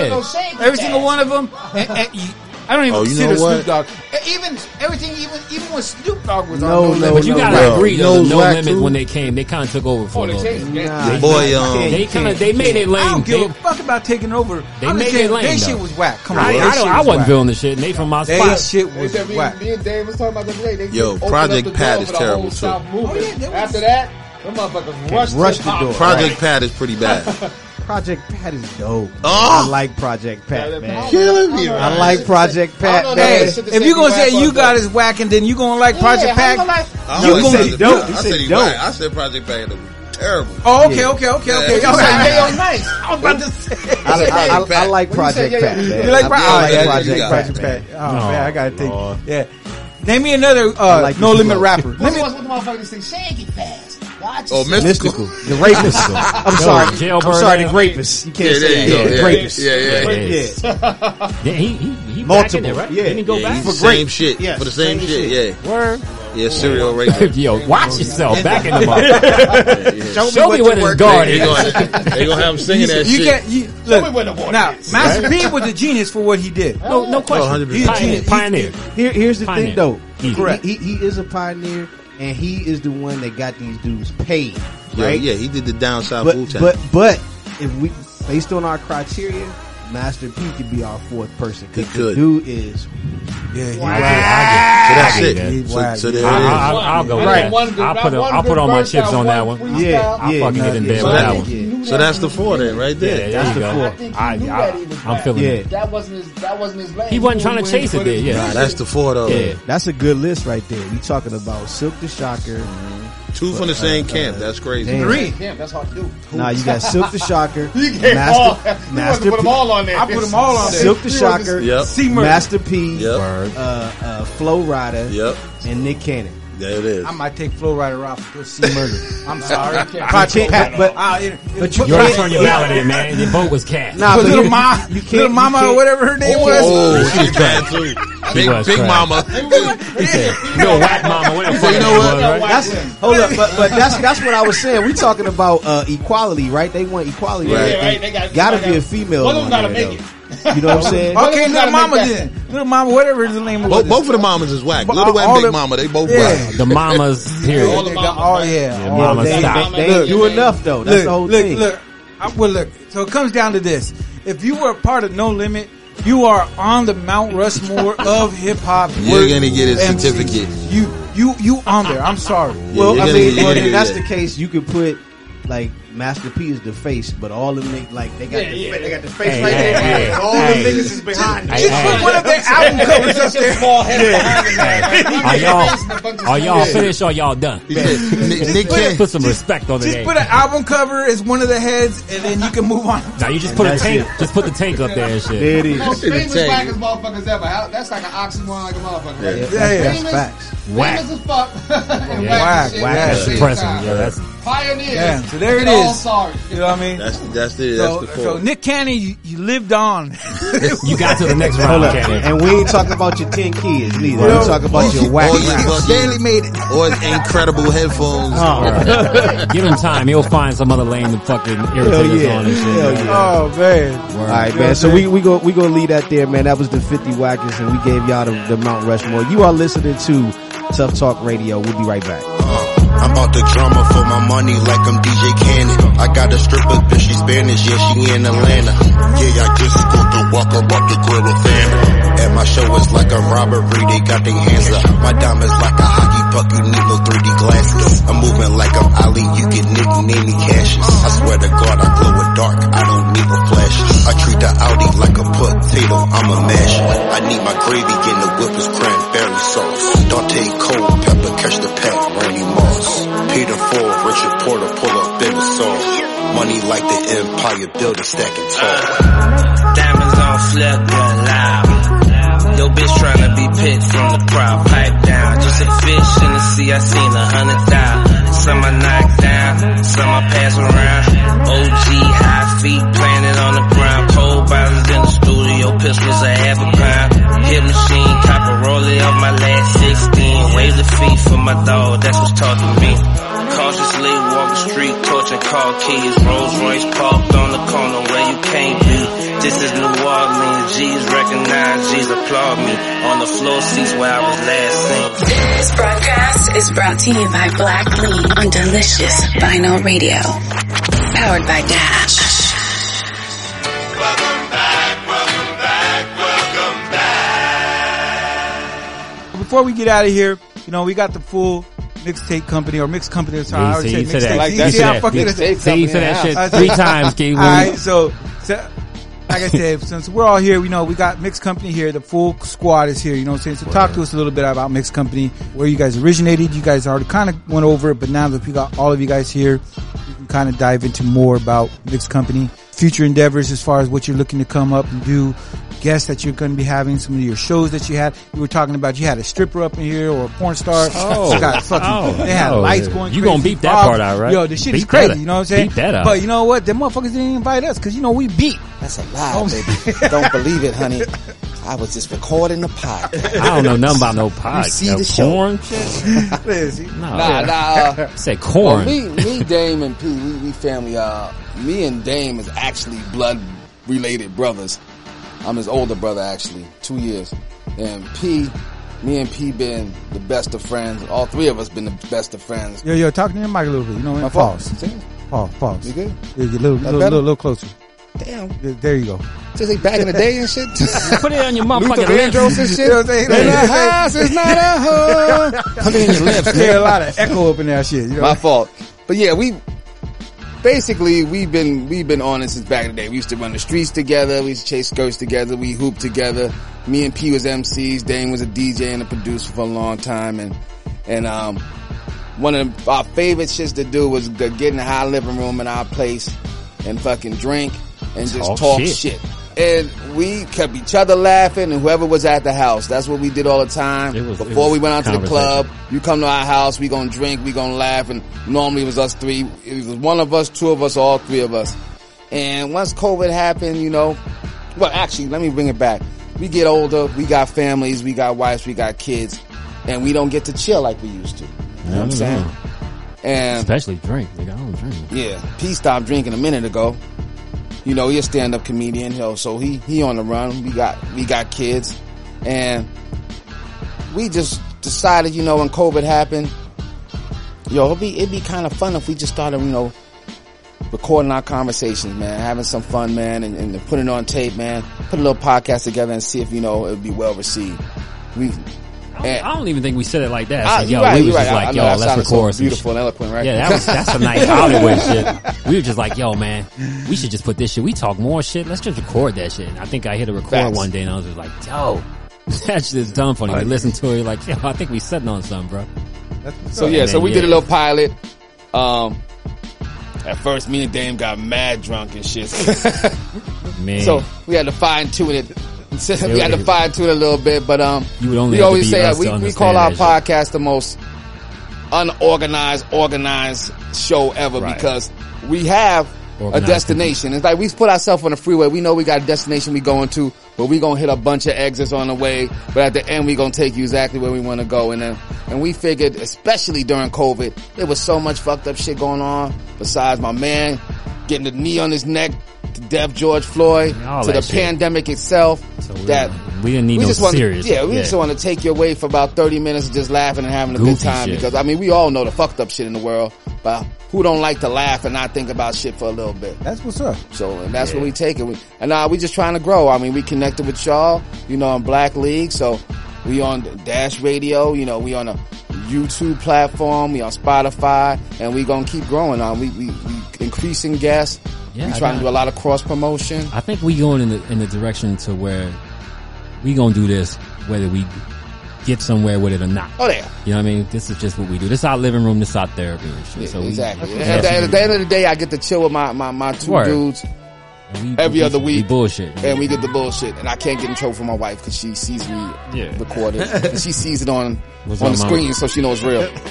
Speaker 12: Yeah.
Speaker 11: Every single one of them. And, and you- I don't even
Speaker 13: Oh, you know
Speaker 11: consider
Speaker 13: what?
Speaker 11: Snoop Dogg. And Even everything, even even when Snoop Dogg was
Speaker 17: No,
Speaker 11: on,
Speaker 17: no,
Speaker 12: but you
Speaker 17: no,
Speaker 12: gotta
Speaker 17: no.
Speaker 12: agree though. the
Speaker 17: Nose
Speaker 12: No
Speaker 17: whack,
Speaker 12: limit
Speaker 17: too.
Speaker 12: when they came, they kind of took over
Speaker 13: Oh,
Speaker 12: for a little bit.
Speaker 17: Nah,
Speaker 13: Boy,
Speaker 17: you
Speaker 13: um,
Speaker 17: can't-
Speaker 12: They
Speaker 17: you
Speaker 12: kind of
Speaker 17: can't-
Speaker 12: they made it
Speaker 11: I
Speaker 12: lame.
Speaker 11: don't give
Speaker 12: They,
Speaker 11: a fuck about taking over.
Speaker 12: they
Speaker 11: I'm
Speaker 12: made
Speaker 11: just
Speaker 12: it
Speaker 11: saying,
Speaker 12: lame.
Speaker 11: They
Speaker 12: though.
Speaker 11: shit was whack. Come on,
Speaker 12: I,
Speaker 11: they
Speaker 12: I,
Speaker 11: shit
Speaker 12: don't, I wasn't
Speaker 11: whack.
Speaker 12: feeling the shit. and They from my
Speaker 11: They
Speaker 12: spot.
Speaker 11: shit was
Speaker 6: Except me,
Speaker 11: whack.
Speaker 6: me and Dave was talking about this today. They
Speaker 13: Yo,
Speaker 6: opened up
Speaker 13: Project
Speaker 6: the door
Speaker 13: Pat
Speaker 6: for
Speaker 13: is
Speaker 6: the whole
Speaker 13: terrible, too.
Speaker 6: South movement.
Speaker 11: Oh, yeah, there was-
Speaker 6: After that, them motherfuckers rushed,
Speaker 17: rushed the
Speaker 6: top.
Speaker 17: door.
Speaker 13: Project Pat is pretty bad.
Speaker 17: Project Pat is dope.
Speaker 13: Oh!
Speaker 17: I like Project Pat, man.
Speaker 13: Killing me,
Speaker 17: I like Project Pat, man.
Speaker 11: Hey, if you gonna say you got is whack and then you gonna like Project Pack,
Speaker 13: I
Speaker 11: you
Speaker 13: always
Speaker 11: gonna
Speaker 13: said
Speaker 11: be
Speaker 13: it
Speaker 11: dope.
Speaker 13: was- I said he whack. I said Project Pat was terrible.
Speaker 11: Oh, okay, okay, okay, okay.
Speaker 13: Yeah.
Speaker 11: Y'all
Speaker 13: Yeah.
Speaker 11: say Yayo nice. I was about to say.
Speaker 17: I, I, I, I like
Speaker 11: What you say,
Speaker 17: Project Pat.
Speaker 11: yeah, yeah.
Speaker 17: man.
Speaker 11: You like
Speaker 17: I-
Speaker 11: Pro-
Speaker 17: I
Speaker 11: oh,
Speaker 17: like
Speaker 11: yeah,
Speaker 17: Project
Speaker 11: yeah,
Speaker 17: Pat,
Speaker 11: Project
Speaker 17: man.
Speaker 11: Pat. Oh, man, I gotta think. Yeah. Name me another uh,
Speaker 17: like
Speaker 11: No
Speaker 17: this
Speaker 11: Limit
Speaker 17: flow.
Speaker 11: rapper.
Speaker 6: What's the motherfucker to say? Shake it fast. Watch
Speaker 13: Oh,
Speaker 6: it.
Speaker 13: mystical.
Speaker 17: The rapist. I'm
Speaker 12: No,
Speaker 17: sorry.
Speaker 12: jailbird
Speaker 17: I'm sorry.
Speaker 12: ass.
Speaker 17: The rapist. You can't
Speaker 13: Yeah,
Speaker 17: say
Speaker 13: there
Speaker 17: that.
Speaker 13: you go.
Speaker 17: The
Speaker 13: Yeah,
Speaker 17: rapist.
Speaker 13: yeah, yeah.
Speaker 17: Rapist. Yeah.
Speaker 12: Yeah, he he, he back in
Speaker 17: Multiple.
Speaker 12: there, right?
Speaker 17: Yeah.
Speaker 12: Didn't he go
Speaker 13: Yeah,
Speaker 12: back?
Speaker 13: for same shit.
Speaker 17: Yes,
Speaker 13: for the same,
Speaker 17: same
Speaker 13: shit.
Speaker 17: shit.
Speaker 13: Yeah. Yeah, serial rapist.
Speaker 12: Yo, watch yourself. Back in the mouth.
Speaker 13: Show
Speaker 12: Show me what his guard
Speaker 13: They,
Speaker 12: is.
Speaker 13: they gonna, they gonna have him singing that
Speaker 11: you
Speaker 13: shit.
Speaker 11: Get, you, look, now, Master P was a genius for what he did.
Speaker 12: No,
Speaker 13: Oh,
Speaker 12: no question.
Speaker 13: 100%.
Speaker 11: He's a
Speaker 12: Pioneer.
Speaker 11: genius.
Speaker 12: Pioneer.
Speaker 17: Here, here's the
Speaker 12: Pioneer.
Speaker 17: thing, though.
Speaker 12: Easy.
Speaker 11: Correct.
Speaker 17: He, he, he is a pioneer, and he is the one that got these dudes paid,
Speaker 13: Yeah,
Speaker 17: right?
Speaker 13: yeah, he did the down south
Speaker 17: But,
Speaker 13: Wu Tang.
Speaker 17: but, but, if we, based on our criteria, Master P could be our fourth person.
Speaker 13: He
Speaker 17: Because the
Speaker 13: could.
Speaker 17: dude is
Speaker 11: Yeah, he
Speaker 13: So that's
Speaker 12: I
Speaker 13: it.
Speaker 12: get it.
Speaker 13: So, so there
Speaker 12: I, I,
Speaker 13: it
Speaker 12: I'll, I'll go with
Speaker 6: Not
Speaker 12: that.
Speaker 6: one good-
Speaker 12: I'll
Speaker 6: not
Speaker 12: put, a,
Speaker 6: one
Speaker 12: I'll put
Speaker 6: good
Speaker 12: all my
Speaker 6: verse,
Speaker 12: chips
Speaker 6: not
Speaker 12: on that
Speaker 6: one
Speaker 12: one.
Speaker 6: freestyle.
Speaker 17: Yeah,
Speaker 12: I'll
Speaker 17: yeah,
Speaker 12: fucking get in
Speaker 17: yeah.
Speaker 12: bed
Speaker 13: is. So,
Speaker 12: with that
Speaker 13: that,
Speaker 12: one.
Speaker 13: so that's the four then, right
Speaker 12: Yeah,
Speaker 13: there.
Speaker 12: there you
Speaker 17: four.
Speaker 12: go. I, I, I'm feeling
Speaker 17: Yeah.
Speaker 12: it.
Speaker 6: That wasn't his. That wasn't his lane.
Speaker 12: He wasn't
Speaker 6: was
Speaker 12: trying to
Speaker 6: winning
Speaker 12: chase it
Speaker 6: for
Speaker 12: there,
Speaker 6: the
Speaker 12: yeah.
Speaker 13: Nah,
Speaker 6: division.
Speaker 13: that's the four though.
Speaker 12: Yeah.
Speaker 17: That's a good list right there. We talking about Silk the Shocker.
Speaker 13: Two from the same camp. That's crazy.
Speaker 17: damn.
Speaker 11: Three.
Speaker 6: Damn, that's hard to do.
Speaker 17: Now you got Silk the Shocker,
Speaker 6: He gave all. He
Speaker 17: Master,
Speaker 6: wanted to
Speaker 17: Master
Speaker 6: put them
Speaker 17: P,
Speaker 6: all on there.
Speaker 11: I put them all on there.
Speaker 17: Silk the Shocker,
Speaker 13: Yep.
Speaker 11: C-Murder.
Speaker 17: Master P,
Speaker 13: Yep.
Speaker 17: uh, uh, Flo Rida,
Speaker 13: Yep.
Speaker 17: and Nick Cannon.
Speaker 13: There it is.
Speaker 11: I might take Flow Rider off for C-Murder. I'm sorry.
Speaker 17: Project Pat, but-
Speaker 11: but
Speaker 12: You already turned your ballot in, man. Your vote was cast.
Speaker 17: Nah, but
Speaker 11: little,
Speaker 17: you-
Speaker 11: ma,
Speaker 17: you can't-
Speaker 11: little
Speaker 17: you
Speaker 11: mama or
Speaker 17: can't-
Speaker 11: whatever her name was.
Speaker 13: Oh, she's bad too. Big,
Speaker 12: was
Speaker 13: big
Speaker 12: trash.
Speaker 13: mama.
Speaker 12: He said, you know, whack mama. What the fuck
Speaker 13: you know
Speaker 12: that was,
Speaker 13: what?
Speaker 12: right?
Speaker 17: That's hold up, but but that's that's what I was saying. We talking about uh, equality, right? They want equality.
Speaker 13: Yeah,
Speaker 17: right?
Speaker 6: right.
Speaker 17: They
Speaker 6: They gotta-
Speaker 17: gotta be
Speaker 6: gotta-
Speaker 17: a female.
Speaker 6: one of them
Speaker 17: on
Speaker 6: gotta
Speaker 17: there,
Speaker 6: make
Speaker 17: though. You know what I'm saying?
Speaker 6: Gotta
Speaker 11: Okay, little
Speaker 6: make
Speaker 11: mama
Speaker 6: that.
Speaker 11: then. Little mama, whatever her name was.
Speaker 13: Both, both of the mamas is whack.
Speaker 11: But
Speaker 13: Little
Speaker 11: all
Speaker 13: and Big
Speaker 11: the-
Speaker 13: Mama, they both
Speaker 11: Yeah.
Speaker 13: whack.
Speaker 12: The mamas,
Speaker 11: All
Speaker 12: period.
Speaker 11: the mama, oh, yeah.
Speaker 12: Yeah,
Speaker 11: all
Speaker 12: mama,
Speaker 17: they,
Speaker 12: stop.
Speaker 17: they, they ain't do enough though. That's
Speaker 11: look,
Speaker 17: the whole
Speaker 11: look,
Speaker 17: thing.
Speaker 11: Look, I, well, look. So it comes down to this: if you were a part of No Limit, you are on the Mount Rushmore of hip hop.
Speaker 13: You're gonna get a
Speaker 11: MCs.
Speaker 13: certificate.
Speaker 11: You, you, you on there. I'm sorry.
Speaker 17: Well,
Speaker 13: you're
Speaker 17: I
Speaker 13: gonna-
Speaker 17: mean,
Speaker 13: you're
Speaker 17: well,
Speaker 13: gonna
Speaker 17: if
Speaker 13: do
Speaker 17: that's
Speaker 13: that.
Speaker 17: the case, you could put like Master P is the face, but all of them they- like they got the, they got the face
Speaker 12: Hey,
Speaker 17: right
Speaker 12: hey,
Speaker 17: there.
Speaker 12: hey,
Speaker 17: all
Speaker 12: hey.
Speaker 17: them niggas is behind. them.
Speaker 12: Hey,
Speaker 11: Just
Speaker 12: hey.
Speaker 11: put one of their album covers up there.
Speaker 12: Are y'all, are y'all finished or y'all done?
Speaker 13: He said, Nick, Nick
Speaker 11: put it-
Speaker 13: Cannon-
Speaker 12: Put some respect on the
Speaker 11: Just
Speaker 12: name.
Speaker 11: put an album cover as one of the heads, and then you can move on.
Speaker 12: Now you just put a
Speaker 17: that's
Speaker 12: tank, just put the tank up there and
Speaker 17: There
Speaker 12: shit.
Speaker 17: it is.
Speaker 6: Most
Speaker 13: Should've
Speaker 6: famous
Speaker 13: tagged
Speaker 6: blackest
Speaker 13: it.
Speaker 6: motherfuckers ever. How, that's like an oxymoron, like a motherfucker. Right?
Speaker 13: Yeah.
Speaker 17: That's, that's
Speaker 6: Famous-
Speaker 17: facts.
Speaker 6: Famous
Speaker 12: Whack.
Speaker 6: as fuck. and
Speaker 12: Yeah.
Speaker 6: whack.
Speaker 11: Whack,
Speaker 6: as shit at the
Speaker 11: whack.
Speaker 12: That's
Speaker 6: same
Speaker 12: depressing.
Speaker 6: time.
Speaker 12: Yeah, that's
Speaker 6: Pioneers.
Speaker 11: Yeah, so there it
Speaker 6: Get
Speaker 11: is.
Speaker 6: sorry.
Speaker 11: You know what I mean?
Speaker 13: That's that's the that's
Speaker 11: So,
Speaker 13: the
Speaker 11: so
Speaker 13: quote.
Speaker 11: Nick Cannon, you, you lived on.
Speaker 12: you got to the next
Speaker 17: Hold up. And we ain't talking about your 10 kids neither.
Speaker 13: Yo,
Speaker 17: we talking about your whack
Speaker 13: or your
Speaker 17: rap.
Speaker 13: fucking- or his incredible headphones.
Speaker 12: Oh. Give him time. He'll find some other lane to fucking irritate us on and shit.
Speaker 17: Hell
Speaker 12: man.
Speaker 17: yeah.
Speaker 11: Oh man.
Speaker 17: All right,
Speaker 12: You know
Speaker 17: man. So
Speaker 12: what I'm
Speaker 17: we we go we gonna leave that there, man. That was the fifty whackers, and we gave y'all the, the Mount Rushmore. You are listening to Tough Talk Radio. We'll be right back.
Speaker 8: I'm out the drama for my money like I'm DJ Cannon. I got a stripper, bitch, she Spanish, yeah, she in Atlanta. Yeah, I just go to walk up up the gorilla fan. At my show, it's like a robbery, they got their hands up. My diamonds like a hockey puck, you need no 3D glasses. I'm moving like I'm Ali, you can nickname me Cassius. I swear to God, I glow in dark, I don't need no flash. I treat the Audi like a potato, I'm a mash. I need my gravy, and the whip is cranberry sauce. Dante cold pepper, catch the pack, Randy Moss. Peter Ford, Richard Porter, pull up in the song. Money like the Empire Building, stacking tall.
Speaker 9: Diamonds on flip, gon' lobby. Yo, bitch tryna be picked from the crowd, pipe down. Just a fish in the sea, I seen a hundred thousand. Some I knock down, some I pass around. OG, high feet, planted on the ground. Cold bottles in the studio, pistols a half a pound. Hit machine, copper rolling off my last 16. Wave the feet for my dog, that's what's taught to me. Cautiously walk the street, torch and call keys. Rolls Royce parked on the corner where you can't be. This is New Orleans. G's recognize, G's applaud me. On the floor seats where I was last seen.
Speaker 19: This broadcast is brought to you by Black Lee on Delicious Vinyl Radio. Powered by Dash.
Speaker 11: Before we get out of here, you know, we got the full mixtape company or mixed company. Sorry, I
Speaker 12: See,
Speaker 11: already
Speaker 12: see, you said
Speaker 11: said
Speaker 12: that.
Speaker 11: mixtape.
Speaker 12: Like
Speaker 11: See,
Speaker 12: that
Speaker 11: see,
Speaker 12: shit.
Speaker 11: I fucking-
Speaker 12: Mixtape See, you said that shit
Speaker 11: I
Speaker 12: three times, Gabe.
Speaker 11: All right, so, so, like I said, since we're all here, we know we got mixed company here. The full squad is here. You know what I'm saying? So talk to us a little bit about mixed company, where you guys originated. You guys already kind of went over it, but now that we got all of you guys here, we can kind of dive into more about mixed company future endeavors as far as what you're looking to come up and do guests that you're going to be having, some of your shows that you had. You were talking about you had a stripper up in here or a porn star.
Speaker 12: Oh.
Speaker 11: You got fucking,
Speaker 12: Oh,
Speaker 11: they had
Speaker 12: no.
Speaker 11: lights going
Speaker 12: You
Speaker 11: crazy,
Speaker 12: gonna beat that
Speaker 11: frogs.
Speaker 12: part out, right?
Speaker 11: Yo, this shit is
Speaker 12: Beat
Speaker 11: crazy.
Speaker 12: that
Speaker 11: You
Speaker 12: out.
Speaker 11: know what I'm saying?
Speaker 12: Beat that out.
Speaker 11: But you know what? Them motherfuckers didn't invite us because, you know, we beat. Oh,
Speaker 29: That's a lie, baby. Don't believe it, honey. I was just recording the podcast.
Speaker 12: I don't know nothing about no
Speaker 29: You
Speaker 12: pie.
Speaker 29: see
Speaker 12: no
Speaker 29: the
Speaker 12: uh, corn?
Speaker 29: show.
Speaker 12: No.
Speaker 29: Nah, nah. uh,
Speaker 12: Say corn.
Speaker 29: Well, me, me, Dame, and P, we, we family. Uh, me and Dame is actually blood related brothers. I'm his older brother, actually, two years. And P, me and P been the best of friends. All three of us been the best of friends.
Speaker 11: Yo, yo, talking to your mic a little bit. You know what?
Speaker 29: My fault.
Speaker 11: Pause.
Speaker 29: See?
Speaker 11: Pause. Pause.
Speaker 29: You good?
Speaker 11: Yeah, get a little,
Speaker 29: That
Speaker 11: little,
Speaker 29: better?
Speaker 11: little, little closer.
Speaker 29: Damn.
Speaker 11: Yeah, There you go.
Speaker 29: Just like back in the day and shit.
Speaker 12: Put it on your
Speaker 29: Luther
Speaker 12: motherfucking
Speaker 29: Vandross and
Speaker 12: lips.
Speaker 29: shit.
Speaker 11: You know what I'm saying?
Speaker 29: In the house is not a home. Uh. Put it in your lips.
Speaker 11: Yeah, a lot of echo up in that shit. You know?
Speaker 29: My fault. But yeah, we basically we've been we've been on it since back in the day. We used to run the streets together. We used to chase skirts together. We hooped together. Me and P was MCs. Dane was a DJ and a producer for a long time. And and um, one of our favorite shits to do was to get in the high living room in our place and fucking drink and
Speaker 12: Talk
Speaker 29: just talk
Speaker 12: shit.
Speaker 29: shit. And we kept each other laughing and whoever was at the house. That's what we did all the time.
Speaker 12: was- it
Speaker 29: Before
Speaker 12: was
Speaker 29: we went out to the
Speaker 12: conversation.
Speaker 29: club, you come to our house, we gonna drink, we gonna laugh, and normally it was us three. It was one of us, two of us, or all three of us. And once COVID happened, you know, well, actually, let me bring it back. We get older, we got families, we got wives, we got kids, and we don't get to chill like we used to. You know what I'm saying? And
Speaker 12: Mm-hmm. Especially drink. Nigga, I don't drink.
Speaker 29: yeah, P stopped drinking a minute ago. You know, he's a stand up comedian, hell, so he he on the run. We got we got kids, and we just decided, you know, when COVID happened, yo, it'd be it'd be kind of fun if we just started, you know, recording our conversations, man, having some fun, man, and, and putting it on tape, man. Put a little podcast together and see if you know it'd be well received. We
Speaker 12: I don't, I don't even think we said it like that.
Speaker 29: Ah,
Speaker 12: It's like,
Speaker 29: you're
Speaker 12: yo,
Speaker 29: right,
Speaker 12: we
Speaker 29: you're
Speaker 12: was just
Speaker 29: right. I-
Speaker 12: like,
Speaker 29: I
Speaker 12: yo,
Speaker 29: know that
Speaker 12: let's
Speaker 29: sounded so
Speaker 12: record some
Speaker 29: beautiful
Speaker 12: shit.
Speaker 29: and eloquent, right?
Speaker 12: Yeah, that was that's a nice Hollywood shit. We were just like, yo, man, we should just put this shit. We talk more shit. Let's just record that shit. And I think I hit a record
Speaker 29: Facts.
Speaker 12: one day, and I was just like, yo, that shit is dumb funny. We listened to it, you're like, yo, I think we sitting on something, bro.
Speaker 29: So yeah, so we did a little pilot. Um, at first, me and Dame got mad drunk and shit.
Speaker 12: Man.
Speaker 29: So we had to fine tune it. we had to
Speaker 12: was-
Speaker 29: fine tune it a little bit, but um,
Speaker 12: You would only
Speaker 29: we
Speaker 12: have to
Speaker 29: always
Speaker 12: be
Speaker 29: say
Speaker 12: us
Speaker 29: that
Speaker 12: to
Speaker 29: we, we
Speaker 12: understand
Speaker 29: call our
Speaker 12: that
Speaker 29: podcast the most unorganized, organized show ever because we have
Speaker 1: Organized
Speaker 29: a destination. It's like we put ourselves on the freeway. We know we got a destination we going to, but we gonna hit a bunch of exits on the way. But at the end, we gonna take you exactly where we want to go. And then, and we figured, especially during COVID, there was so much fucked up shit going on. Besides my man getting the knee on his neck, to Dev George Floyd,
Speaker 12: All
Speaker 29: to
Speaker 12: that
Speaker 29: the
Speaker 12: shit.
Speaker 29: pandemic itself, that
Speaker 12: We didn't need
Speaker 29: we
Speaker 12: no
Speaker 29: just want,
Speaker 12: serious.
Speaker 29: Yeah, we just want to take you away for about thirty minutes, and just laughing and having a good
Speaker 12: Goofy
Speaker 29: time.
Speaker 12: shit.
Speaker 29: Because I mean, we all know the fucked up shit in the world, but who don't like to laugh and not think about shit for a little bit?
Speaker 11: That's what's up.
Speaker 29: So and that's what we take it. We, and now we just trying to grow. I mean, we connected with y'all, you know, on Black League. So we on Dash Radio. You know, we on a YouTube platform. We on Spotify, and we gonna keep growing. On we we, we increasing guests.
Speaker 12: Yeah,
Speaker 29: we
Speaker 12: I
Speaker 29: trying to
Speaker 12: got-
Speaker 29: do a lot of cross promotion.
Speaker 12: I think we going in the in the direction to where we gonna do this whether we get somewhere with it or not.
Speaker 29: Oh, yeah.
Speaker 12: You know what I mean? This is just what we do. This is our living room. This is our therapy. And shit. so we-
Speaker 29: Exactly.
Speaker 12: we-
Speaker 29: At the, at the end of the day, I get to chill with my, my, my two
Speaker 12: Word.
Speaker 29: dudes
Speaker 12: we-
Speaker 29: every
Speaker 12: we-
Speaker 29: other
Speaker 12: we
Speaker 29: week.
Speaker 12: bullshit.
Speaker 29: And we get the bullshit. And I can't get in trouble from my wife because she sees me recorded. And she sees it on,
Speaker 12: What's
Speaker 29: on the
Speaker 12: up, Mama?
Speaker 29: screen, so she knows real.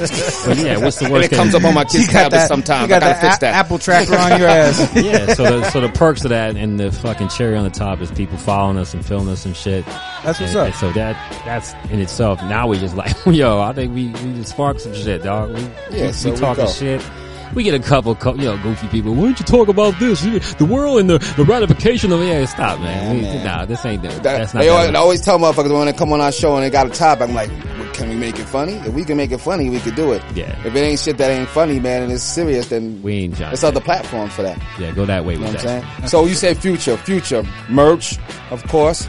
Speaker 12: But yeah, what's the worst
Speaker 29: And it comes
Speaker 12: case?
Speaker 29: up on my
Speaker 12: You
Speaker 29: kids'
Speaker 12: got
Speaker 29: tablet
Speaker 12: that-
Speaker 29: sometimes.
Speaker 12: you got
Speaker 29: I
Speaker 12: that
Speaker 29: gotta fix
Speaker 12: a-
Speaker 29: that.
Speaker 12: Apple
Speaker 11: tracker on your ass.
Speaker 12: yeah, so the, so the perks of that and the fucking cherry on the top is people following us and filming us and shit.
Speaker 11: That's what's
Speaker 12: And-
Speaker 11: up.
Speaker 12: and so that that's in itself. Now we just like, yo, I think we we just spark some shit, dog. We,
Speaker 29: Yeah,
Speaker 12: we,
Speaker 29: so
Speaker 12: we
Speaker 29: we
Speaker 12: talking
Speaker 29: go.
Speaker 12: shit. We get a couple, co- you know, goofy people. Why don't you talk about this? You- The world and the, the ratification of yeah. Stop, man. We- Nah, this ain't that. that's not.
Speaker 29: They
Speaker 12: that
Speaker 29: always,
Speaker 12: much.
Speaker 29: I always tell motherfuckers when they come on our show and they got a topic, I'm like, "Well, can we make it funny? If we can make it funny, we could do it.
Speaker 12: Yeah.
Speaker 29: If it ain't shit that ain't funny, man, and it's serious, then
Speaker 12: we ain't John.
Speaker 29: it's other platforms for that.
Speaker 12: Yeah, go that way
Speaker 29: You know
Speaker 12: with
Speaker 29: what
Speaker 12: that.
Speaker 29: I'm saying? So you said future, future merch, of course,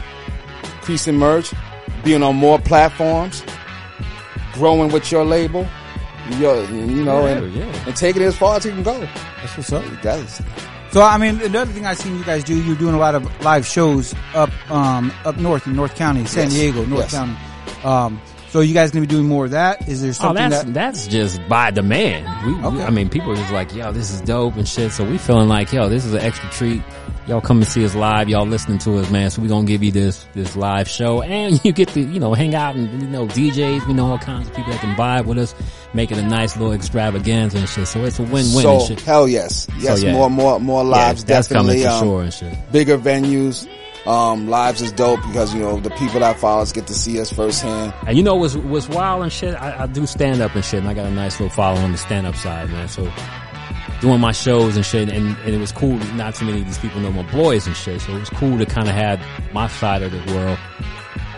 Speaker 29: increasing merch, being on more platforms, growing with your label, your, you know, and,
Speaker 11: Yeah,
Speaker 29: and taking it as far as you can go.
Speaker 11: That's what's up.
Speaker 29: It does.
Speaker 11: So I mean, another thing I seen you guys do, you're doing a lot of live shows up um up north in North County, San
Speaker 12: Yes.
Speaker 11: Diego, North
Speaker 12: Yes.
Speaker 11: County. Um, so you guys gonna be doing more of that? Is there
Speaker 12: Oh,
Speaker 11: something
Speaker 12: that's
Speaker 11: that
Speaker 12: that's just by demand. We, we- I mean, people are just like, yo, this is dope and shit. So we feeling like, yo, this is an extra treat. Y'all come and see us live. Y'all listening to us, man. So we gonna give you this this live show, and you get to you know hang out and you know DJs. We know all kinds of people that can vibe with us, making a nice little extravaganza and shit. So it's a win win.
Speaker 29: so,
Speaker 12: and shit.
Speaker 29: Hell yes,
Speaker 12: So,
Speaker 29: yes,
Speaker 12: yeah.
Speaker 29: more, more, more
Speaker 12: Yeah,
Speaker 29: lives.
Speaker 12: that's coming
Speaker 29: definitely,
Speaker 12: for
Speaker 29: um,
Speaker 12: sure and shit.
Speaker 29: Bigger venues, um, lives is dope because you know the people that follow us get to see us firsthand.
Speaker 12: And you know what's what's wild and shit? I, I do stand up and shit, and I got a nice little following on the stand up side, man. So doing my shows and shit, and, and it was cool. Not too many of these people know my boys and shit, so it was cool to kind of have my side of the world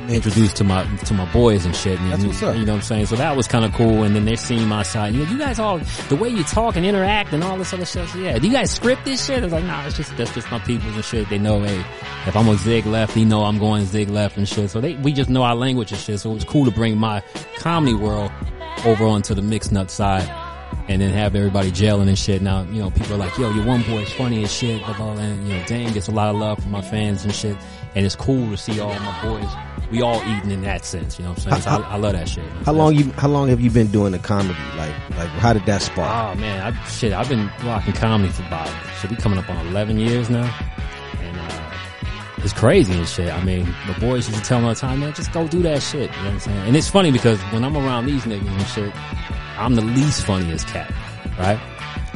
Speaker 12: introduced to my to my boys and shit. And,
Speaker 11: That's
Speaker 12: you,
Speaker 11: what's up.
Speaker 12: you know what I'm saying? So that was kind of cool. And then they seen my side. You, know, you guys all the way you talk and interact and all this other stuff. So yeah, do you guys script this shit? It's like nah, it's just that's just my people and shit. They know hey, if I'm gonna zig left, they know I'm going zig left and shit. So they we just know our language and shit. So it was cool to bring my comedy world over onto the mixed nut side and then have everybody jailing and shit. Now, you know, people are like, yo, your one boy's funny as shit, blah, blah, blah. and, you know, Dane gets a lot of love from my fans and shit. And it's cool to see all my boys. We all eating in that sense, you know what I'm saying? So I, I love that shit.
Speaker 17: How long you? How long have you been doing the comedy? Like, like how did that spark?
Speaker 12: Oh man, I, shit, I've been rocking comedy for about, should be coming up on 11 years now. And, uh, it's crazy and shit. I mean, the boys used to tell me all the time, man, just go do that shit. You know what I'm saying? And it's funny because when I'm around these niggas and shit, I'm the least funniest cat, right?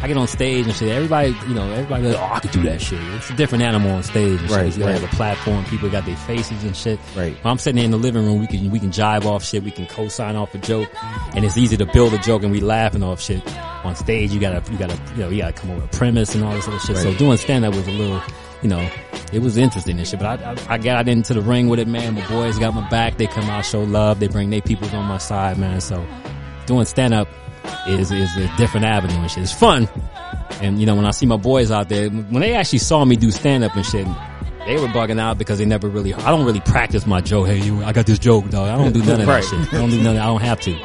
Speaker 12: I get on stage and shit. Everybody, you know, everybody goes, oh, I could do that shit. It's a different animal on stage and shit.
Speaker 17: Right,
Speaker 12: You gotta
Speaker 17: right.
Speaker 12: have a platform. People got their faces and shit. Right. When I'm sitting there in the living room, we can, we can jive off shit. We can co-sign off a joke. And it's easy to build a joke and we laughing off shit. On stage, you gotta, you gotta, you know, you gotta come up with a premise and all this other shit. So
Speaker 17: Right.
Speaker 12: doing stand up was a little, you know, it was interesting and shit. But I, I, I got into the ring with it, man. My boys got my back. They come out, show love. They bring their people on my side, man. So doing stand up is, is a different avenue and shit. It's fun. And you know, when I see my boys out there, when they actually saw me do stand up and shit, they were bugging out because they never really, I don't really practice my joke. Hey, you, I got this joke, dog. I don't do none of
Speaker 17: Right.
Speaker 12: that shit. I don't do none of, I don't have to.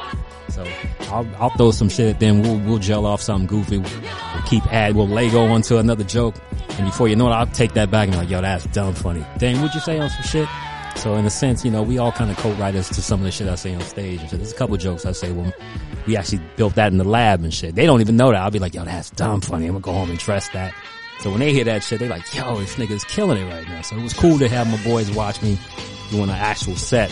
Speaker 12: So I'll, I'll throw some shit at them. We'll, we'll gel off something goofy. We'll keep add, we'll Lego onto another joke. And before you know it, I'll take that back and be like, yo, that's dumb funny. Dang, what'd you say on some shit? So in a sense, you know, we all kind of co-writers to some of the shit I say on stage and shit. There's a couple jokes I say, well, we actually built that in the lab and shit. They don't even know that. I'll be like, yo, that's dumb funny. I'm gonna go home and dress that. So when they hear that shit, they like, yo, this nigga's killing it right now. So it was cool to have my boys watch me doing an actual set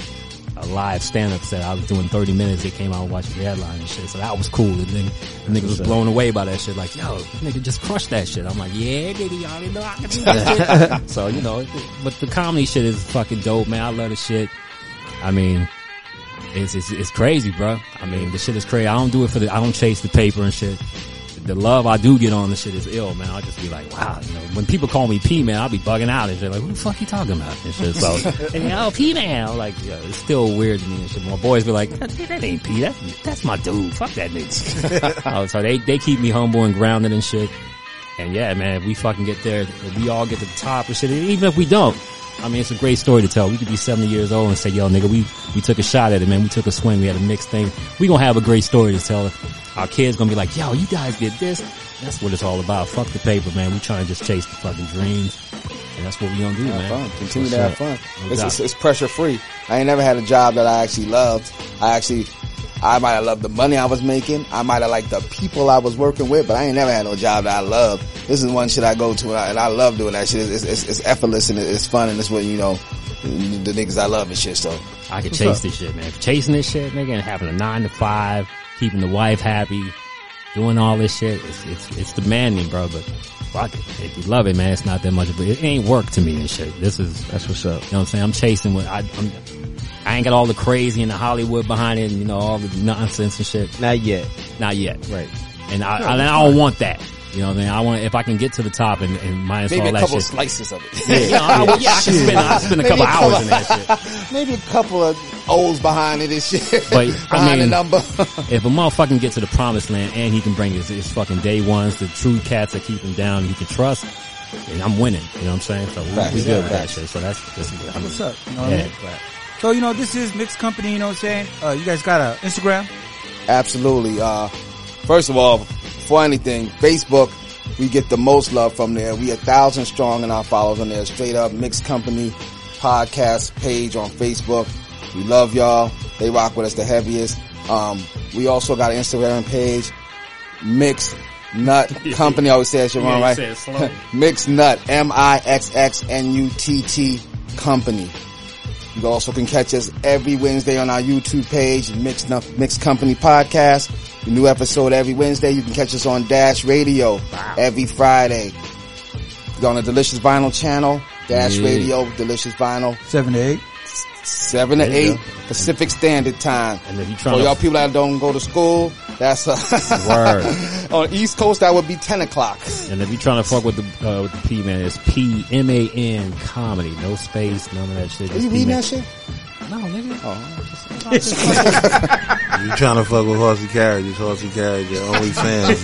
Speaker 12: a live stand up set. I was doing 30 minutes. They came out and watched the headline and shit. So that was cool. And then the niggas was blown away by that shit. Like, yo, nigga just crushed that shit. I'm like, yeah, nigga, y'all didn't know I could do that shit. so, you know, but the comedy shit is fucking dope, man. I love the shit. I mean, it's, it's, it's crazy, bro. I mean, the shit is crazy. I don't do it for the, I don't chase the paper and shit. The love I do get on the shit is ill, man. I'll just be like, wow, you know, when people call me P, man, I'll be bugging out and shit. Like, who the fuck you talking about? And shit. So, and yo, P man. Like, yo, it's still weird to me and shit. My boys be like, that that ain't P. That, that's my dude. Fuck that nigga. oh, so they, they keep me humble and grounded and shit. And yeah, man, if we fucking get there, if we all get to the top and shit, and even if we don't, I mean, it's a great story to tell. We could be 70 years old and say, yo, nigga, we, we took a shot at it, man. We took a swing. We had a mixed thing. We gonna have a great story to tell. Our kids gonna be like, yo, you guys did this. That's what it's all about. Fuck the paper, man. We trying to just chase the fucking dreams. And that's what we gonna do,
Speaker 29: Have
Speaker 12: man.
Speaker 29: fun. Continue to
Speaker 12: So,
Speaker 29: have fun.
Speaker 12: no
Speaker 29: It's,
Speaker 12: doubt.
Speaker 29: it's, it's pressure free. I ain't never had a job that I actually loved. I actually, I might have loved the money I was making. I might have liked the people I was working with, but I ain't never had no job that I loved. This is one shit I go to and I, and I love doing that shit. It's, it's, it's effortless and it's fun and it's what, you know, the niggas I love and shit, so.
Speaker 12: I could chase this shit, man. Chasing this shit, nigga, and having a nine to five, keeping the wife happy, doing all this shit. It's, it's, it's demanding, bro, but fuck it. If you love it, man, it's not that much, but it ain't work to me and shit. This is, that's what's up. You know what I'm saying? I'm chasing what I, I'm, I ain't got all the crazy and the Hollywood behind it and, you know, all the nonsense and shit. Not yet. Not yet. Right. And I,
Speaker 29: No,
Speaker 12: I, and
Speaker 29: it's
Speaker 12: I don't want that. You know what I mean? I want, if I can get to the top and, and minus
Speaker 29: Maybe
Speaker 12: all
Speaker 29: a
Speaker 12: that
Speaker 29: couple
Speaker 12: shit.
Speaker 29: slices of it.
Speaker 12: Yeah, you know, I, yeah, I can
Speaker 29: Shit.
Speaker 12: spend, I spend a
Speaker 29: Maybe
Speaker 12: couple hours in
Speaker 29: couple-
Speaker 12: that shit.
Speaker 29: Maybe a couple of O's behind it and shit.
Speaker 12: But I
Speaker 29: behind
Speaker 12: mean,
Speaker 29: the number.
Speaker 12: if a motherfucker can get to the promised land and he can bring his, his fucking day ones, the true cats that keep him down, he can trust. And I'm winning. You know what I'm saying? So we, we
Speaker 11: Facts.
Speaker 12: good
Speaker 11: Yeah,
Speaker 12: with that
Speaker 11: facts.
Speaker 12: shit. So that's that's I mean,
Speaker 11: What's up? You know what I
Speaker 12: yeah.
Speaker 11: mean? So, you know, this is Mixed Company, you know what I'm saying? Uh, you guys got a Instagram?
Speaker 29: Absolutely. Uh, first of all, before anything, Facebook, we get the most love from there. We a thousand strong in our followers on there. Straight up mixed company podcast page on Facebook. We love y'all. They rock with us the heaviest. Um, we also got an Instagram page, mixed nut company. I always say that shit wrong,
Speaker 21: Yeah, you
Speaker 29: right?
Speaker 21: say it slow.
Speaker 29: mixed nut, M-I-X-X-N-U-T-T company. You also can catch us every Wednesday on our YouTube page, Mixed, Nu- Mixed Company Podcast. New episode every Wednesday. You can catch us on Dash Radio every Friday. Go on the Delicious Vinyl channel, Dash
Speaker 11: Yeah.
Speaker 29: Radio, Delicious Vinyl,
Speaker 11: Seven to eight.
Speaker 29: seven to
Speaker 11: There you
Speaker 29: eight Pacific Standard Time.
Speaker 12: And if you
Speaker 29: For y'all people that don't go to school, that's a
Speaker 12: Word.
Speaker 29: on East Coast that would be ten o'clock.
Speaker 12: And if you're trying to fuck with the uh, with the P man, it's P M A N comedy, no space, none of that shit.
Speaker 29: Are you reading that shit? Oh.
Speaker 12: No, nigga.
Speaker 13: You trying to fuck with horsey carriages, horsey carriages, OnlyFans.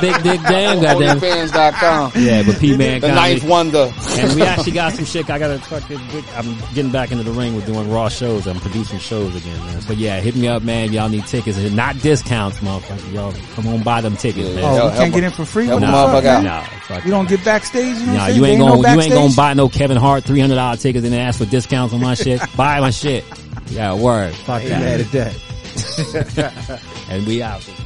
Speaker 12: Oh, big dick damn, goddamn.
Speaker 29: OnlyFans.com.
Speaker 12: Yeah, but P Man
Speaker 29: The ninth wonder.
Speaker 12: and we actually got some shit. I got to fucking. I'm getting back into the ring with doing raw shows. I'm producing shows again, man. But yeah, hit me up, man. Y'all need tickets, and not discounts, motherfucker. Y'all come on, buy them tickets, man.
Speaker 11: Oh, you can't get in for free?
Speaker 12: help
Speaker 11: What
Speaker 12: a
Speaker 11: the fuck?
Speaker 12: motherfucker out.
Speaker 11: man?
Speaker 12: Nah, fuck
Speaker 11: you don't get backstage? You know what
Speaker 12: Nah,
Speaker 11: I'm saying?
Speaker 12: you
Speaker 11: There
Speaker 12: ain't gonna
Speaker 11: no
Speaker 12: you ain't gonna
Speaker 11: backstage?
Speaker 12: buy no Kevin Hart three hundred dollar tickets and then ask for discounts on my shit. buy my shit. Yeah, word. Fuck
Speaker 11: Ain't
Speaker 12: that.
Speaker 11: mad at
Speaker 12: and we out.